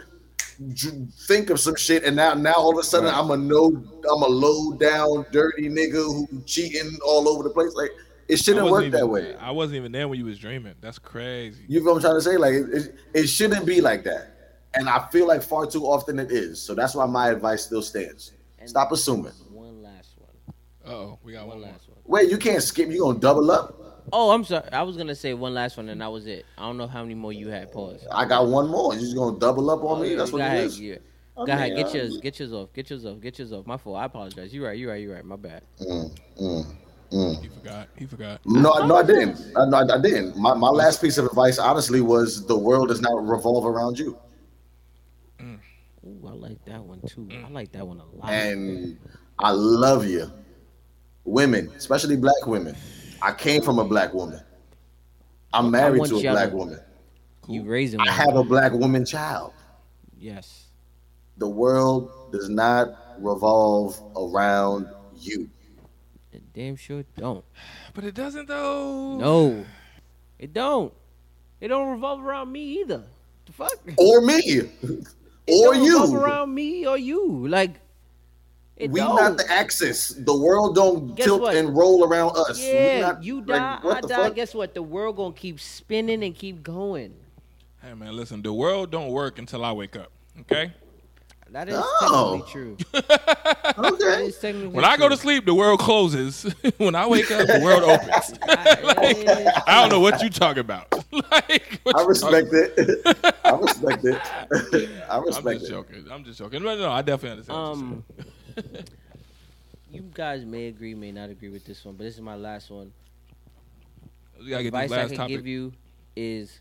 Speaker 3: dr- think of some shit and now now all of a sudden I'm a no I'm a low down dirty nigga who cheating all over the place. Like it
Speaker 1: I
Speaker 3: shouldn't
Speaker 1: wasn't
Speaker 3: work
Speaker 1: even-
Speaker 3: that way.
Speaker 1: I wasn't even there when you was dreaming. That's crazy.
Speaker 3: You know what I'm trying to say? Like it, it, it shouldn't be like that. And I feel like far too often it is. So that's why my advice still stands. Stop assuming.
Speaker 2: one last one.
Speaker 1: Oh, we got one,
Speaker 2: One
Speaker 1: more.
Speaker 2: last one.
Speaker 3: Wait, you can't skip. You gonna double up?
Speaker 2: Oh, I'm sorry. I was gonna say one last one, and that was it. I don't know how many more you had. Pause.
Speaker 3: I got one more. You just gonna double up on
Speaker 2: Oh,
Speaker 3: me?
Speaker 2: yeah,
Speaker 3: That's
Speaker 2: go
Speaker 3: what it
Speaker 2: ahead,
Speaker 3: is.
Speaker 2: yeah.
Speaker 3: I
Speaker 2: Go ahead,
Speaker 3: mean,
Speaker 2: get
Speaker 3: Oh, I-
Speaker 2: yours, get yours off, get yours off, get yours off. My fault. I apologize. You right, you right, you right. My bad.
Speaker 1: He forgot. He forgot.
Speaker 3: No, no, I didn't. I, no, I didn't. My, my last piece of advice, honestly, was the world does not revolve around you.
Speaker 2: Ooh, I like that one too. I like that one a lot.
Speaker 3: And I love you, women, especially black women. I came from a black woman. I'm married
Speaker 2: want
Speaker 3: to a
Speaker 2: y'all
Speaker 3: black
Speaker 2: to-
Speaker 3: woman.
Speaker 2: You raising
Speaker 3: I
Speaker 2: one?
Speaker 3: have a black woman child.
Speaker 2: yes.
Speaker 3: The world does not revolve around you.
Speaker 2: It damn sure don't.
Speaker 1: But it doesn't though.
Speaker 2: No, it don't. It don't revolve around me either. The fuck.
Speaker 3: Or me.
Speaker 2: It
Speaker 3: or
Speaker 2: don't revolve
Speaker 3: you.
Speaker 2: around me or you. Like it
Speaker 3: We
Speaker 2: don't.
Speaker 3: not the axis. The world don't
Speaker 2: Guess
Speaker 3: tilt
Speaker 2: what?
Speaker 3: and roll around us. We
Speaker 2: yeah,
Speaker 3: not-
Speaker 2: you
Speaker 3: like,
Speaker 2: die,
Speaker 3: what
Speaker 2: I
Speaker 3: the
Speaker 2: die.
Speaker 3: fuck?
Speaker 2: Guess what? The world gonna keep spinning and keep going.
Speaker 1: Hey man, listen. The world don't work until I wake up. Okay.
Speaker 2: That is
Speaker 3: No.
Speaker 2: technically true. That
Speaker 3: Okay.
Speaker 2: is technically
Speaker 1: When I go to
Speaker 2: true.
Speaker 1: sleep, the world closes. when I wake up, the world opens.
Speaker 2: I-
Speaker 1: I don't know what you talking about. like, what
Speaker 3: I
Speaker 1: you
Speaker 3: respect
Speaker 1: talking-
Speaker 3: it. I respect it. I
Speaker 1: I'm
Speaker 3: respect
Speaker 1: just
Speaker 3: it.
Speaker 1: joking. I'm just joking. No, no, no, I definitely understand. what you're
Speaker 2: Um, you guys may agree, may not agree with this one, but this is my last one.
Speaker 1: saying. we gotta get this
Speaker 2: Advice I
Speaker 1: last
Speaker 2: can
Speaker 1: topic.
Speaker 2: give you is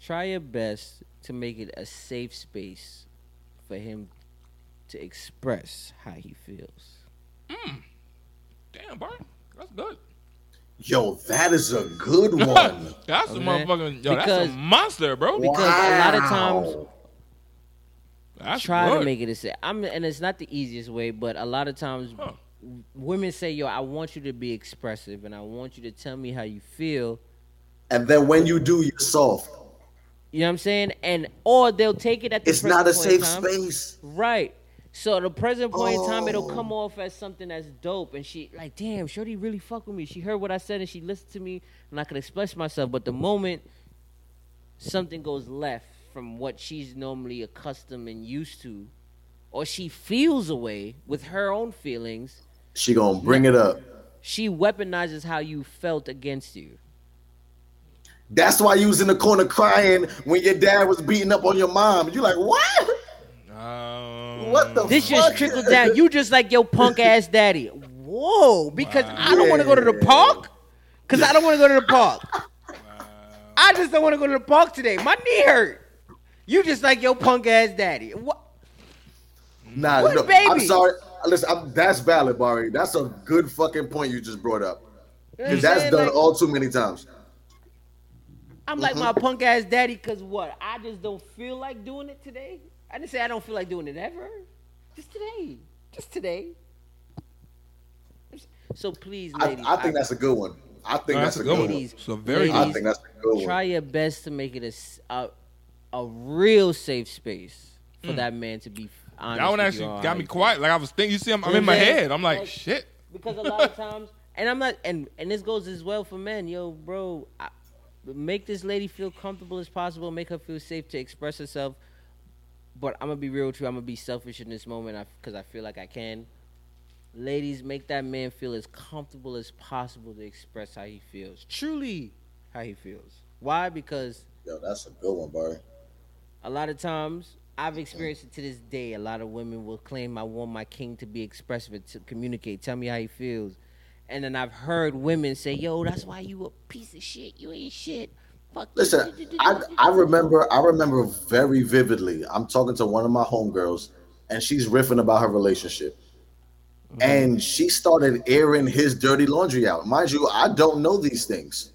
Speaker 2: try your best to make it a safe space for him to express how he feels.
Speaker 1: Damn, Bart, that's good.
Speaker 3: Yo, that is a good one.
Speaker 1: That's a
Speaker 2: Okay.
Speaker 1: motherfucking yo, that's
Speaker 2: Because-
Speaker 1: a monster, bro.
Speaker 2: Because a lot of
Speaker 3: Wow.
Speaker 2: times-
Speaker 1: That's
Speaker 2: try
Speaker 1: good.
Speaker 2: to make it a set. I'm, and it's not the easiest way, but a lot of times
Speaker 1: Huh.
Speaker 2: w- women say, "Yo, I want you to be expressive, and I want you to tell me how you feel."
Speaker 3: and then when you do, you're soft.
Speaker 2: You know what I'm saying? And or they'll take it at the
Speaker 3: It's not a
Speaker 2: present point in
Speaker 3: safe
Speaker 2: time.
Speaker 3: space.
Speaker 2: right? So the present point in time, it'll
Speaker 3: Oh.
Speaker 2: come off as something that's dope, and she like, "Damn, Shorty really fuck with me." She heard what I said, and she listened to me, and I could express myself. But the moment something goes left from what she's normally accustomed and used to, or she feels away with her own feelings,
Speaker 3: She gonna bring it up.
Speaker 2: she weaponizes how you felt against you.
Speaker 3: That's why you was in the corner crying when your dad was beating up on your mom. You like what?
Speaker 1: Um,
Speaker 3: What the
Speaker 2: This
Speaker 3: fuck?
Speaker 2: just trickled down. You just like your punk ass daddy. Whoa, because
Speaker 1: Wow.
Speaker 2: I don't want to go to the
Speaker 3: Yeah.
Speaker 2: park. Because I don't want to go to the park. I just don't want to go to the park today. My knee hurt. You just like your punk ass daddy. What?
Speaker 3: Nah,
Speaker 2: What,
Speaker 3: no, I'm
Speaker 2: baby?
Speaker 3: sorry. Listen, I'm, that's valid, Barry. That's a good fucking point you just brought up.
Speaker 2: You know what I'm
Speaker 3: Because that's
Speaker 2: saying?
Speaker 3: done
Speaker 2: Like,
Speaker 3: all Uh-huh. too many times.
Speaker 2: I'm like my punk ass daddy because what? I just don't feel like doing it today. I didn't say I don't feel like doing it ever. Just today. Just today. So please,
Speaker 3: I,
Speaker 2: ladies.
Speaker 3: I think that's a good one. I think
Speaker 1: No,
Speaker 3: that's, a good one.
Speaker 2: Ladies,
Speaker 1: It's a very
Speaker 2: ladies,
Speaker 1: good
Speaker 3: I think that's a good
Speaker 2: try
Speaker 3: one.
Speaker 2: your best to make it a s- a, a real safe space for that man to be honest.
Speaker 1: Mm. That one
Speaker 2: with
Speaker 1: actually
Speaker 2: you all
Speaker 1: got
Speaker 2: how
Speaker 1: me
Speaker 2: you
Speaker 1: quiet. Like I was thinking, you see, I'm, I'm
Speaker 2: You
Speaker 1: in my
Speaker 2: know what I'm
Speaker 1: head. I'm like,
Speaker 2: Like-
Speaker 1: shit.
Speaker 2: feel. Because a lot of times, and I'm not, and and this goes as well for men, yo, bro. I, make this lady feel comfortable as possible. Make her feel safe to express herself. But I'm gonna be real with you. I'm gonna be selfish in this moment because I feel like I can. Ladies, make that man feel as comfortable as possible to express how he feels. Truly, how he feels. Why? Because
Speaker 3: Yo, that's a good one, Barry.
Speaker 2: a lot of times I've experienced it to this day. A lot of women will claim I want my king to be expressive and to communicate. Tell me how he feels. And then I've heard women say, "Yo, that's why you a piece of shit. You ain't shit. Fuck you."
Speaker 3: Listen, I, I remember I remember very vividly. I'm talking to one of my homegirls, and she's riffing about her relationship,
Speaker 2: Mm-hmm.
Speaker 3: and she started airing his dirty laundry out. Mind you, I don't know these things.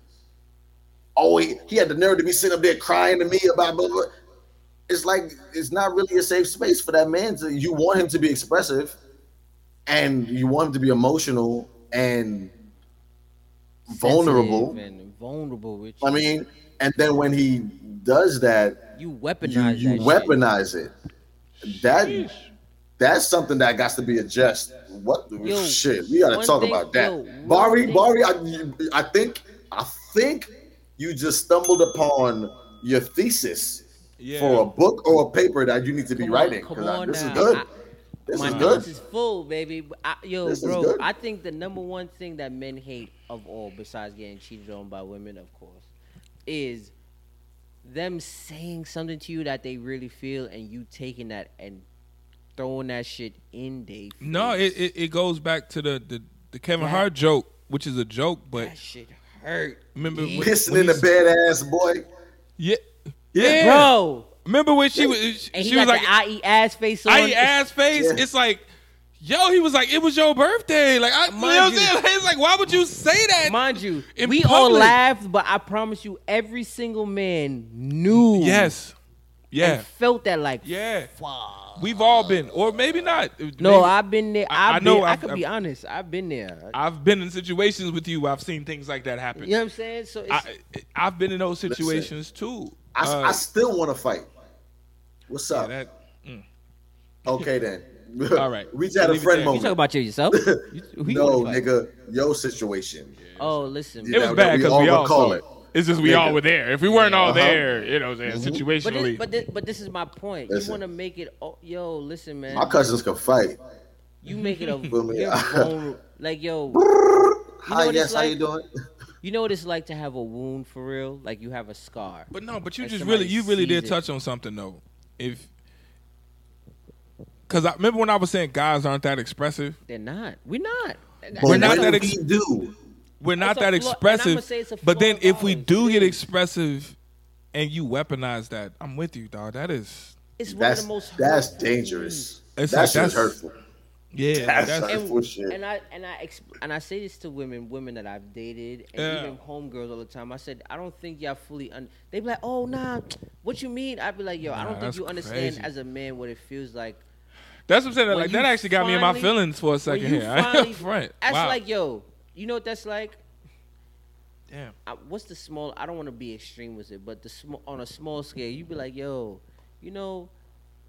Speaker 3: Oh, he, he had the nerve to be sitting up there crying to me about blah, blah. It's like it's not really a safe space for that man. To, you want him to be expressive, and you want him to be emotional and vululnerable.
Speaker 2: Sensitive and vulnerable. Which
Speaker 3: I mean, and then when he does that,
Speaker 2: you weaponize.
Speaker 3: you,
Speaker 2: that
Speaker 3: you
Speaker 2: shit.
Speaker 3: weaponize it. That that's something that got to be addressed. What the
Speaker 2: Yo,
Speaker 3: shit? We gotta
Speaker 2: one
Speaker 3: talk
Speaker 2: thing-
Speaker 3: about
Speaker 2: yo, one
Speaker 3: that. Bari,
Speaker 2: thing-
Speaker 3: Bari, I, you- I think, I think you just stumbled upon your thesis
Speaker 1: Yeah.
Speaker 3: for a book or a paper that you need to be
Speaker 2: Come on-
Speaker 3: writing.
Speaker 2: come
Speaker 3: 'cause I-
Speaker 2: on
Speaker 3: this
Speaker 2: now.
Speaker 3: is good.
Speaker 2: I-
Speaker 3: this
Speaker 2: My
Speaker 3: is
Speaker 2: notes
Speaker 3: good.
Speaker 2: is full, baby. But I, yo,
Speaker 3: This is
Speaker 2: bro,
Speaker 3: good.
Speaker 2: I think the number one thing that men hate of all, besides getting cheated on by women, of course, is them saying something to you that they really feel, and you taking that and throwing that shit in they.
Speaker 1: No,
Speaker 2: face.
Speaker 1: it, it, it goes back to the, the, the Kevin
Speaker 2: That-
Speaker 1: Hart joke, which is a joke, but
Speaker 2: that shit hurt.
Speaker 1: remember when,
Speaker 3: Pissing
Speaker 1: when
Speaker 3: in the
Speaker 1: he-
Speaker 3: bed, ass boy.
Speaker 1: Yeah, yeah.
Speaker 2: bro.
Speaker 1: Remember when she was
Speaker 2: And he
Speaker 1: she
Speaker 2: got
Speaker 1: was like
Speaker 2: the I eat ass face on.
Speaker 1: I eat ass face.
Speaker 3: Yeah.
Speaker 1: It's like, yo, he was like, it was your birthday. Like, I, you know what I'm
Speaker 2: Mind you.
Speaker 1: saying? Like, it's like, why would you say that?
Speaker 2: Mind you,
Speaker 1: in
Speaker 2: we all
Speaker 1: public.
Speaker 2: laughed, but I promise you, every single man knew.
Speaker 1: yes, yeah,
Speaker 2: and felt that like
Speaker 1: yeah.
Speaker 2: fuck.
Speaker 1: We've all been, or maybe not.
Speaker 2: No,
Speaker 1: Maybe-
Speaker 2: I've been there.
Speaker 1: I-
Speaker 2: I've
Speaker 1: I
Speaker 2: I
Speaker 1: know
Speaker 2: Been, i
Speaker 1: I've-
Speaker 2: could be honest. I've been there.
Speaker 1: I've been in situations with you. where I've seen things like that happen.
Speaker 2: you know what I'm saying? So it's,
Speaker 1: I, I've been in those situations too.
Speaker 3: I, s-
Speaker 1: Uh,
Speaker 3: I still want to fight. What's up?
Speaker 1: that-
Speaker 3: okay then.
Speaker 1: All right.
Speaker 3: we just had a
Speaker 1: Leave it
Speaker 3: friend
Speaker 1: there.
Speaker 2: you talk
Speaker 3: moment.
Speaker 2: about you yourself. You- who you
Speaker 3: No,
Speaker 2: wanna fight?
Speaker 3: nigga, yo situation.
Speaker 2: Oh, listen.
Speaker 1: it was
Speaker 3: Yeah. that- that
Speaker 1: bad
Speaker 3: we
Speaker 1: because
Speaker 3: all
Speaker 1: we, all
Speaker 3: recall
Speaker 1: saw
Speaker 3: it.
Speaker 1: it. It's just we
Speaker 3: Nigga.
Speaker 1: all were there. If we weren't all
Speaker 3: Uh-huh.
Speaker 1: there, you know, what I'm saying
Speaker 2: But
Speaker 1: situationally.
Speaker 2: this, but this, but this is my point.
Speaker 3: Listen.
Speaker 2: You want to make it. Oh, yo, listen, man.
Speaker 3: My cousins can fight.
Speaker 2: You make it a
Speaker 3: Feel me?
Speaker 2: you're vulnerable. like yo.
Speaker 3: Hi,
Speaker 2: what it's
Speaker 3: yes, how you
Speaker 2: like?
Speaker 3: doing?
Speaker 2: You know what it's like to have a wound for real. Like you have a scar.
Speaker 1: But no, but you
Speaker 2: Like
Speaker 1: just
Speaker 2: somebody
Speaker 1: really, you really
Speaker 2: sees
Speaker 1: did
Speaker 2: it.
Speaker 1: touch on something though. If, because I remember when I was saying guys aren't that expressive.
Speaker 2: They're not. We're not.
Speaker 3: But
Speaker 1: We're not
Speaker 3: when
Speaker 1: that
Speaker 3: we do.
Speaker 1: We're not that
Speaker 2: a flaw- and I'ma
Speaker 1: expressive.
Speaker 2: say it's a
Speaker 1: But
Speaker 2: flaw
Speaker 1: then
Speaker 2: of
Speaker 1: if we
Speaker 2: ours,
Speaker 1: do get expressive, and you weaponize that, I'm with you, dog. That is
Speaker 2: It's one of
Speaker 3: That's
Speaker 2: the most.
Speaker 3: that's
Speaker 2: hurtful
Speaker 3: dangerous.
Speaker 1: It's
Speaker 3: that
Speaker 1: like-
Speaker 3: shit's
Speaker 1: that's-
Speaker 3: hurtful.
Speaker 1: Yeah,
Speaker 3: That's
Speaker 1: that's-
Speaker 3: like
Speaker 2: And-
Speaker 3: for shit.
Speaker 2: And I and I exp- and I say this to women, women that I've dated, and
Speaker 1: Yeah.
Speaker 2: even homegirls all the time. I said, I don't think y'all fully. Un-. They be like, oh nah, what you mean? I'd be like, yo, I
Speaker 1: Nah,
Speaker 2: don't think
Speaker 1: that's
Speaker 2: you understand
Speaker 1: crazy.
Speaker 2: as a man what it feels like.
Speaker 1: that's what I'm saying.
Speaker 2: When
Speaker 1: Like
Speaker 2: you
Speaker 1: that actually got me in my
Speaker 2: finally-
Speaker 1: feelings for a
Speaker 2: when
Speaker 1: second
Speaker 2: you
Speaker 1: here. I
Speaker 2: finally-
Speaker 1: ain't front.
Speaker 2: That's
Speaker 1: wow.
Speaker 2: like, yo, you know what that's like?
Speaker 1: damn.
Speaker 2: I, what's the small? I don't want to be extreme with it, but the small on a small scale, you'd be like, yo, you know,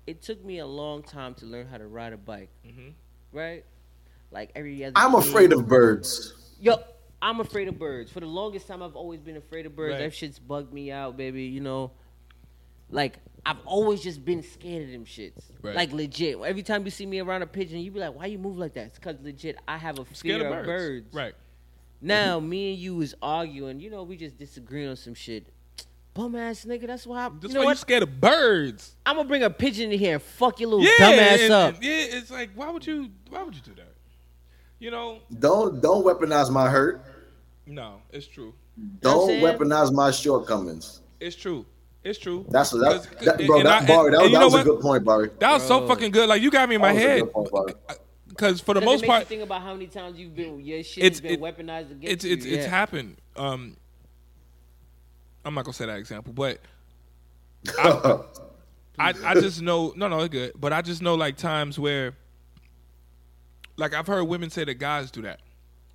Speaker 2: it took me a long time to learn how to ride a bike,
Speaker 1: Mm-hmm.
Speaker 2: right? Like every other.
Speaker 3: I'm
Speaker 2: kid-
Speaker 3: afraid of birds.
Speaker 2: Yo, I'm afraid of birds. For the longest time, I've always been afraid of birds.
Speaker 1: Right.
Speaker 2: That shit's bugged me out, baby. You know, like I've always just been scared of them shits.
Speaker 1: Right.
Speaker 2: Like legit. Every time you see me around a pigeon, you be like, "Why you move like that?" It's because legit, I have a fear
Speaker 1: Scared
Speaker 2: of
Speaker 1: of
Speaker 2: birds.
Speaker 1: Right.
Speaker 2: Now, me and you is arguing. You know, we just disagreeing on some shit. Bum ass nigga. That's why. I,
Speaker 1: That's
Speaker 2: you know
Speaker 1: why you
Speaker 2: what?
Speaker 1: scared of birds.
Speaker 2: I'm gonna bring a pigeon in here and fuck your little
Speaker 1: Yeah.
Speaker 2: dumbass
Speaker 1: and-
Speaker 2: up.
Speaker 1: and- yeah. It's like why would you? Why would you do that? You know.
Speaker 3: Don't don't weaponize my hurt.
Speaker 1: No, it's true.
Speaker 3: Don't
Speaker 2: saying?
Speaker 3: weaponize my shortcomings.
Speaker 1: It's true. It's true.
Speaker 3: That's that,
Speaker 1: 'Cause-
Speaker 3: that bro.
Speaker 1: and
Speaker 3: That
Speaker 1: I-
Speaker 3: Barry,
Speaker 1: and- and
Speaker 3: that, was,
Speaker 1: you
Speaker 3: that
Speaker 1: know
Speaker 3: was a
Speaker 1: what?
Speaker 3: good point, Barry.
Speaker 1: That was so
Speaker 2: Bro.
Speaker 1: fucking good. Like you got me in my
Speaker 3: That was a
Speaker 1: head.
Speaker 3: good point, Barry.
Speaker 1: Because for the
Speaker 2: Does it
Speaker 1: most
Speaker 2: make
Speaker 1: part,
Speaker 2: you think about how many times you've been your shit
Speaker 1: It's-
Speaker 2: has been
Speaker 1: it-
Speaker 2: weaponized against
Speaker 1: it's
Speaker 2: you.
Speaker 1: it's it's
Speaker 2: Yeah.
Speaker 1: happened. Um, I'm not gonna say that example, but I, I I just know no no it's good, but I just know like times where like I've heard women say that guys do that.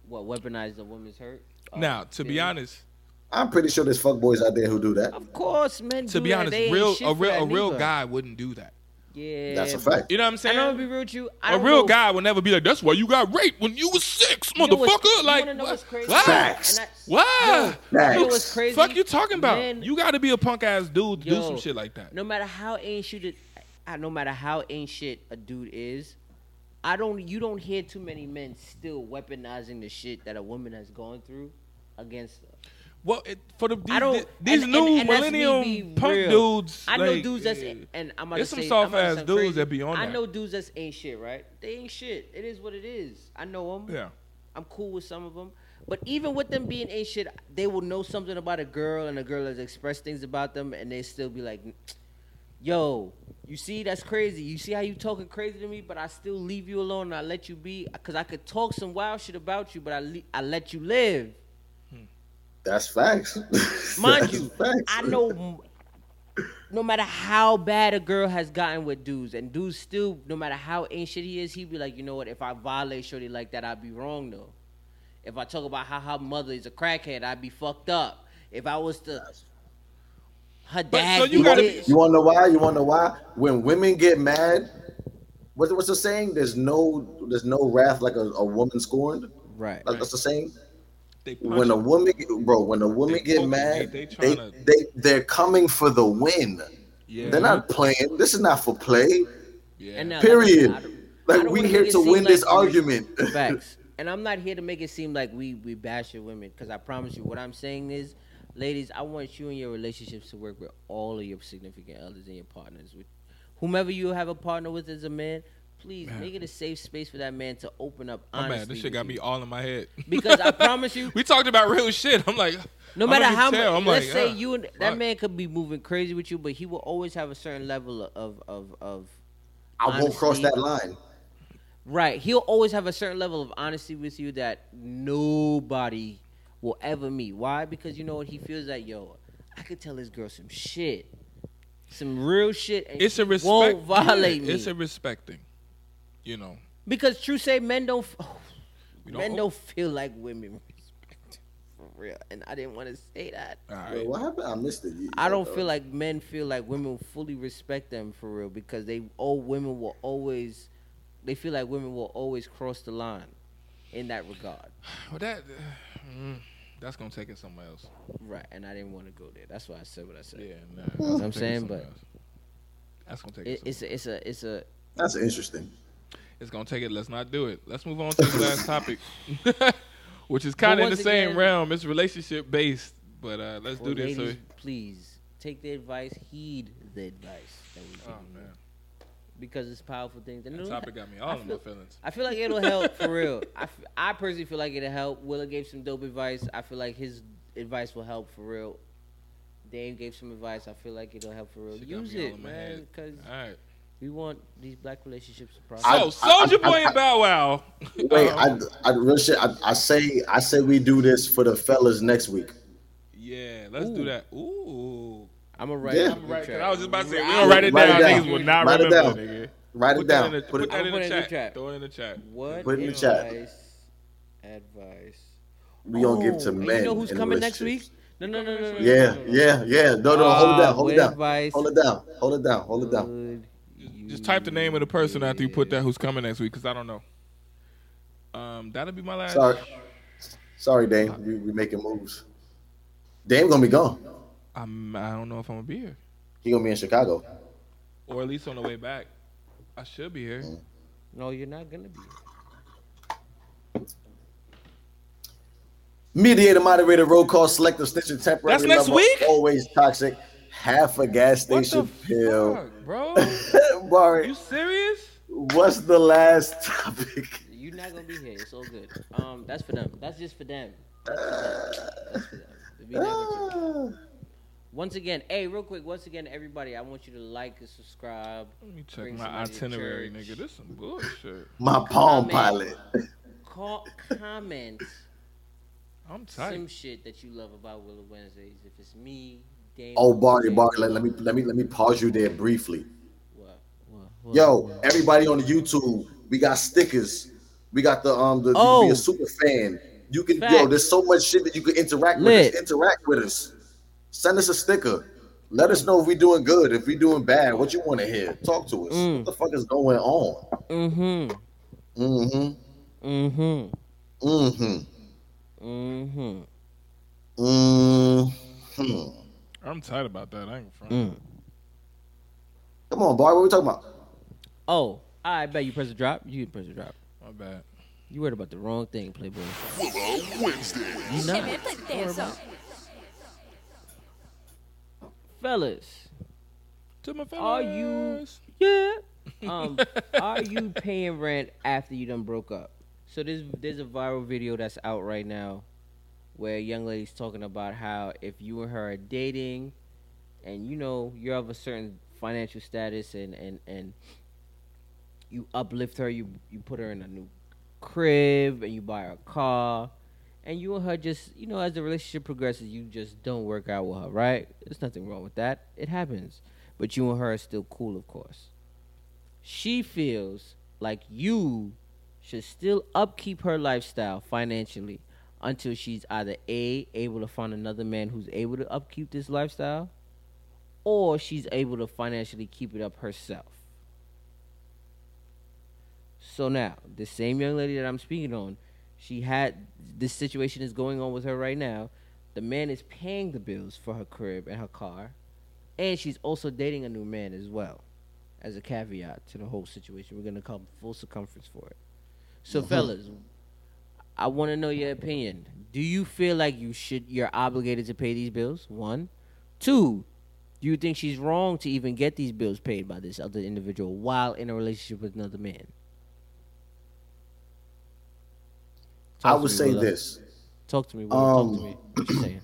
Speaker 2: What weaponized a woman's hurt? Oh,
Speaker 1: now to be
Speaker 2: yeah.
Speaker 1: honest,
Speaker 3: I'm pretty sure there's fuckboys out there who do that.
Speaker 2: of course, men.
Speaker 1: to
Speaker 2: do
Speaker 1: be
Speaker 2: that.
Speaker 1: honest,
Speaker 2: They ain't
Speaker 1: real
Speaker 2: shit
Speaker 1: a
Speaker 2: for
Speaker 1: real
Speaker 2: that
Speaker 1: a real
Speaker 2: neither.
Speaker 1: guy wouldn't do that.
Speaker 2: Yeah,
Speaker 3: That's a fact.
Speaker 1: You know what I'm
Speaker 2: And
Speaker 1: saying?
Speaker 2: I'm gonna be real with you. I
Speaker 1: a
Speaker 2: don't
Speaker 1: real
Speaker 2: know-
Speaker 1: guy would never be like, "That's why you got raped when you was six,
Speaker 2: You know what's-
Speaker 1: motherfucker."
Speaker 2: you
Speaker 1: like,
Speaker 2: wanna know what's crazy?
Speaker 1: why?
Speaker 3: Facts.
Speaker 2: And I-
Speaker 1: Why?
Speaker 2: You know
Speaker 3: Facts.
Speaker 2: what's crazy?
Speaker 1: Fuck you talking about?
Speaker 2: Men-
Speaker 1: you got to be a punk ass dude to do
Speaker 2: Yo,
Speaker 1: some shit like that.
Speaker 2: No matter how ancient, it, I, no matter how ancient a dude is, I don't. You don't hear too many men still weaponizing the shit that a woman has gone through against. Them.
Speaker 1: Well, it, for the these,
Speaker 2: I don't.
Speaker 1: these
Speaker 2: and-
Speaker 1: new
Speaker 2: and- and that's me
Speaker 1: millennium
Speaker 2: being
Speaker 1: punk
Speaker 2: real.
Speaker 1: dudes.
Speaker 2: I know
Speaker 1: like,
Speaker 2: dudes that's
Speaker 1: yeah.
Speaker 2: and I'm about
Speaker 1: There's
Speaker 2: to
Speaker 1: some
Speaker 2: say,
Speaker 1: soft
Speaker 2: I'm about to
Speaker 1: ass
Speaker 2: sound
Speaker 1: dudes
Speaker 2: crazy.
Speaker 1: that be on
Speaker 2: I
Speaker 1: that.
Speaker 2: know dudes that's ain't shit, right? They ain't shit. It is what it is. I know them.
Speaker 1: Yeah.
Speaker 2: I'm cool with some of them. But even with them being ain't shit, they will know something about a girl and a girl has expressed things about them and they still be like, yo, you see, that's crazy. You see how you talking crazy to me, but I still leave you alone and I let you be because I could talk some wild shit about you, but I, le- I let you live.
Speaker 3: That's facts.
Speaker 2: Mind
Speaker 3: That's
Speaker 2: you,
Speaker 3: facts.
Speaker 2: I know m- no matter how bad a girl has gotten with dudes, and dudes still, no matter how ancient he is, he be like, you know what? If I violate Shorty like that, I'd be wrong though. If I talk about how her mother is a crackhead, I'd be fucked up. If I was to her dad,
Speaker 1: so you
Speaker 2: did
Speaker 1: gotta
Speaker 2: it.
Speaker 3: You want to know why? You want to know why? When women get mad, what's what's the saying? There's no there's no wrath like a, a woman scorned.
Speaker 2: right.
Speaker 3: Like, that's the saying.
Speaker 1: They punch
Speaker 3: When a
Speaker 1: you.
Speaker 3: woman, bro, when a woman
Speaker 1: They
Speaker 3: get
Speaker 1: poking,
Speaker 3: mad,
Speaker 1: they- they
Speaker 3: they,
Speaker 1: tryna-
Speaker 3: they they are coming for the win.
Speaker 1: yeah.
Speaker 3: They're not playing. This is not for play.
Speaker 1: Yeah.
Speaker 2: And now, like I said,
Speaker 3: Period.
Speaker 2: I don't- I
Speaker 3: Like
Speaker 2: don't
Speaker 3: we
Speaker 2: wanna
Speaker 3: here
Speaker 2: make it
Speaker 3: to
Speaker 2: seem
Speaker 3: win
Speaker 2: like
Speaker 3: this
Speaker 2: we-
Speaker 3: argument.
Speaker 2: Facts. And I'm not here to make it seem like we we bash your women, because I promise you, what I'm saying is, ladies, I want you and your relationships to work with all of your significant others and your partners. With whomever you have a partner with as a man, please make it a safe space for that man to open up.
Speaker 1: my
Speaker 2: honestly
Speaker 1: man, this
Speaker 2: with
Speaker 1: shit got
Speaker 2: you.
Speaker 1: me all in my head.
Speaker 2: Because I promise you-
Speaker 1: we talked about real shit. I'm like,
Speaker 2: No
Speaker 1: I
Speaker 2: matter
Speaker 1: don't even
Speaker 2: how much,
Speaker 1: tell. I'm
Speaker 2: let's
Speaker 1: like,
Speaker 2: say
Speaker 1: ah,
Speaker 2: you and
Speaker 1: fuck.
Speaker 2: that man could be moving crazy with you, but he will always have a certain level of of of.
Speaker 3: I won't cross
Speaker 2: honesty.
Speaker 3: that line.
Speaker 2: Right. He'll always have a certain level of honesty with you that nobody will ever meet. Why? Because you know what? He feels like, yo, I could tell this girl some shit. Some real shit. And
Speaker 1: It's a
Speaker 2: she
Speaker 1: respect.
Speaker 2: Won't violate
Speaker 1: yeah,
Speaker 2: me.
Speaker 1: It's a respect thing. You know.
Speaker 2: because true say men don't, f oh,
Speaker 1: We don't
Speaker 2: men
Speaker 1: owe-
Speaker 2: don't feel like women respect. For real. And I didn't want to say that.
Speaker 1: All right.
Speaker 3: Wait, what happened? I missed it. You-
Speaker 2: I don't feel like men feel like women fully respect them for real because they all women will always they feel like women will always cross the line in that regard.
Speaker 1: Well, that mm, that's gonna take it somewhere else.
Speaker 2: Right, and I didn't want to go there. That's why I said what I said.
Speaker 1: Yeah, nah, that's gonna
Speaker 2: I'm
Speaker 1: take it
Speaker 2: saying,
Speaker 1: somewhere
Speaker 2: but-
Speaker 1: else. that's gonna take it.
Speaker 2: It,
Speaker 1: somewhere
Speaker 2: it's a, it's a, it's a.
Speaker 3: That's interesting.
Speaker 1: it's gonna take it. Let's not do it. Let's move on to the last topic, which is kind
Speaker 2: But
Speaker 1: of in the
Speaker 2: once
Speaker 1: same
Speaker 2: again-
Speaker 1: realm. It's relationship based, but uh, let's
Speaker 2: for
Speaker 1: do this.
Speaker 2: ladies,
Speaker 1: so,
Speaker 2: please take the advice, heed the advice that we give
Speaker 1: oh
Speaker 2: you
Speaker 1: man,
Speaker 2: because it's powerful things. And
Speaker 1: that
Speaker 2: it'll-
Speaker 1: topic got me all
Speaker 2: I
Speaker 1: in my
Speaker 2: feel-
Speaker 1: feelings.
Speaker 2: I feel like it'll help for real. I, f- I personally feel like it'll help. Willa gave some dope advice. I feel like his advice will help for real. Dave gave some advice. I feel like it'll help for real.
Speaker 1: Shit got
Speaker 2: Use
Speaker 1: me all
Speaker 2: it,
Speaker 1: in my
Speaker 2: man,
Speaker 1: head.
Speaker 2: because
Speaker 1: All right,
Speaker 2: We want these black relationships to prosper.
Speaker 3: I-
Speaker 1: So Soldier
Speaker 3: I-
Speaker 1: Boy
Speaker 3: I-
Speaker 1: and Bow Wow.
Speaker 3: Wait, I, I, real shit, I, I say, I say we do this for the fellas next week.
Speaker 1: Yeah, let's do
Speaker 2: Ooh.
Speaker 1: that. Ooh.
Speaker 2: I'm gonna write.
Speaker 3: Yeah.
Speaker 2: it.
Speaker 3: I'ma
Speaker 2: I'm
Speaker 1: Right,
Speaker 2: right.
Speaker 1: 'cause I was just about to say, we don't write it
Speaker 3: Write it
Speaker 1: down.
Speaker 3: down.
Speaker 1: Niggas will not
Speaker 3: Write it
Speaker 1: remember,
Speaker 3: down.
Speaker 1: nigga.
Speaker 3: Write
Speaker 1: Put
Speaker 3: it
Speaker 1: that in
Speaker 3: down.
Speaker 1: the-
Speaker 3: put
Speaker 1: Put
Speaker 3: it.
Speaker 1: that in
Speaker 2: I'll
Speaker 1: the chat. Throw it in the chat.
Speaker 2: What
Speaker 3: Put it in the chat.
Speaker 2: advice- Advice.
Speaker 3: We gonna give to
Speaker 2: Oh, and
Speaker 3: men.
Speaker 2: You know who's
Speaker 3: in
Speaker 2: coming next week?
Speaker 3: relationships.
Speaker 2: No, no, no, no, no. no,
Speaker 3: Yeah,
Speaker 2: no, no.
Speaker 3: yeah, yeah. No, no, hold it down, hold it
Speaker 2: Ah,
Speaker 3: down,
Speaker 2: advice
Speaker 3: hold it down, hold it down, hold it down.
Speaker 2: would
Speaker 1: Just type the name of the person after you put
Speaker 2: give?
Speaker 1: that who's coming next week, because I don't know. Um, that'll be my last.
Speaker 3: Sorry, sorry, Dame. We we making moves. Dame gonna be gone.
Speaker 1: I'm, I don't know if I'm gonna be here,
Speaker 3: He gonna be in Chicago.
Speaker 1: or at least on the way back. I should be here.
Speaker 2: No, you're not gonna be.
Speaker 3: Mediator, moderator, roll call, selective, snitching, temporary.
Speaker 1: That's next
Speaker 3: lover,
Speaker 1: week?
Speaker 3: Always toxic. Half a gas
Speaker 1: What
Speaker 3: station
Speaker 1: the
Speaker 3: pill.
Speaker 1: fuck, bro?
Speaker 3: Barry,
Speaker 1: You serious?
Speaker 3: what's the last topic?
Speaker 2: You're not gonna be here. It's all good. Um, that's for them. That's just for them. That's for them. That's for them. To be
Speaker 3: Ah.
Speaker 2: negative. Once again, hey, real quick. Once again, everybody, I want you to like and subscribe.
Speaker 1: Let me check
Speaker 2: Bring
Speaker 1: my
Speaker 2: somebody to
Speaker 1: itinerary,
Speaker 2: church.
Speaker 1: nigga. This some bullshit.
Speaker 3: My palm
Speaker 2: Comment.
Speaker 3: pilot.
Speaker 2: Call, comment
Speaker 1: I'm
Speaker 2: some
Speaker 1: tight.
Speaker 2: shit that you love about Willow Wednesdays. If it's me, Dame.
Speaker 3: Oh, Barry,
Speaker 2: Jay,
Speaker 3: Barry, let, let me let me let me pause you there briefly.
Speaker 2: What? What? What?
Speaker 3: Yo, everybody on YouTube, we got stickers. We got the um the you
Speaker 2: Oh.
Speaker 3: can be a super fan. You can yo,
Speaker 2: Facts.
Speaker 3: there's so much shit that you can interact
Speaker 2: Lit.
Speaker 3: with us. Interact with us. Send us a sticker. Let us know if we doing good, if we doing bad, what you want to hear. Talk to us.
Speaker 2: Mm.
Speaker 3: What the fuck is going on?
Speaker 2: Mm-hmm.
Speaker 3: Mm-hmm.
Speaker 2: Mm-hmm.
Speaker 3: Mm-hmm.
Speaker 2: Mm-hmm.
Speaker 3: Mm-hmm.
Speaker 1: I'm tight about that. I ain't front.
Speaker 2: Mm.
Speaker 3: Come on, Barry, what we talking about?
Speaker 2: Oh, I bet you press the drop. You press the drop.
Speaker 1: My bad.
Speaker 2: You worried about the wrong thing, Playboy.
Speaker 5: Willow Wednesday.
Speaker 2: You not. Fellas,
Speaker 1: To my fellas.
Speaker 2: are you yeah? Um, are you paying rent after you done broke up? So there's there's a viral video that's out right now where a young lady's talking about how if you and her are dating and you know you're of a certain financial status and and and you uplift her, you you put her in a new crib and you buy her a car and you and her just you know as the relationship progresses you just don't work out with her right there's nothing wrong with that it happens but you and her are still cool of course she feels like you should still upkeep her lifestyle financially until she's either a able to find another man who's able to upkeep this lifestyle or she's able to financially keep it up herself so now the same young lady that i'm speaking on she had this situation is going on with her right now the man is paying the bills for her crib and her car and she's also dating a new man as well as a caveat to the whole situation. We're gonna come full circumference for it. So,
Speaker 3: Mm-hmm.
Speaker 2: fellas, I want to know your opinion. Do you feel like you should you're obligated to pay these bills? One, two. Do you think she's wrong to even get these bills paid by this other individual while in a relationship with another man?
Speaker 3: I
Speaker 2: Talk to
Speaker 3: would
Speaker 2: me,
Speaker 3: say
Speaker 2: Willow.
Speaker 3: this.
Speaker 2: Talk to me. Willow. Talk to
Speaker 3: Um,
Speaker 2: me. What you saying?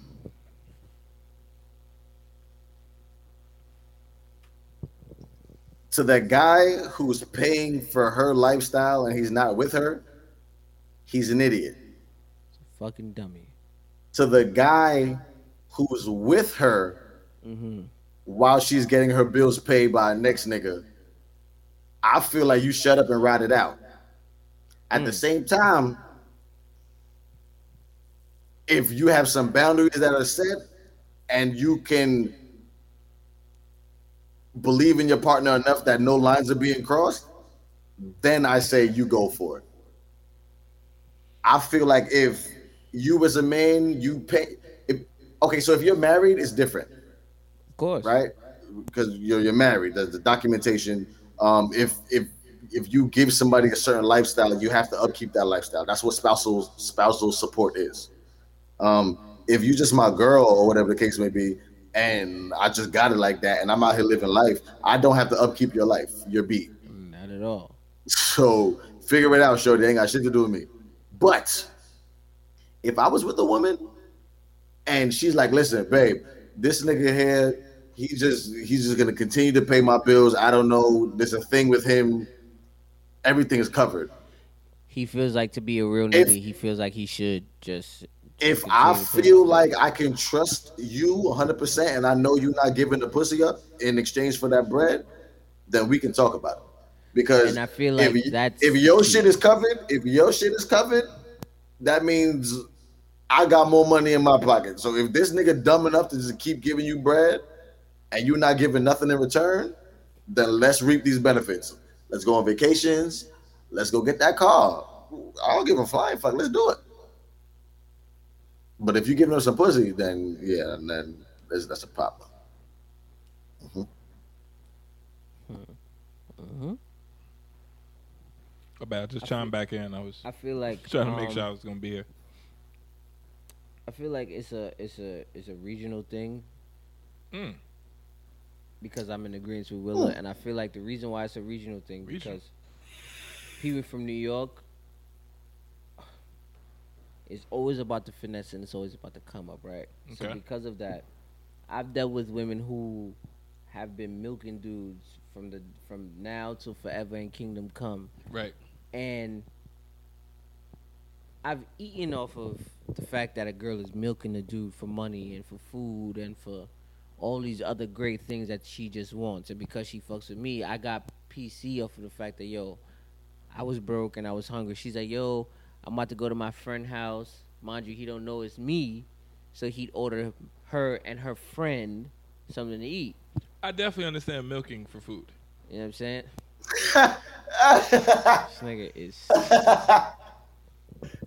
Speaker 3: to the guy who's paying for her lifestyle and he's not with her, he's an idiot.
Speaker 2: Fucking dummy.
Speaker 3: To the guy who's with her
Speaker 2: Mm-hmm.
Speaker 3: while she's getting her bills paid by a next nigga, I feel like you shut up and ride it out. At the same time, if you have some boundaries that are set and you can believe in your partner enough that no lines are being crossed, then I say you go for it. I feel like if you as a man, you pay. If, okay, so if you're married, it's different
Speaker 2: Of course.
Speaker 3: right? Because you're you're married. There's the documentation. Um, if if if you give somebody a certain lifestyle, you have to upkeep that lifestyle. That's what spousal spousal support is. Um, if you just my girl or whatever the case may be, and I just got it like that, and I'm out here living life, I don't have to upkeep your life. You're beat.
Speaker 2: Not at all.
Speaker 3: So figure it out, Shorty. Ain't got shit to do with me. But if I was with a woman and she's like, listen, babe, this nigga here, he just he's just gonna continue to pay my bills. I don't know. There's a thing with him. Everything is covered.
Speaker 2: He feels like to be a real
Speaker 3: If-
Speaker 2: nigga. he feels like he should just.
Speaker 3: If
Speaker 2: continue
Speaker 3: I
Speaker 2: to put
Speaker 3: feel
Speaker 2: his-
Speaker 3: like I can trust you 100% and I know you're not giving the pussy up in exchange for that bread, then we can talk about it. Because
Speaker 2: And I feel like
Speaker 3: if,
Speaker 2: that's
Speaker 3: if your
Speaker 2: key.
Speaker 3: shit is covered, if your shit is covered, that means I got more money in my pocket. So if this nigga dumb enough to just keep giving you bread and you're not giving nothing in return, then let's reap these benefits. Let's go on vacations. Let's go get that car. I don't give a flying fuck. Let's do it. But if you giving us some pussy, then yeah, and then that's, that's a problem.
Speaker 1: About just chime back in. I was
Speaker 2: I feel like
Speaker 1: trying to make
Speaker 2: um,
Speaker 1: sure I was gonna be here.
Speaker 2: I feel like it's a it's a it's a regional thing.
Speaker 1: Mm.
Speaker 2: Because I'm in agreement with Willa, and I feel like the reason why it's a regional thing
Speaker 1: Regional.
Speaker 2: because people from New York it's always about the finesse and it's always about the come up, right? So
Speaker 1: Okay.
Speaker 2: because of that, I've dealt with women who have been milking dudes from the from now till forever and kingdom come
Speaker 1: Right.
Speaker 2: and I've eaten off of the fact that a girl is milking a dude for money and for food and for all these other great things that she just wants. And because she fucks with me, I got PC off of the fact that yo, I was broke and I was hungry. She's like, yo, I'm about to go to my friend house. Mind you, he don't know it's me, so he'd order her and her friend something to eat.
Speaker 1: I definitely understand milking for food.
Speaker 2: You know what I'm saying? this nigga is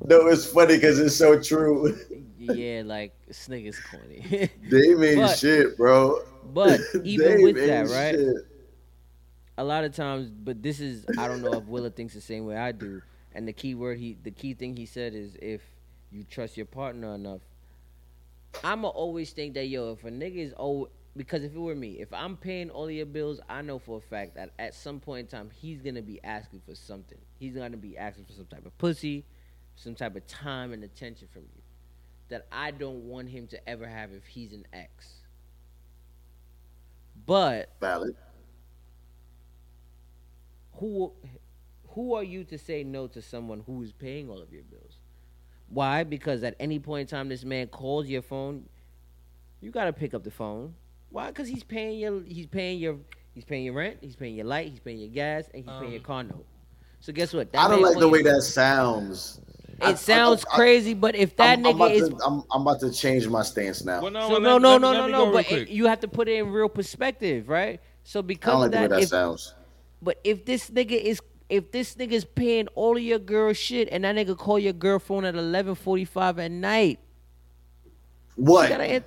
Speaker 3: No, it's funny because it's so true.
Speaker 2: yeah, like this nigga's corny.
Speaker 3: They mean
Speaker 2: But-
Speaker 3: shit, bro.
Speaker 2: but even
Speaker 3: They
Speaker 2: with
Speaker 3: mean
Speaker 2: that, right?
Speaker 3: shit.
Speaker 2: A lot of times, but this is I don't know if Willa thinks the same way I do. And the key word he, the key thing he said is if you trust your partner enough. I'ma always think that yo, if a nigga is old, because if it were me, if I'm paying all of your bills, I know for a fact that at some point in time he's gonna be asking for something. He's gonna be asking for some type of pussy, some type of time and attention from you that I don't want him to ever have if he's an ex. But
Speaker 3: Valid.
Speaker 2: who who are you to say no to someone who is paying all of your bills? Why? Because at any point in time, this man calls your phone. You gotta pick up the phone. Why? Because he's paying your he's paying your he's paying your rent, he's paying your light, he's paying your gas, and he's
Speaker 1: Um.
Speaker 2: paying your car note. So guess what? That
Speaker 3: I don't
Speaker 2: man
Speaker 3: like the
Speaker 2: wants-
Speaker 3: way that sounds.
Speaker 2: it sounds crazy. But if that
Speaker 3: I'm, I'm
Speaker 2: nigga
Speaker 3: about
Speaker 2: is
Speaker 3: to, I'm, I'm about to change my stance now.
Speaker 1: Well, no,
Speaker 2: so
Speaker 1: well,
Speaker 2: no
Speaker 1: let-
Speaker 2: no
Speaker 1: let me-
Speaker 2: no
Speaker 1: let
Speaker 2: no
Speaker 1: me
Speaker 2: no,
Speaker 1: go real
Speaker 2: but
Speaker 1: quick.
Speaker 2: you have to put it in real perspective, right? So
Speaker 3: I don't
Speaker 2: because
Speaker 3: like the way
Speaker 2: of that,
Speaker 3: that
Speaker 2: if
Speaker 3: sounds.
Speaker 2: But if this nigga is if this nigga's paying all of your girl shit and that nigga call your girl phone at eleven forty five at night, she
Speaker 3: What?
Speaker 2: gotta an-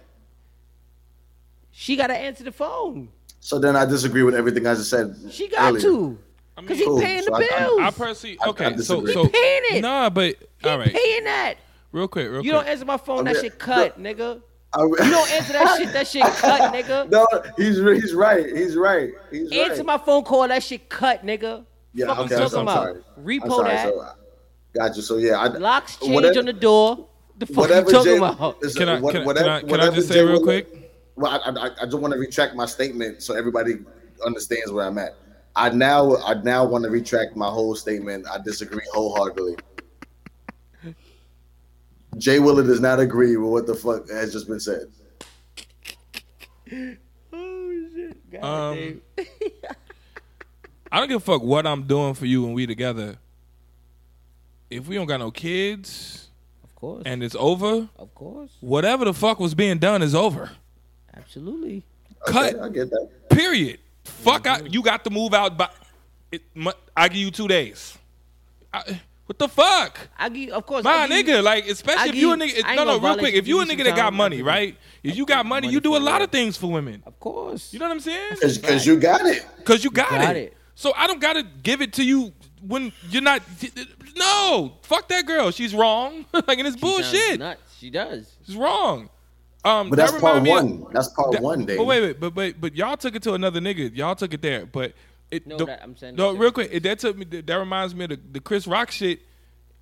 Speaker 2: she gotta answer the phone.
Speaker 3: So then I disagree with everything I just said.
Speaker 2: She got
Speaker 3: earlier.
Speaker 2: to.
Speaker 1: I mean-
Speaker 2: Cause he
Speaker 3: Cool.
Speaker 2: paying
Speaker 3: So
Speaker 2: the
Speaker 3: I- I-
Speaker 2: bills.
Speaker 1: I personally
Speaker 3: I- I
Speaker 1: okay. so
Speaker 3: disagree.
Speaker 1: so
Speaker 2: He paying it.
Speaker 1: nah, but
Speaker 2: he
Speaker 1: all right,
Speaker 2: paying that.
Speaker 1: real quick, real
Speaker 2: You
Speaker 1: quick.
Speaker 2: don't answer my phone,
Speaker 3: I
Speaker 2: that
Speaker 3: mean,
Speaker 2: shit cut, nigga.
Speaker 3: I-
Speaker 2: You don't answer that shit, that shit cut, nigga.
Speaker 3: No, he's he's right. He's right. He's
Speaker 2: answer
Speaker 3: right.
Speaker 2: my phone call, that shit cut, nigga.
Speaker 3: Yeah,
Speaker 2: Fuck you
Speaker 3: okay. I'm,
Speaker 2: talking
Speaker 3: so- I'm
Speaker 2: about?
Speaker 3: sorry.
Speaker 2: Repo
Speaker 3: I'm sorry,
Speaker 2: that.
Speaker 3: So, uh, got you. So yeah, I,
Speaker 2: Locks change
Speaker 3: whatever-
Speaker 2: on the door. The fuck you
Speaker 3: whatever
Speaker 2: talking
Speaker 3: Jay-
Speaker 2: about?
Speaker 3: is- uh,
Speaker 1: Can I-
Speaker 3: what-
Speaker 1: can I-
Speaker 3: whatever-
Speaker 1: can I- can I
Speaker 3: whatever
Speaker 1: just say
Speaker 3: Jay
Speaker 1: real
Speaker 3: Will-
Speaker 1: quick?
Speaker 3: Well, I, I, I- I just want to retract my statement so everybody understands where I'm at. I now I now want to retract my whole statement. I disagree wholeheartedly. Jay Willer does not agree with what the fuck has just been said.
Speaker 2: Oh shit. God
Speaker 1: Um,
Speaker 2: damn.
Speaker 1: I don't give a fuck what I'm doing for you when we together. If we don't got no kids
Speaker 2: Of course.
Speaker 1: and it's over,
Speaker 2: of course.
Speaker 1: whatever the fuck was being done is over.
Speaker 2: Absolutely.
Speaker 1: Cut.
Speaker 3: Yeah, I get that.
Speaker 1: Period. Fuck
Speaker 2: Mm-hmm.
Speaker 1: out. You got to move out. By it, mu I give you two days. I, what the fuck,
Speaker 2: I give of course.
Speaker 1: my
Speaker 2: I give you-
Speaker 1: nigga? Like, especially
Speaker 2: I
Speaker 1: if you a
Speaker 2: give-
Speaker 1: nigga.
Speaker 2: I
Speaker 1: No, no,
Speaker 2: ain't gonna
Speaker 1: real
Speaker 2: violate
Speaker 1: quick.
Speaker 2: you,
Speaker 1: If you a
Speaker 2: give you
Speaker 1: nigga that
Speaker 2: some
Speaker 1: got
Speaker 2: time,
Speaker 1: money,
Speaker 2: I'll give
Speaker 1: right? If you got money, you do a lot of things for women.
Speaker 2: Of course.
Speaker 1: You know what I'm saying?
Speaker 3: Because you got it.
Speaker 1: Cause you got,
Speaker 2: got
Speaker 1: it.
Speaker 2: it.
Speaker 1: So I don't gotta give it to you when you're not. No, fuck that girl. She's wrong. like, and it's
Speaker 2: She sounds
Speaker 1: bullshit.
Speaker 2: Nuts. She does.
Speaker 1: It's wrong. Um,
Speaker 3: But that's
Speaker 1: that
Speaker 3: part
Speaker 1: remind me of-
Speaker 3: one. That's part
Speaker 1: that-
Speaker 3: one, Dave.
Speaker 1: But wait, wait, but but but y'all took it to another nigga. Y'all took it there, but it.
Speaker 2: No,
Speaker 1: the-
Speaker 2: that- I'm saying
Speaker 1: No,
Speaker 2: that's
Speaker 1: real
Speaker 2: it.
Speaker 1: quick. It, that took me. That reminds me of the, the Chris Rock shit.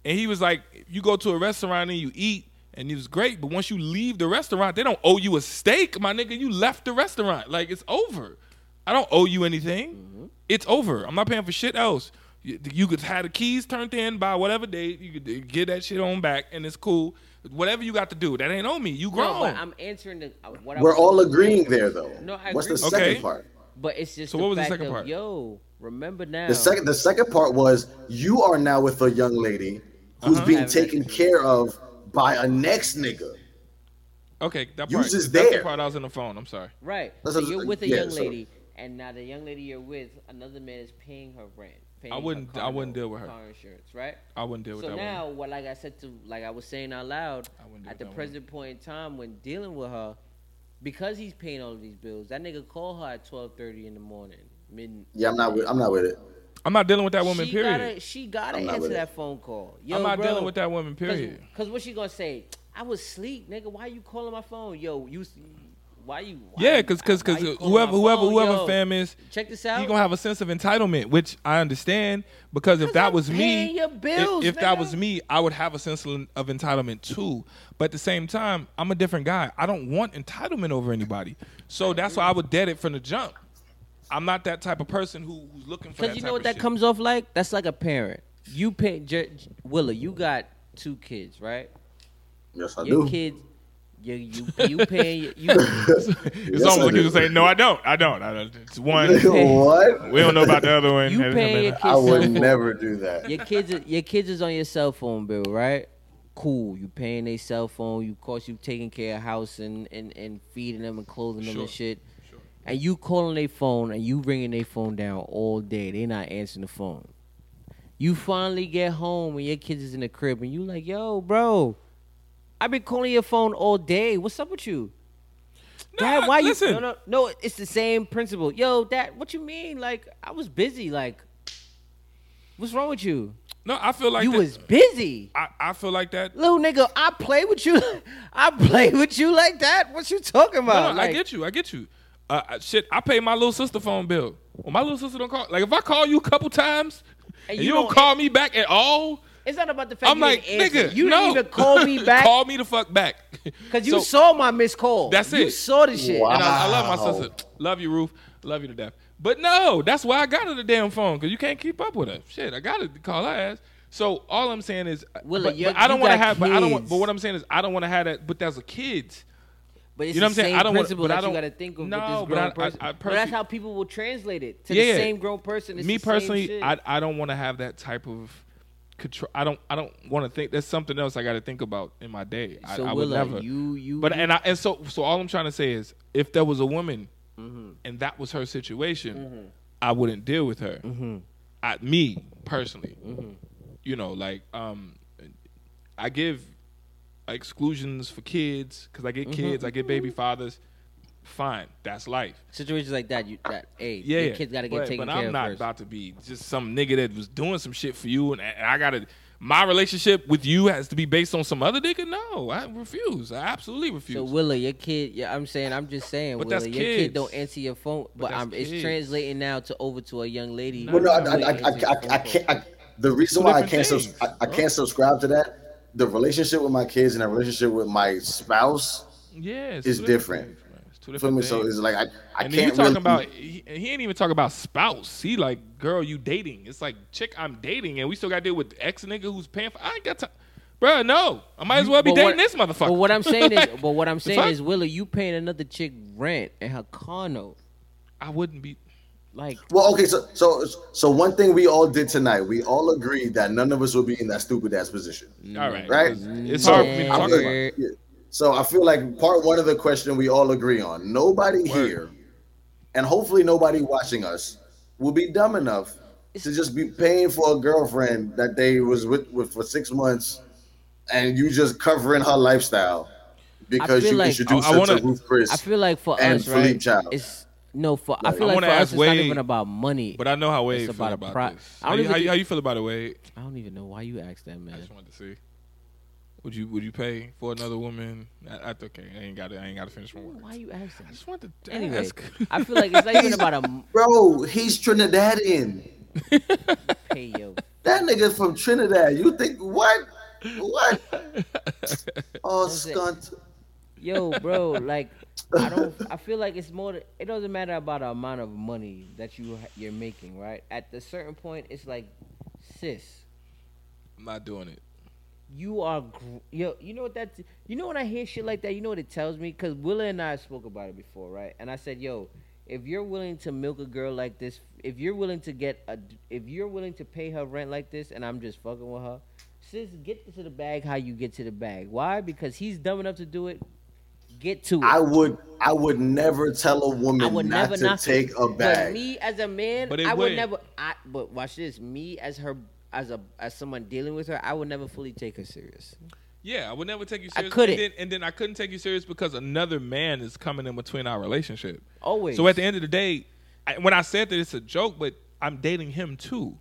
Speaker 1: And he was like, you go to a restaurant and you eat, and it was great. But once you leave the restaurant, they don't owe you a steak, my nigga. You left the restaurant. Like it's over. I don't owe you anything.
Speaker 2: Mm-hmm.
Speaker 1: It's over. I'm not paying for shit else. You, you could have the keys turned in by whatever date. You could get that shit on back, and it's cool. Whatever you got to do, that ain't on me. You
Speaker 2: No,
Speaker 1: grown.
Speaker 2: but I'm answering the, uh, what I
Speaker 3: We're
Speaker 2: was-
Speaker 3: all agreeing there, though.
Speaker 2: No, I
Speaker 3: What's the
Speaker 2: agree.
Speaker 1: Okay.
Speaker 3: second part?
Speaker 2: But it's just
Speaker 1: So
Speaker 2: the
Speaker 1: what was the
Speaker 2: fact
Speaker 1: second
Speaker 2: of,
Speaker 1: part?
Speaker 2: Yo, remember now.
Speaker 3: The second, the second part was you are now with a young lady who's being
Speaker 2: Uh-huh. Have
Speaker 3: taken
Speaker 2: that.
Speaker 3: care of by a next nigga.
Speaker 1: okay, that part.
Speaker 3: You just
Speaker 1: that's
Speaker 3: there.
Speaker 1: the part I was on the phone. I'm sorry.
Speaker 2: Right.
Speaker 3: That's
Speaker 2: so
Speaker 3: what-
Speaker 2: you're with a
Speaker 3: yeah,
Speaker 2: young
Speaker 3: so-
Speaker 2: lady, and now the young lady you're with, another man is paying her rent. Paying
Speaker 1: I wouldn't-
Speaker 2: Her
Speaker 1: I wouldn't
Speaker 2: condo,
Speaker 1: deal with her.
Speaker 2: Car insurance, right?
Speaker 1: I wouldn't deal with
Speaker 2: so
Speaker 1: that
Speaker 2: now,
Speaker 1: one.
Speaker 2: what like I said to like I was saying out loud,
Speaker 1: I wouldn't deal with
Speaker 2: at the
Speaker 1: that one.
Speaker 2: present point in time when dealing with her, because he's paying all of these bills, that nigga called her at twelve thirty in the morning. Mid-
Speaker 3: Yeah, I'm not with. I'm not with it.
Speaker 1: I'm not dealing with that woman.
Speaker 2: she
Speaker 1: Period.
Speaker 2: Gotta, she gotta
Speaker 3: I'm not
Speaker 2: answer
Speaker 3: with it.
Speaker 2: that phone call. Yo,
Speaker 1: I'm not
Speaker 2: bro,
Speaker 1: dealing with that woman.
Speaker 2: Cause,
Speaker 1: Period.
Speaker 2: Cause what she gonna say? I was asleep, nigga. Why you calling my phone? Yo, you. s- Why you? Why,
Speaker 1: Yeah, cause cause
Speaker 2: why
Speaker 1: cause
Speaker 2: you calling
Speaker 1: whoever
Speaker 2: my
Speaker 1: whoever
Speaker 2: phone?
Speaker 1: whoever
Speaker 2: Yo,
Speaker 1: fam is,
Speaker 2: Check this
Speaker 1: you
Speaker 2: out.
Speaker 1: gonna have a sense of entitlement, which I understand. Because if
Speaker 2: 'Cause
Speaker 1: that
Speaker 2: I'm
Speaker 1: was me,
Speaker 2: paying your
Speaker 1: if-
Speaker 2: bills,
Speaker 1: if, that
Speaker 2: nigga.
Speaker 1: was me, I would have a sense of of entitlement too. But at the same time, I'm a different guy. I don't want entitlement over anybody. So that's why I would dead it from the jump. I'm not that type of person who, who's looking for.
Speaker 2: Because
Speaker 1: that
Speaker 2: you
Speaker 1: type
Speaker 2: know what
Speaker 1: of
Speaker 2: that
Speaker 1: shit.
Speaker 2: comes off like? That's like a parent. You pay Jer- J- Willa. You got two kids, right?
Speaker 3: Yes, I
Speaker 2: Your
Speaker 3: do.
Speaker 2: kids. You you you paying you.
Speaker 1: It's
Speaker 3: Yes, I
Speaker 1: almost like you
Speaker 3: do.
Speaker 1: say, "No, I don't. I don't. I don't. It's one.
Speaker 3: what?
Speaker 1: we don't know about the other one."
Speaker 2: You pay your kids.
Speaker 3: I would
Speaker 2: cell phone-
Speaker 3: never do that.
Speaker 2: Your kids. is- Your kids is on your cell phone bill, right? Cool. You paying their cell phone. You of course you taking care of house and and and feeding them and clothing them
Speaker 1: Sure.
Speaker 2: and shit. And you calling their phone and you ringing their phone down all day. They not answering the phone. You finally get home and your kids is in the crib and you like, yo, bro, I've been calling your phone all day. What's up with you? Dad,
Speaker 1: Nah,
Speaker 2: why
Speaker 1: listen.
Speaker 2: you? No, no, no. It's the same principle. Yo, Dad, what you mean? Like, I was busy. Like, what's wrong with you?
Speaker 1: No, I feel like
Speaker 2: you
Speaker 1: that-
Speaker 2: was busy,
Speaker 1: I, I feel like that.
Speaker 2: little nigga. I play with you. I play with you like that. What you talking
Speaker 1: No,
Speaker 2: about?
Speaker 1: no,
Speaker 2: like,
Speaker 1: I get you. I get you. Uh, I- shit, I pay my little sister phone bill. Well, my little sister don't call. Like if I call you a couple times and, you,
Speaker 2: you
Speaker 1: don't,
Speaker 2: don't-
Speaker 1: call me back at all,
Speaker 2: It's not about the fact.
Speaker 1: I'm
Speaker 2: you
Speaker 1: like,
Speaker 2: didn't answer.
Speaker 1: nigga,
Speaker 2: you
Speaker 1: no.
Speaker 2: didn't even call me back
Speaker 1: call me the fuck back.
Speaker 2: because you
Speaker 1: So-
Speaker 2: saw my missed call.
Speaker 1: That's
Speaker 2: You
Speaker 1: it.
Speaker 2: saw the shit.
Speaker 3: Wow.
Speaker 1: And I, I love my
Speaker 3: Wow.
Speaker 1: sister. Love you, Ruth. Love you to death. But no, that's why I got her the damn phone because you can't keep up with her. Shit, I gotta call her ass. So all I'm saying is, uh,
Speaker 2: Willa,
Speaker 1: but,
Speaker 2: you-
Speaker 1: but I don't
Speaker 2: you
Speaker 1: want to
Speaker 2: got
Speaker 1: have. But I don't. Want,
Speaker 2: kids.
Speaker 1: but what I'm saying is, I don't want to have that. But that's a kids.
Speaker 2: But it's
Speaker 1: You know what I'm
Speaker 2: the
Speaker 1: saying?
Speaker 2: same
Speaker 1: I don't wanna-
Speaker 2: principle
Speaker 1: but I
Speaker 2: that
Speaker 1: don't-
Speaker 2: you got to think of
Speaker 1: No,
Speaker 2: with this
Speaker 1: but
Speaker 2: grown
Speaker 1: I- I-
Speaker 2: person.
Speaker 1: I
Speaker 2: but that's
Speaker 1: personally-
Speaker 2: how people will translate it to
Speaker 1: Yeah.
Speaker 2: the same grown person. It's
Speaker 1: me
Speaker 2: the same
Speaker 1: personally,
Speaker 2: shit.
Speaker 1: I I don't want to have that type of control. I don't I don't want to think. There's something else I got to think about in my day. I,
Speaker 2: So,
Speaker 1: I would
Speaker 2: Willa,
Speaker 1: never.
Speaker 2: you- you-
Speaker 1: But
Speaker 2: you-
Speaker 1: and I and so so all I'm trying to say is, if there was a woman,
Speaker 2: Mm-hmm.
Speaker 1: and that was her situation, I wouldn't deal with her.
Speaker 2: Mm-hmm.
Speaker 1: I, me personally, you know, like um, I give exclusions for kids because I get
Speaker 2: Mm-hmm.
Speaker 1: kids, I get baby fathers. Fine, that's life.
Speaker 2: situations like that. You that hey,
Speaker 1: Yeah,
Speaker 2: your
Speaker 1: yeah.
Speaker 2: kids got to get
Speaker 1: but,
Speaker 2: taken
Speaker 1: but
Speaker 2: care
Speaker 1: I'm
Speaker 2: of
Speaker 1: not
Speaker 2: first.
Speaker 1: about to be just some nigga that was doing some shit for you, and, and I gotta. My relationship with you has to be based on some other nigga. No, I refuse. I absolutely refuse.
Speaker 2: so Willa, your kid, yeah, I'm saying, I'm just saying,
Speaker 1: But
Speaker 2: Willa,
Speaker 1: that's
Speaker 2: your kid
Speaker 1: kids.
Speaker 2: don't answer your phone, but,
Speaker 1: that's
Speaker 2: I'm, it's
Speaker 1: kids.
Speaker 2: translating now to over to a young lady.
Speaker 3: Well, no, I,
Speaker 1: No,
Speaker 3: I, I, I, I, I can't. I, the reason
Speaker 1: Two
Speaker 3: why I can't
Speaker 1: different
Speaker 3: subs
Speaker 1: things,
Speaker 3: I, I can't subscribe to that, the relationship with my kids and the relationship with my spouse.
Speaker 1: yeah,
Speaker 3: It's
Speaker 1: two
Speaker 3: different.
Speaker 1: things, man. It's two
Speaker 3: You feel
Speaker 1: different
Speaker 3: me?
Speaker 1: things.
Speaker 3: So it's like I, I
Speaker 1: and then you
Speaker 3: can't
Speaker 1: talking
Speaker 3: really.
Speaker 1: about he, he ain't even talking about spouse. He like girl, you dating. It's like chick, I'm dating, and we still got to deal with the ex nigga who's paying for. I ain't got time, bro. No, I might as well be
Speaker 2: But
Speaker 1: dating
Speaker 2: what-
Speaker 1: this motherfucker.
Speaker 2: But what I'm saying is,
Speaker 1: Like,
Speaker 2: but what I'm
Speaker 1: the
Speaker 2: saying
Speaker 1: fuck?
Speaker 2: is, Willa, you paying another chick rent and her condo,
Speaker 1: I wouldn't be.
Speaker 2: like
Speaker 3: well, okay, so so so one thing we all did tonight, we all agreed that none of us would be in that stupid ass position,
Speaker 1: All right,
Speaker 3: right?
Speaker 1: It's
Speaker 3: So,
Speaker 1: hard for me to
Speaker 3: I
Speaker 1: talk
Speaker 3: feel
Speaker 1: about.
Speaker 2: Word.
Speaker 3: like- yeah. So I feel like part one of the question we all agree on. Nobody here, and hopefully nobody watching us, will be dumb enough to just be paying for a girlfriend that they was with, with for six months, and you just covering her lifestyle because
Speaker 2: feel
Speaker 3: you
Speaker 2: like-
Speaker 3: introduced
Speaker 1: I- I
Speaker 3: her
Speaker 1: wanna-
Speaker 3: to Ruth Chris.
Speaker 2: I feel like for
Speaker 3: and
Speaker 2: us, right?
Speaker 3: Philippe Child.
Speaker 2: It's no for. I feel
Speaker 1: I
Speaker 2: like for
Speaker 1: wanna ask
Speaker 2: us, it's not
Speaker 1: Wade-
Speaker 2: even about money.
Speaker 1: But I know how Wade
Speaker 2: It's
Speaker 1: feels
Speaker 2: about
Speaker 1: about,
Speaker 2: a pro-
Speaker 1: this.
Speaker 2: I
Speaker 1: How
Speaker 2: don't
Speaker 1: you,
Speaker 2: even
Speaker 1: how, you,
Speaker 2: think-
Speaker 1: how you feel about it, Wade?
Speaker 2: I don't even know why you asked that,
Speaker 1: I
Speaker 2: man.
Speaker 1: just wanted to see. Would you would you pay for another woman? I, I, okay, I ain't got to I ain't got to finish my work.
Speaker 2: Why you asked
Speaker 1: I
Speaker 2: that?
Speaker 1: just wanted to
Speaker 2: Anyway,
Speaker 1: ask.
Speaker 2: I feel like it's not even about a
Speaker 3: Bro, he's Trinidadian.
Speaker 2: pay yo.
Speaker 3: That nigga from Trinidad. You think what? What? Oh,
Speaker 2: That's it.
Speaker 3: scunt.
Speaker 2: Yo, bro, like I don't. I feel like it's more. th- It doesn't matter about the amount of money that you ha- you're making, right? At the certain point, it's like, sis,
Speaker 1: I'm not doing it.
Speaker 2: you are gr- yo. You know what that? You know when I hear shit like that, you know what it tells me? Because Willa and I spoke about it before, right? And I said, yo, if you're willing to milk a girl like this, if you're willing to get a, if you're willing to pay her rent like this, and I'm just fucking with her, sis, get to the bag how you get to the bag. Why? Because he's dumb enough to do it. Get to it.
Speaker 3: I would I would never tell a
Speaker 2: I
Speaker 3: woman
Speaker 2: would
Speaker 3: not
Speaker 2: never
Speaker 3: to
Speaker 2: knock
Speaker 3: take
Speaker 2: it.
Speaker 3: a
Speaker 2: But
Speaker 3: bag.
Speaker 2: me as a man,
Speaker 1: But it
Speaker 2: I would
Speaker 1: would.
Speaker 2: never. I but watch this. Me as her, as a as someone dealing with her, I would never fully take her serious.
Speaker 1: Yeah, I would never take you
Speaker 2: I
Speaker 1: serious. And
Speaker 2: couldn't.
Speaker 1: then, and then I couldn't take you serious because another man is coming in between our relationship.
Speaker 2: Always.
Speaker 1: So at the end of the day, I, when I said that it's a joke, but I'm dating him too.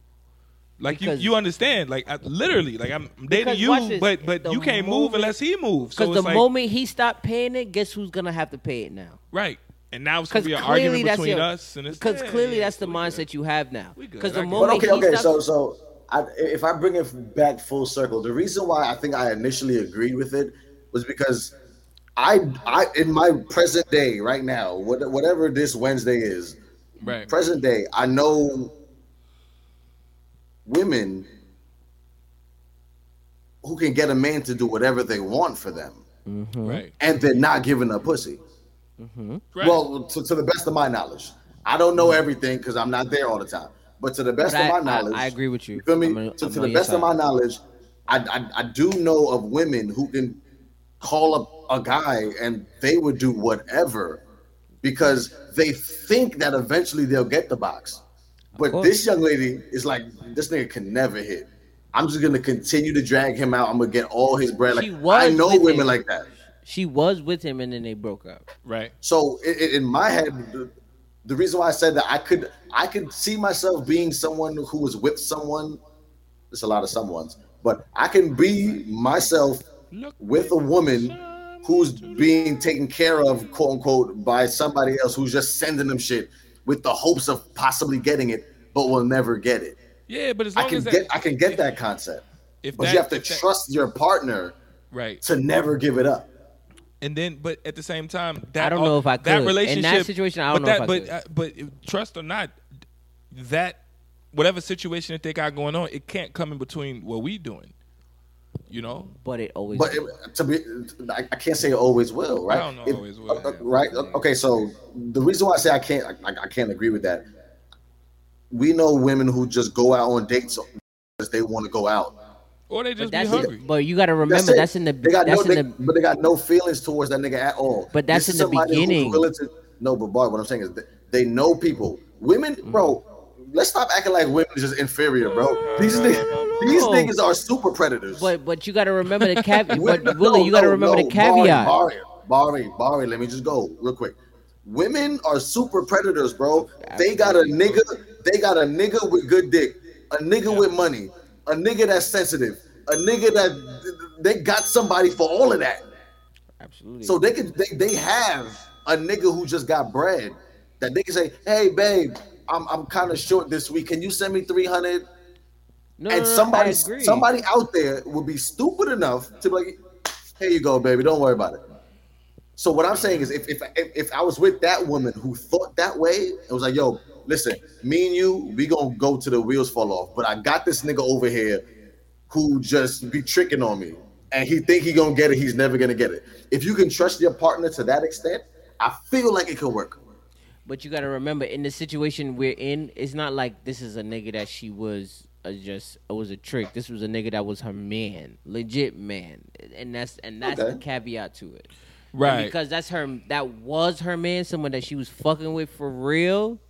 Speaker 1: Like
Speaker 2: Because-
Speaker 1: you, you understand? Like I, literally, like I'm, I'm dating
Speaker 2: Because watch
Speaker 1: you,
Speaker 2: this,
Speaker 1: but but
Speaker 2: the
Speaker 1: you can't move
Speaker 2: moment-
Speaker 1: unless he moves.
Speaker 2: Because
Speaker 1: So
Speaker 2: the
Speaker 1: it's like
Speaker 2: moment he stopped paying it, guess who's gonna have to pay it now?
Speaker 1: right, and now it's gonna
Speaker 2: Because
Speaker 1: be an
Speaker 2: clearly
Speaker 1: argument
Speaker 2: that's
Speaker 1: between
Speaker 2: your,
Speaker 1: us. And it's
Speaker 2: because
Speaker 1: yeah,
Speaker 2: clearly
Speaker 1: yeah,
Speaker 2: that's the
Speaker 1: we good.
Speaker 2: mindset you have now.
Speaker 1: We good,
Speaker 2: Because
Speaker 1: I get
Speaker 2: the
Speaker 1: it.
Speaker 3: But
Speaker 2: moment
Speaker 3: okay,
Speaker 2: he
Speaker 3: okay.
Speaker 2: stopped-
Speaker 3: So, so I, if I bring it back full circle, the reason why I think I initially agreed with it was because I, I in my present day right now, what, whatever this Wednesday is,
Speaker 1: Right.
Speaker 3: present day, I know women who can get a man to do whatever they want for them,
Speaker 1: Right.
Speaker 3: and they're not giving a pussy.
Speaker 1: Right.
Speaker 3: Well, to, to the best of my knowledge, I don't know everything because I'm not there all the time. But to the best
Speaker 2: Mm-hmm. But I-
Speaker 3: of my
Speaker 2: I-
Speaker 3: knowledge,
Speaker 2: I agree with you.
Speaker 3: feel me?
Speaker 2: I'm on-
Speaker 3: to
Speaker 2: I'm
Speaker 3: to
Speaker 2: on
Speaker 3: the
Speaker 2: your
Speaker 3: best of
Speaker 2: side.
Speaker 3: my knowledge, I, I I do know of women who can call up a guy and they would do whatever because they think that eventually they'll get the box. But
Speaker 2: course.
Speaker 3: this young lady is like, this nigga can never hit. I'm just gonna continue to drag him out. I'm gonna get all his bread. Like
Speaker 2: She
Speaker 3: I
Speaker 2: was
Speaker 3: know
Speaker 2: with
Speaker 3: women
Speaker 2: him.
Speaker 3: like that.
Speaker 2: she was with him and then they broke up.
Speaker 1: Right.
Speaker 3: So i i in my head, the, the reason why I said that I could I could see myself being someone who was with someone. There's a lot of someones, but I can be myself
Speaker 1: Look
Speaker 3: with a woman who's being taken care of, quote unquote, by somebody else who's just sending them shit with the hopes of possibly getting it, but will never get it.
Speaker 1: Yeah, but as long
Speaker 3: I can
Speaker 1: as that,
Speaker 3: get I can get that concept,
Speaker 1: if
Speaker 3: but
Speaker 1: that-
Speaker 3: you have to
Speaker 1: if that-
Speaker 3: trust your partner
Speaker 1: Right.
Speaker 3: to never give it up.
Speaker 1: And then, but at the same time, that
Speaker 2: I don't know if I could. In
Speaker 1: That
Speaker 2: that
Speaker 1: relationship,
Speaker 2: situation, I don't
Speaker 1: but
Speaker 2: know if I
Speaker 1: that,
Speaker 2: could.
Speaker 1: but, uh, but trust or not, that whatever situation that they got going on, it can't come in between what we doing. You know,
Speaker 2: But it always.
Speaker 3: But it, to be, I, I can't say it always will, right?
Speaker 1: don't know
Speaker 3: It-
Speaker 1: always will,
Speaker 3: uh, uh,
Speaker 1: yeah.
Speaker 3: right? Uh, Okay, so the reason why I say I can't, I, I can't agree with that. We know women who just go out on dates because they want to go out.
Speaker 1: or they just be
Speaker 2: that's
Speaker 1: hungry.
Speaker 2: but you got to remember
Speaker 3: it.
Speaker 2: that's, in the
Speaker 3: They got
Speaker 2: that's
Speaker 3: no,
Speaker 2: in the
Speaker 3: they- but they got no feelings towards that nigga at all.
Speaker 2: But that's
Speaker 3: This
Speaker 2: in
Speaker 3: is
Speaker 2: the
Speaker 3: somebody who's
Speaker 2: beginning.
Speaker 3: willing to- no, but Bart, what I'm saying is they, they know people. Women,
Speaker 2: Mm.
Speaker 3: bro. Let's stop acting like women is just inferior, bro.
Speaker 1: Uh,
Speaker 3: These niggas, these
Speaker 2: no.
Speaker 3: niggas are super predators.
Speaker 2: But but you got to remember the caveat.
Speaker 3: Women-
Speaker 2: but Willie,
Speaker 3: no,
Speaker 2: you got to
Speaker 3: no,
Speaker 2: remember
Speaker 3: no,
Speaker 2: the caveat.
Speaker 3: Bari, Bari, Bari, Bari, let me just go real quick. Women are super predators, bro. They got a nigga, they got a nigga with good dick, a nigga with money, a nigga that's sensitive, a nigga that they got somebody for all of that.
Speaker 2: Absolutely.
Speaker 3: So they can they, they have a nigga who just got bread that they can say, hey babe, I'm I'm kind of short this week. Can you send me 300?
Speaker 2: no, no,
Speaker 3: and
Speaker 2: no, Uh, I
Speaker 3: somebody
Speaker 2: agree.
Speaker 3: somebody out there would be stupid enough to be like, "Here you go, baby. Don't worry about it." So what I'm saying is, if if if, if I was with that woman who thought that way, it was like, "Yo, listen, me and you, we gonna go to the wheels fall off." But I got this nigga over here who just be tricking on me, and he think he gonna get it. He's never gonna get it. If you can trust your partner to that extent, I feel like it could work.
Speaker 2: But you got to remember, in the situation we're in, it's not like this is a nigga that she was uh, just it was a trick. This was a nigga that was her man, legit man, and that's and that's the
Speaker 3: Okay.
Speaker 2: caveat to it, And
Speaker 1: right.
Speaker 2: Because that's her. That was her man, someone that she was fucking with for real.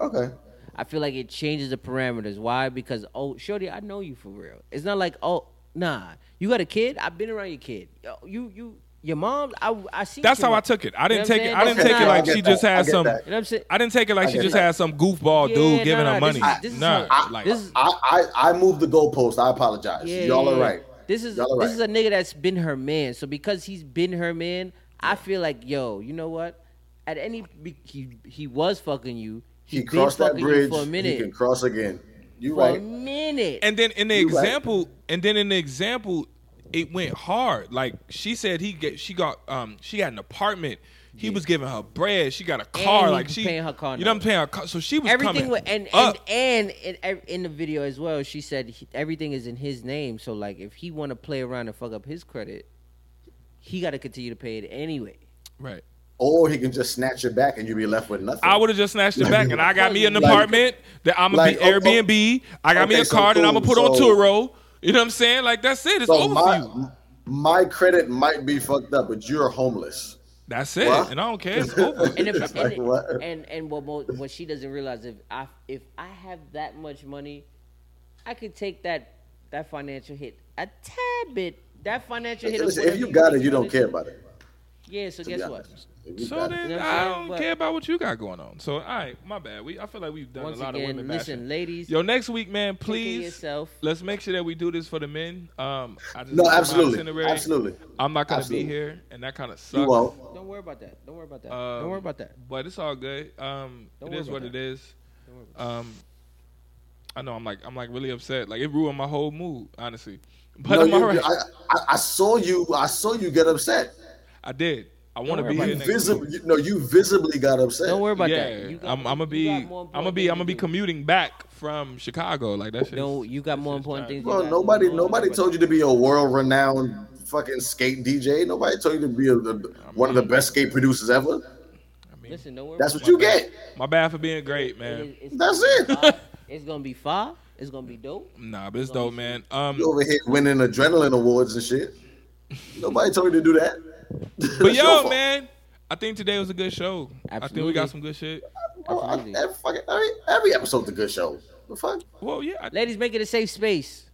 Speaker 3: Okay.
Speaker 2: I feel like it changes the parameters. Why? Because oh, shorty, I know you for real. It's not like oh, nah, you got a kid. I've been around your kid. Yo, You you your mom. I I see.
Speaker 1: that's how I took it. I didn't take it. I didn't take it
Speaker 3: not-
Speaker 1: like
Speaker 3: I
Speaker 1: she
Speaker 3: get
Speaker 1: just
Speaker 3: that. I
Speaker 1: had
Speaker 3: get
Speaker 1: some.
Speaker 3: that.
Speaker 2: You know what I'm saying?
Speaker 1: I didn't take it like she
Speaker 3: get
Speaker 1: just
Speaker 3: that.
Speaker 1: had some goofball dude
Speaker 2: Yeah,
Speaker 1: giving
Speaker 2: nah,
Speaker 1: her
Speaker 2: nah, this
Speaker 1: money.
Speaker 2: is- this is
Speaker 1: nah,
Speaker 2: how-
Speaker 1: like
Speaker 2: this is-
Speaker 3: I I, I moved the goalpost. I apologize.
Speaker 2: Yeah,
Speaker 3: Y'all
Speaker 2: yeah,
Speaker 3: are
Speaker 2: yeah.
Speaker 3: right.
Speaker 2: This is
Speaker 3: Y'all are
Speaker 2: this is
Speaker 3: right.
Speaker 2: a nigga that's been her man. So because he's been her man, I feel like yo, you know what? At any be- he he was fucking you.
Speaker 3: he
Speaker 2: He's been
Speaker 3: crossed that
Speaker 2: fucking you
Speaker 3: bridge.
Speaker 2: for a
Speaker 3: He can
Speaker 2: minute.
Speaker 3: cross again. You
Speaker 2: For a
Speaker 3: right?
Speaker 2: minute.
Speaker 1: and then in the
Speaker 3: You right.
Speaker 1: example, and then in the example, it went hard. Like she said, he get she got um she had an apartment. He was giving her bread. She got a car.
Speaker 2: he
Speaker 1: like
Speaker 2: was
Speaker 1: she
Speaker 2: paying her car
Speaker 1: You know what I'm
Speaker 2: note.
Speaker 1: saying? Her car- So she was
Speaker 2: everything
Speaker 1: coming
Speaker 2: wa- and and,
Speaker 1: up.
Speaker 2: and in, ev- in the video as well she said he, everything is in his name so like if he want to play around and fuck up his credit he got to continue to pay it anyway
Speaker 1: right.
Speaker 3: Or he can just snatch it back and you be left with nothing.
Speaker 1: I would have just snatched it back, and I got me an
Speaker 2: Like-
Speaker 1: apartment that I'm gonna
Speaker 3: like,
Speaker 1: be
Speaker 3: oh, oh.
Speaker 1: Airbnb. I got me
Speaker 3: Okay,
Speaker 1: a
Speaker 3: so
Speaker 1: car that I'm gonna
Speaker 3: cool.
Speaker 1: put on
Speaker 3: So-
Speaker 1: Turo. You know what I'm saying? Like that's it. It's
Speaker 3: So
Speaker 1: over for you.
Speaker 3: my my credit might be fucked up, but you're homeless.
Speaker 1: That's it,
Speaker 3: What?
Speaker 1: and I don't care. It's over.
Speaker 2: and if,
Speaker 3: It's
Speaker 2: and,
Speaker 3: like, what?
Speaker 2: and and what mo- what she doesn't realize if I if I have that much money, I could take that that financial hit a tad bit. That financial hit. of
Speaker 3: Listen, if
Speaker 2: whatever
Speaker 3: you got it,
Speaker 2: make
Speaker 3: you
Speaker 2: on
Speaker 3: don't care about it.
Speaker 2: Yeah. So
Speaker 3: to
Speaker 2: guess
Speaker 3: be
Speaker 2: what?
Speaker 3: honest. If you
Speaker 1: So
Speaker 3: got it.
Speaker 1: then
Speaker 2: You know what I'm
Speaker 1: I
Speaker 2: saying?
Speaker 1: don't
Speaker 2: But-
Speaker 1: care about what you got going on. So all right, my bad. We I feel like we've done
Speaker 2: Once
Speaker 1: a lot of
Speaker 2: again,
Speaker 1: women
Speaker 2: listen,
Speaker 1: bashing.
Speaker 2: ladies,
Speaker 1: Yo, next week, man,
Speaker 2: take care of
Speaker 1: please.
Speaker 2: yourself.
Speaker 1: Let's make sure that we do this for the men. Um, I just
Speaker 3: No,
Speaker 1: looked at my
Speaker 3: absolutely,
Speaker 1: itinerary.
Speaker 3: absolutely.
Speaker 1: I'm not gonna
Speaker 3: Absolutely.
Speaker 1: be here, and that kind of sucks.
Speaker 3: You won't.
Speaker 2: Don't worry about that. Don't worry about that.
Speaker 1: Um,
Speaker 2: don't worry about that.
Speaker 1: But it's all good. Um,
Speaker 2: Don't
Speaker 1: it
Speaker 2: worry
Speaker 1: is
Speaker 2: about
Speaker 1: what
Speaker 2: that.
Speaker 1: it is.
Speaker 2: Don't worry about
Speaker 1: Um, I know I'm like I'm like really upset. Like it ruined my whole mood, honestly. But
Speaker 3: No,
Speaker 1: I'm
Speaker 3: you,
Speaker 1: alright.
Speaker 3: I, I, I saw you. I saw you get upset.
Speaker 1: I did. I want to
Speaker 2: worry
Speaker 1: be
Speaker 2: about
Speaker 1: here
Speaker 2: it.
Speaker 1: next week.
Speaker 3: Visibly, no, you visibly got upset.
Speaker 2: Don't worry about
Speaker 1: yeah,
Speaker 2: that. You got-
Speaker 1: I'm, I'm gonna
Speaker 2: you
Speaker 1: be,
Speaker 2: got
Speaker 1: I'm
Speaker 2: more important
Speaker 1: gonna be,
Speaker 2: things
Speaker 1: I'm gonna be
Speaker 2: to do.
Speaker 1: commuting back from Chicago. Like that shit.
Speaker 2: No, you got more important things.
Speaker 3: Well,
Speaker 2: you got.
Speaker 3: nobody,
Speaker 2: Don't worry
Speaker 3: nobody
Speaker 2: about
Speaker 3: told you to be a world-renowned fucking skate DJ. Nobody told you to be a, a- one of the best skate producers ever.
Speaker 1: I
Speaker 2: that.
Speaker 1: mean,
Speaker 2: Listen, don't worry.
Speaker 3: That's
Speaker 2: about
Speaker 3: what you
Speaker 2: that.
Speaker 3: get.
Speaker 1: my bad for being great, man.
Speaker 2: It is- it's
Speaker 3: That's
Speaker 2: gonna be fire.
Speaker 3: it.
Speaker 2: It's gonna be fire. It's gonna be dope.
Speaker 1: Nah, but it's dope, man. Um,
Speaker 3: You over here winning adrenaline awards and shit. Nobody told you to do that.
Speaker 1: but yo, man, I think today was a good show. I think we
Speaker 2: Absolutely.
Speaker 1: got some good shit.
Speaker 3: every, fucking, every, every episode's a good show. The fuck?
Speaker 1: Well, yeah, I-
Speaker 2: Ladies, make it a safe space.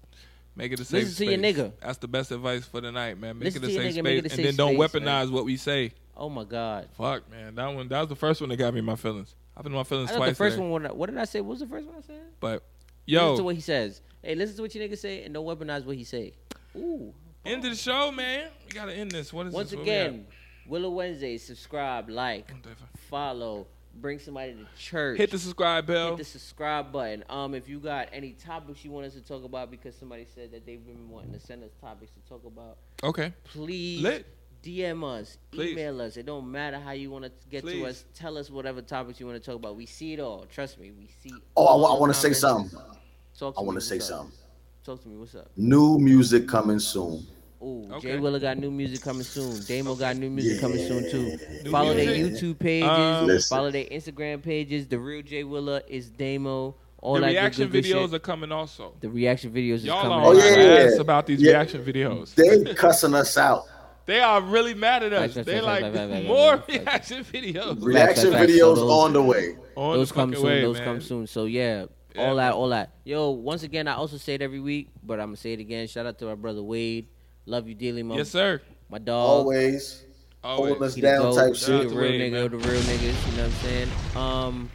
Speaker 1: Make it a safe
Speaker 2: Listen to your
Speaker 1: space.
Speaker 2: nigga.
Speaker 1: That's the best advice for the night, man. Make it
Speaker 2: Listen
Speaker 1: a
Speaker 2: to your
Speaker 1: safe
Speaker 2: nigga,
Speaker 1: space,
Speaker 2: make it a
Speaker 1: and then
Speaker 2: safe
Speaker 1: don't
Speaker 2: space,
Speaker 1: weaponize
Speaker 2: man.
Speaker 1: what we say.
Speaker 2: Oh my God.
Speaker 1: Fuck, man, that one. That was the first one that got me in my feelings. I've been in my feelings
Speaker 2: I thought
Speaker 1: twice.
Speaker 2: the first
Speaker 1: today.
Speaker 2: one. What, what did I say? What was the first one I said?
Speaker 1: but
Speaker 2: Listen to
Speaker 1: yo,
Speaker 2: what he says. Hey, listen to what your niggas say and don't weaponize what he say. Ooh.
Speaker 1: end of the show, man. We gotta end this. What is
Speaker 2: Once
Speaker 1: this? What we
Speaker 2: again, Willow Wednesday, subscribe, like,
Speaker 1: got?
Speaker 2: follow, bring somebody to church.
Speaker 1: hit the subscribe bell.
Speaker 2: Hit the subscribe button. Um, if you got any topics you want us to talk about because somebody said that they've been wanting to send us topics to talk about,
Speaker 1: okay,
Speaker 2: please
Speaker 1: Lit.
Speaker 2: DM us,
Speaker 1: Please.
Speaker 2: email us. It don't matter how you want to get
Speaker 1: Please.
Speaker 2: to us. Tell us whatever topics you want to talk about. We see it all. Trust me, we see.
Speaker 3: Oh, I,
Speaker 2: all
Speaker 3: wa- I
Speaker 2: the
Speaker 3: want to say
Speaker 2: comments.
Speaker 3: something.
Speaker 2: Talk
Speaker 3: I
Speaker 2: to
Speaker 3: want
Speaker 2: me,
Speaker 3: to say
Speaker 2: what's up?
Speaker 3: something.
Speaker 2: Talk to me. What's up?
Speaker 3: New music coming soon.
Speaker 2: Ooh,
Speaker 1: Okay.
Speaker 2: Jay Willer got new music coming soon. Damo got new music coming soon too.
Speaker 1: New
Speaker 2: follow their
Speaker 1: music.
Speaker 2: YouTube pages.
Speaker 1: Um,
Speaker 3: Listen.
Speaker 2: follow their Instagram pages. The real Jay Willer is Damo. All
Speaker 1: the
Speaker 2: that good,
Speaker 1: reaction
Speaker 2: good, good
Speaker 1: videos
Speaker 2: shit.
Speaker 1: are coming also.
Speaker 2: the reaction videos is
Speaker 1: Y'all
Speaker 2: coming.
Speaker 1: are
Speaker 3: Oh,
Speaker 1: on
Speaker 3: yeah,
Speaker 1: our
Speaker 3: yeah,
Speaker 1: ass
Speaker 3: yeah.
Speaker 1: about these
Speaker 3: Yeah.
Speaker 1: reaction videos.
Speaker 3: They cussing us out.
Speaker 1: They are really mad at us.
Speaker 2: Facts,
Speaker 1: They
Speaker 2: facts,
Speaker 1: like
Speaker 2: facts, facts, facts,
Speaker 1: more
Speaker 2: facts, facts.
Speaker 1: reaction videos.
Speaker 3: Reaction
Speaker 2: facts, facts.
Speaker 3: videos
Speaker 2: So those-
Speaker 3: on the way.
Speaker 1: On
Speaker 2: Those
Speaker 1: the
Speaker 2: come
Speaker 1: fucking
Speaker 2: soon.
Speaker 1: way,
Speaker 2: those
Speaker 1: man.
Speaker 2: come soon. So yeah,
Speaker 1: Yeah,
Speaker 2: all
Speaker 1: man.
Speaker 2: that, all that. Yo, once again, I also say it every week, but I'm gonna say it again. Shout out to my brother Wade. Love you dearly, my
Speaker 1: Yes, sir.
Speaker 2: my dog.
Speaker 3: Always
Speaker 1: Always.
Speaker 3: holding us
Speaker 2: He the
Speaker 3: down
Speaker 2: GOAT.
Speaker 1: Shout
Speaker 3: type
Speaker 1: out
Speaker 2: He
Speaker 3: shit.
Speaker 1: to
Speaker 2: The real
Speaker 1: Wade,
Speaker 2: nigga,
Speaker 1: man.
Speaker 2: of the real niggas. You know what I'm saying? Um,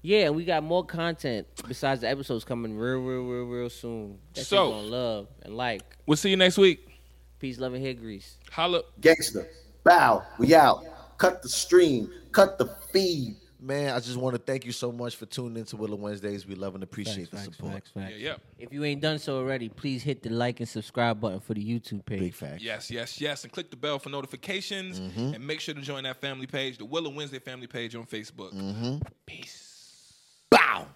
Speaker 2: yeah, and we got more content besides the episodes coming real, real, real, real soon. That
Speaker 1: So-
Speaker 2: so, gonna love and like.
Speaker 1: We'll see you next week.
Speaker 2: Peace, love, and hair grease.
Speaker 1: Holla.
Speaker 3: Gangster. Bow. We out. Cut the stream. Cut the feed.
Speaker 6: Man, I just want to thank you so much for tuning into Willow Wednesdays. We love and appreciate the support.
Speaker 1: Yeah, yeah.
Speaker 2: If you ain't done so already, please hit the like and subscribe button for the YouTube page.
Speaker 6: Big fact.
Speaker 1: Yes, yes, yes. And click the bell for notifications. And make sure to join that family page, the Willow Wednesday family page on Facebook. Peace.
Speaker 6: Bow.